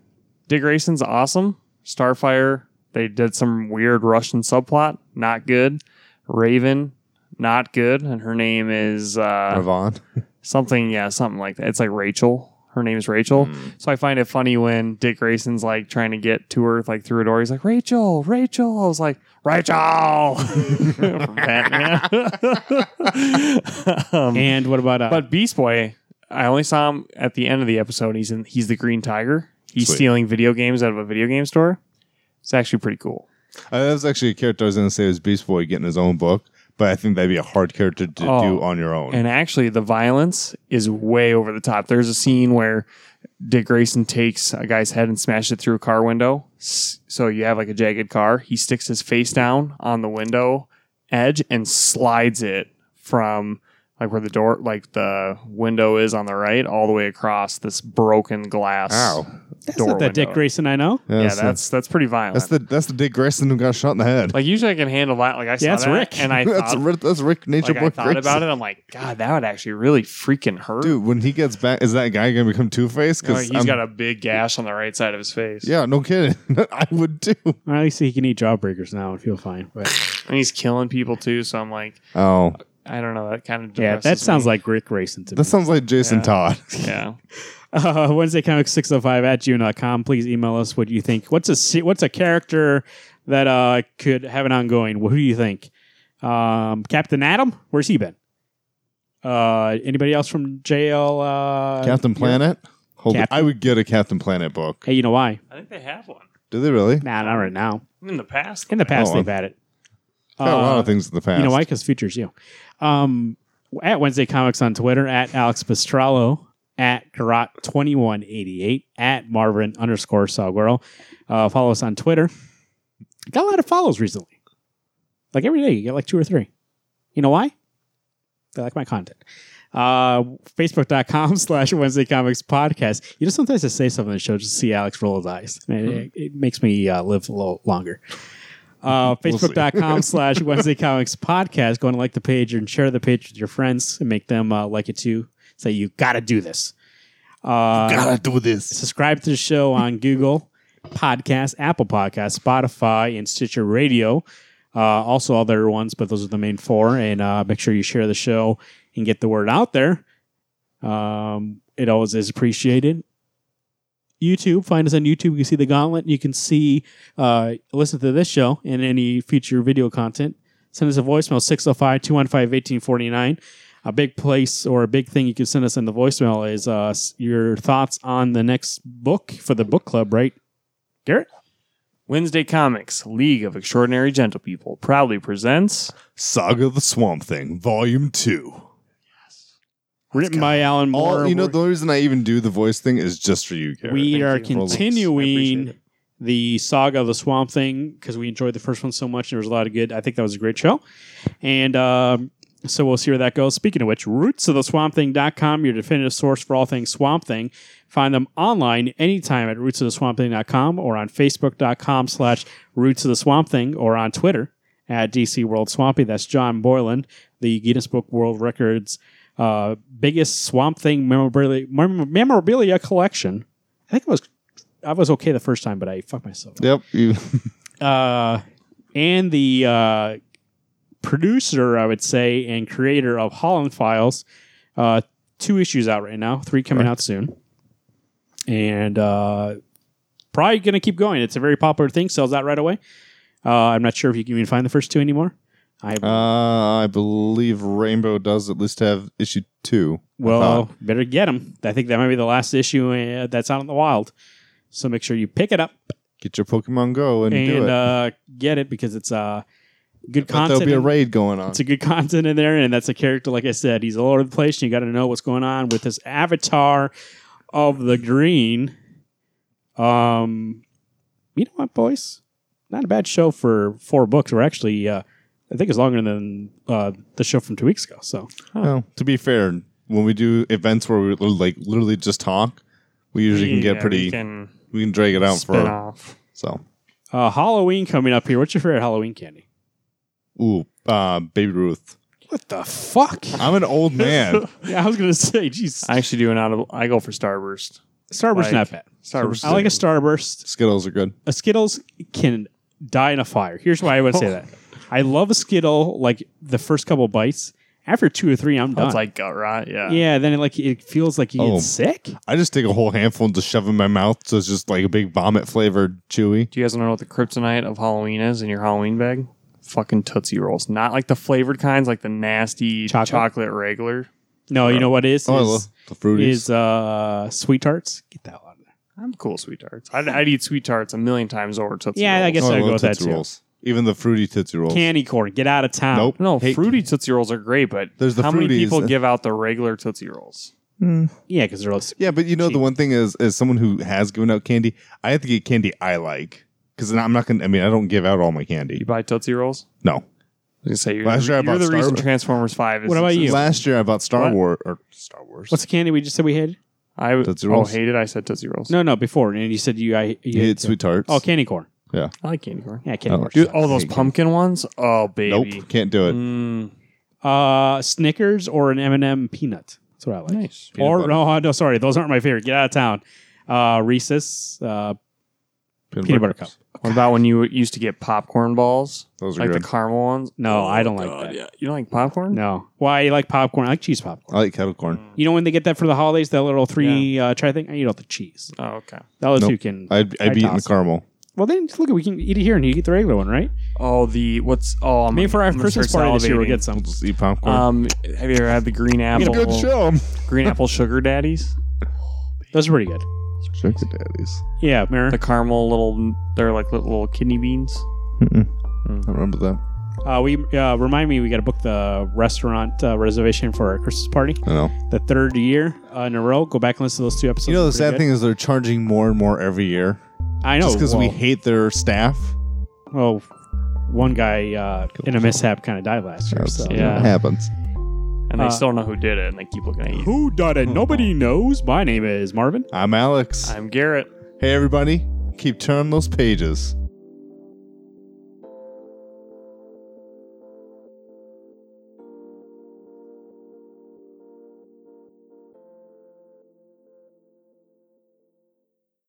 Speaker 2: Dick Grayson's awesome. Starfire, they did some weird Russian subplot, not good. Raven, not good, and her name is uh,
Speaker 3: Ravon.
Speaker 2: something, yeah, something like that. It's like Rachel. Her name's Rachel. So I find it funny when Dick Grayson's like trying to get to her, like through a door. He's like, Rachel, Rachel. I was like, Rachel. From Batman. Um,
Speaker 1: And what about uh,
Speaker 2: but Beast Boy, I only saw him at the end of the episode. He's in. He's the Green Tiger. He's
Speaker 3: Sweet.
Speaker 2: stealing video games out of a video game store. It's actually pretty cool.
Speaker 3: Uh, that was actually a character I was going to say was Beast Boy getting his own book, but I think that'd be a hard character to
Speaker 2: Oh.
Speaker 3: do on your own.
Speaker 2: And actually, the violence is way over the top. There's a scene where Dick Grayson takes a guy's head and smashes it through a car window. S- So you have like a jagged car. He sticks his face down on the window edge and slides it from like where the door, like the window is on the right, all the way across this broken glass.
Speaker 3: Ow.
Speaker 1: that's
Speaker 2: door
Speaker 1: not that Dick
Speaker 2: window.
Speaker 1: Grayson I know?
Speaker 2: Yeah,
Speaker 3: that's,
Speaker 2: that's that's pretty violent.
Speaker 3: that's the that's the Dick Grayson who got shot in the head.
Speaker 2: like usually I can handle that. Like I saw
Speaker 1: that's
Speaker 2: that,
Speaker 1: Rick.
Speaker 2: and I
Speaker 3: that's
Speaker 2: thought,
Speaker 3: Rick- that's Rick Nature
Speaker 2: like, I
Speaker 3: Boy
Speaker 2: thought
Speaker 3: Grayson.
Speaker 2: about it. I'm like, God, that would actually really freaking hurt.
Speaker 3: Dude, when he gets back, is that guy gonna become Two Face?
Speaker 2: You know, he's
Speaker 3: I'm-
Speaker 2: got a big gash on the right side of his face.
Speaker 3: yeah, no kidding. I would too.
Speaker 1: Well, at least he can eat jawbreakers now and feel fine. But uh,
Speaker 2: and he's killing people too. So I'm like,
Speaker 3: Oh,
Speaker 2: I don't know. That kind of
Speaker 1: yeah, that sounds like Rick Grayson to me.
Speaker 3: that sounds like Jason
Speaker 2: Yeah.
Speaker 3: Todd.
Speaker 2: yeah.
Speaker 1: uh, Wednesday Comic 605 at gmail.com. Please email us what you think. What's a se- what's a character that uh, could have an ongoing? Who do you think? Um, Captain Adam? Where's he been? Uh, anybody else from JL? Uh,
Speaker 3: Captain Planet. Holy,
Speaker 1: Captain-
Speaker 3: I would get a Captain Planet book.
Speaker 1: Hey, you know why?
Speaker 2: I think they have one
Speaker 3: Do they really?
Speaker 1: Nah, not right now.
Speaker 2: in the past.
Speaker 1: In the past,
Speaker 3: Oh,
Speaker 1: they've had it.
Speaker 3: Got a lot
Speaker 1: Uh,
Speaker 3: of things in the past.
Speaker 1: You know why? Because future's you. Um, at Wednesday Comics on Twitter, at Alex Pastrallo, at Garot2188, at Marvin underscore Salguero. Uh, follow us on Twitter. Got a lot of follows recently. Like every day, you get like two or three. You know why? They like my content. Uh, Facebook.com slash Wednesday Comics Podcast. You know, sometimes I say something on the show just to see Alex roll his eyes. And
Speaker 3: Hmm.
Speaker 1: it, it makes me uh, live a little longer. Uh,
Speaker 3: We'll see.
Speaker 1: Facebook.com slash Wednesday Comics Podcast. Go and like the page and share the page with your friends and make them uh, like it too. Say, you got to do this. Uh,
Speaker 3: Gotta do this.
Speaker 1: subscribe to the show on Google Podcast, Apple Podcast, Spotify, and Stitcher Radio. Uh, also, other ones, but those are the main four. And uh, make sure you share the show and get the word out there. Um, it always is appreciated. YouTube, find us on YouTube. You can see the gauntlet. You can see, uh, listen to this show and any future video content. Send us a voicemail 605 215 1849 a big place or a big thing you can send us in the voicemail is uh, s- your thoughts on the next book for the book club, right? Garrett?
Speaker 2: Wednesday Comics League of Extraordinary Gentlepeople proudly presents.
Speaker 3: Saga of the Swamp Thing, Volume Two.
Speaker 1: Written by Alan Moore.
Speaker 3: All you know,
Speaker 1: We're-
Speaker 3: the only reason I even do the voice thing is just for you, Garrett.
Speaker 1: we are
Speaker 2: Thank you.
Speaker 3: Roll the-
Speaker 2: I
Speaker 1: continuing
Speaker 2: appreciate
Speaker 1: the saga of the Swamp Thing because we enjoyed the first one so much. There was a lot of good. I think that was a great show. And um, so we'll see where that goes. Speaking of which, roots of the swamp thing.com, your definitive source for all things swamp thing. Find them online anytime at roots of the swamp thing.com or on facebook.com slash roots of the swamp thing or on Twitter at DC World Swampy. That's John Boylan, the Guinness Book World Records uh, biggest swamp thing memorabilia, mem- memorabilia collection. I think it was I was okay the first time, but I fucked myself.
Speaker 3: Yep. You,
Speaker 1: Uh, and the uh, producer, I would say, and creator of Holland Files, uh, two issues out right now, three coming out soon, and uh, probably going to keep going. It's a very popular thing, sells out right away. Uh, I'm not sure if you can even find the first two anymore. I
Speaker 3: Uh, I believe Rainbow does at least have issue two. I
Speaker 1: well
Speaker 3: thought.
Speaker 1: better get them. I think that might be the last issue uh, that's out in the wild. So make sure you pick it up
Speaker 3: get your Pokemon Go and,
Speaker 1: and,
Speaker 3: do it.
Speaker 1: uh, get it because it's uh, good
Speaker 3: but
Speaker 1: content.
Speaker 3: there'll be a
Speaker 1: and-
Speaker 3: raid going on.
Speaker 1: it's a good content in there, and that's a character. Like I said, he's all over the place, and you got to know what's going on with this avatar of the green. Um, you know what, boys? Not a bad show for four books. We're actually, uh, I think, it's longer than uh, the show from two weeks ago. So
Speaker 3: Well, to be fair, when we do events where we like literally just talk, we usually can get
Speaker 2: Yeah,
Speaker 3: pretty.
Speaker 2: We
Speaker 3: We can,
Speaker 2: can
Speaker 3: drag it out
Speaker 2: spin
Speaker 3: for
Speaker 2: off.
Speaker 3: so.
Speaker 1: uh, Halloween coming up here. What's your favorite Halloween candy?
Speaker 3: Ooh, uh, Baby Ruth.
Speaker 1: What the fuck?
Speaker 3: I'm an old man.
Speaker 1: yeah, I was gonna say, geez,
Speaker 2: I actually do an audible. I go for Starburst.
Speaker 1: Starburst
Speaker 2: like-
Speaker 1: not bad.
Speaker 2: Starburst.
Speaker 1: I like a Starburst.
Speaker 3: Skittles are good.
Speaker 1: a Skittles can die in a fire. Here's why I would say that. I love a Skittle like the first couple bites. After two or three, I'm done.
Speaker 2: It's like gut rot. Yeah.
Speaker 1: yeah, then it, like it feels like you
Speaker 3: Oh.
Speaker 1: get sick.
Speaker 3: I just take a whole handful and just shove it in my mouth, so it's just like a big vomit flavored chewy.
Speaker 2: Do you guys know what the kryptonite of Halloween is in your Halloween bag? Fucking Tootsie Rolls. Not like the flavored kinds, like the nasty
Speaker 1: Chocolate?
Speaker 2: chocolate, regular.
Speaker 1: No, you know what it is
Speaker 3: Oh, I love
Speaker 1: is,
Speaker 3: the fruities.
Speaker 1: is, uh sweet tarts. Get that one.
Speaker 2: I'm cool with sweet tarts. I'd, I'd eat sweet tarts a million times over Tootsie
Speaker 1: Yeah, I
Speaker 2: Rolls.
Speaker 1: guess
Speaker 3: oh,
Speaker 1: I'd
Speaker 3: I
Speaker 1: go
Speaker 3: love
Speaker 1: with that
Speaker 3: Tootsie
Speaker 1: too.
Speaker 3: Rolls. Even the fruity Tootsie Rolls.
Speaker 1: Candy corn, get out of town.
Speaker 3: Nope.
Speaker 2: No,
Speaker 3: Hate-
Speaker 2: fruity Tootsie Rolls are great, but
Speaker 3: There's the
Speaker 2: how many
Speaker 3: fruities
Speaker 2: people
Speaker 3: that-
Speaker 2: give out the regular Tootsie Rolls?
Speaker 1: Yeah, because they're all
Speaker 3: Yeah, but you know the one thing is, as someone who has given out candy, I have to get candy I like because I'm not gonna. I mean, I don't give out all my
Speaker 2: You
Speaker 3: candy.
Speaker 2: buy Tootsie Rolls?
Speaker 3: No.
Speaker 2: I was going to say, you're,
Speaker 3: Last year I
Speaker 2: you're
Speaker 3: bought
Speaker 2: the
Speaker 3: Star-
Speaker 2: reason Transformers 5 is.
Speaker 1: What about you?
Speaker 3: Last year I bought Star
Speaker 2: What?
Speaker 3: Wars or Star Wars.
Speaker 1: What's the candy we just said we had?
Speaker 2: I
Speaker 3: Tootsie
Speaker 2: oh,
Speaker 3: Rolls?
Speaker 2: hated I said Tootsie Rolls.
Speaker 1: No, no, before, and you said you I
Speaker 3: you
Speaker 1: you
Speaker 3: hate sweet tarts?
Speaker 1: Oh, candy corn.
Speaker 2: I like candy corn.
Speaker 1: Yeah, candy
Speaker 3: Oh,
Speaker 1: corn.
Speaker 2: Dude,
Speaker 1: sucks.
Speaker 2: all those pumpkin ones? Oh,
Speaker 3: nope,
Speaker 2: baby.
Speaker 3: can't do it.
Speaker 2: Mm,
Speaker 1: Uh, Snickers or an M and m peanut. That's what I like.
Speaker 2: nice.
Speaker 3: Peanut
Speaker 1: or oh,
Speaker 3: butter.
Speaker 1: no, no, sorry, those aren't my favorite. Get out of town. Uh, Reese's uh, peanut butter cup.
Speaker 3: cups.
Speaker 2: What about when you used to get popcorn balls?
Speaker 3: Those are
Speaker 2: like
Speaker 3: good.
Speaker 2: the caramel ones?
Speaker 1: No,
Speaker 2: Oh,
Speaker 1: I don't like
Speaker 2: God,
Speaker 1: that.
Speaker 2: Yeah. You don't like popcorn?
Speaker 1: No, why I like popcorn? I like cheese popcorn.
Speaker 3: I like kettle corn.
Speaker 1: You know when they get that for the holidays, that little three uh, try thing. I eat all the cheese.
Speaker 2: Oh, okay.
Speaker 1: The other
Speaker 3: Nope.
Speaker 1: two can.
Speaker 3: I'd,
Speaker 1: I
Speaker 3: I'd be eating the
Speaker 1: toss it.
Speaker 3: caramel.
Speaker 1: well, then look, we can eat it here, and you get the regular one, right?
Speaker 2: Oh, the what's oh? I'm
Speaker 1: Maybe for our
Speaker 2: I'm gonna
Speaker 1: Christmas
Speaker 2: start
Speaker 1: party this year, we'll
Speaker 2: salivating.
Speaker 1: get some.
Speaker 3: Just eat popcorn.
Speaker 1: Uh,
Speaker 2: Um, have you ever had the green
Speaker 3: it's a
Speaker 2: apple?
Speaker 3: good show.
Speaker 2: Green apple sugar daddies.
Speaker 1: Those are pretty good.
Speaker 3: Sugar daddies.
Speaker 1: Yeah, Mara.
Speaker 2: The caramel little. They're like little, little kidney beans.
Speaker 1: Mm.
Speaker 3: I remember that.
Speaker 1: Uh, we uh, remind me, we got to book the restaurant uh, reservation for our Christmas party,
Speaker 3: I know.
Speaker 1: the third year uh, in a row. Go back and listen to those two episodes.
Speaker 3: You know, the
Speaker 1: They're
Speaker 3: sad
Speaker 1: pretty
Speaker 3: thing is they're charging more and more every year.
Speaker 1: good. I know,
Speaker 3: Just because we
Speaker 1: well-
Speaker 3: hate their staff.
Speaker 1: Well, one guy uh, in a mishap kind of died last year.
Speaker 3: That's-
Speaker 1: So.
Speaker 2: Yeah.
Speaker 3: It happens.
Speaker 2: And
Speaker 1: Uh,
Speaker 2: they still don't know who did it, and they keep looking at you.
Speaker 1: Who done it? Nobody knows. My name is Marvin.
Speaker 3: I'm Alex.
Speaker 2: I'm Garrett.
Speaker 3: Hey, everybody. Keep turning those pages.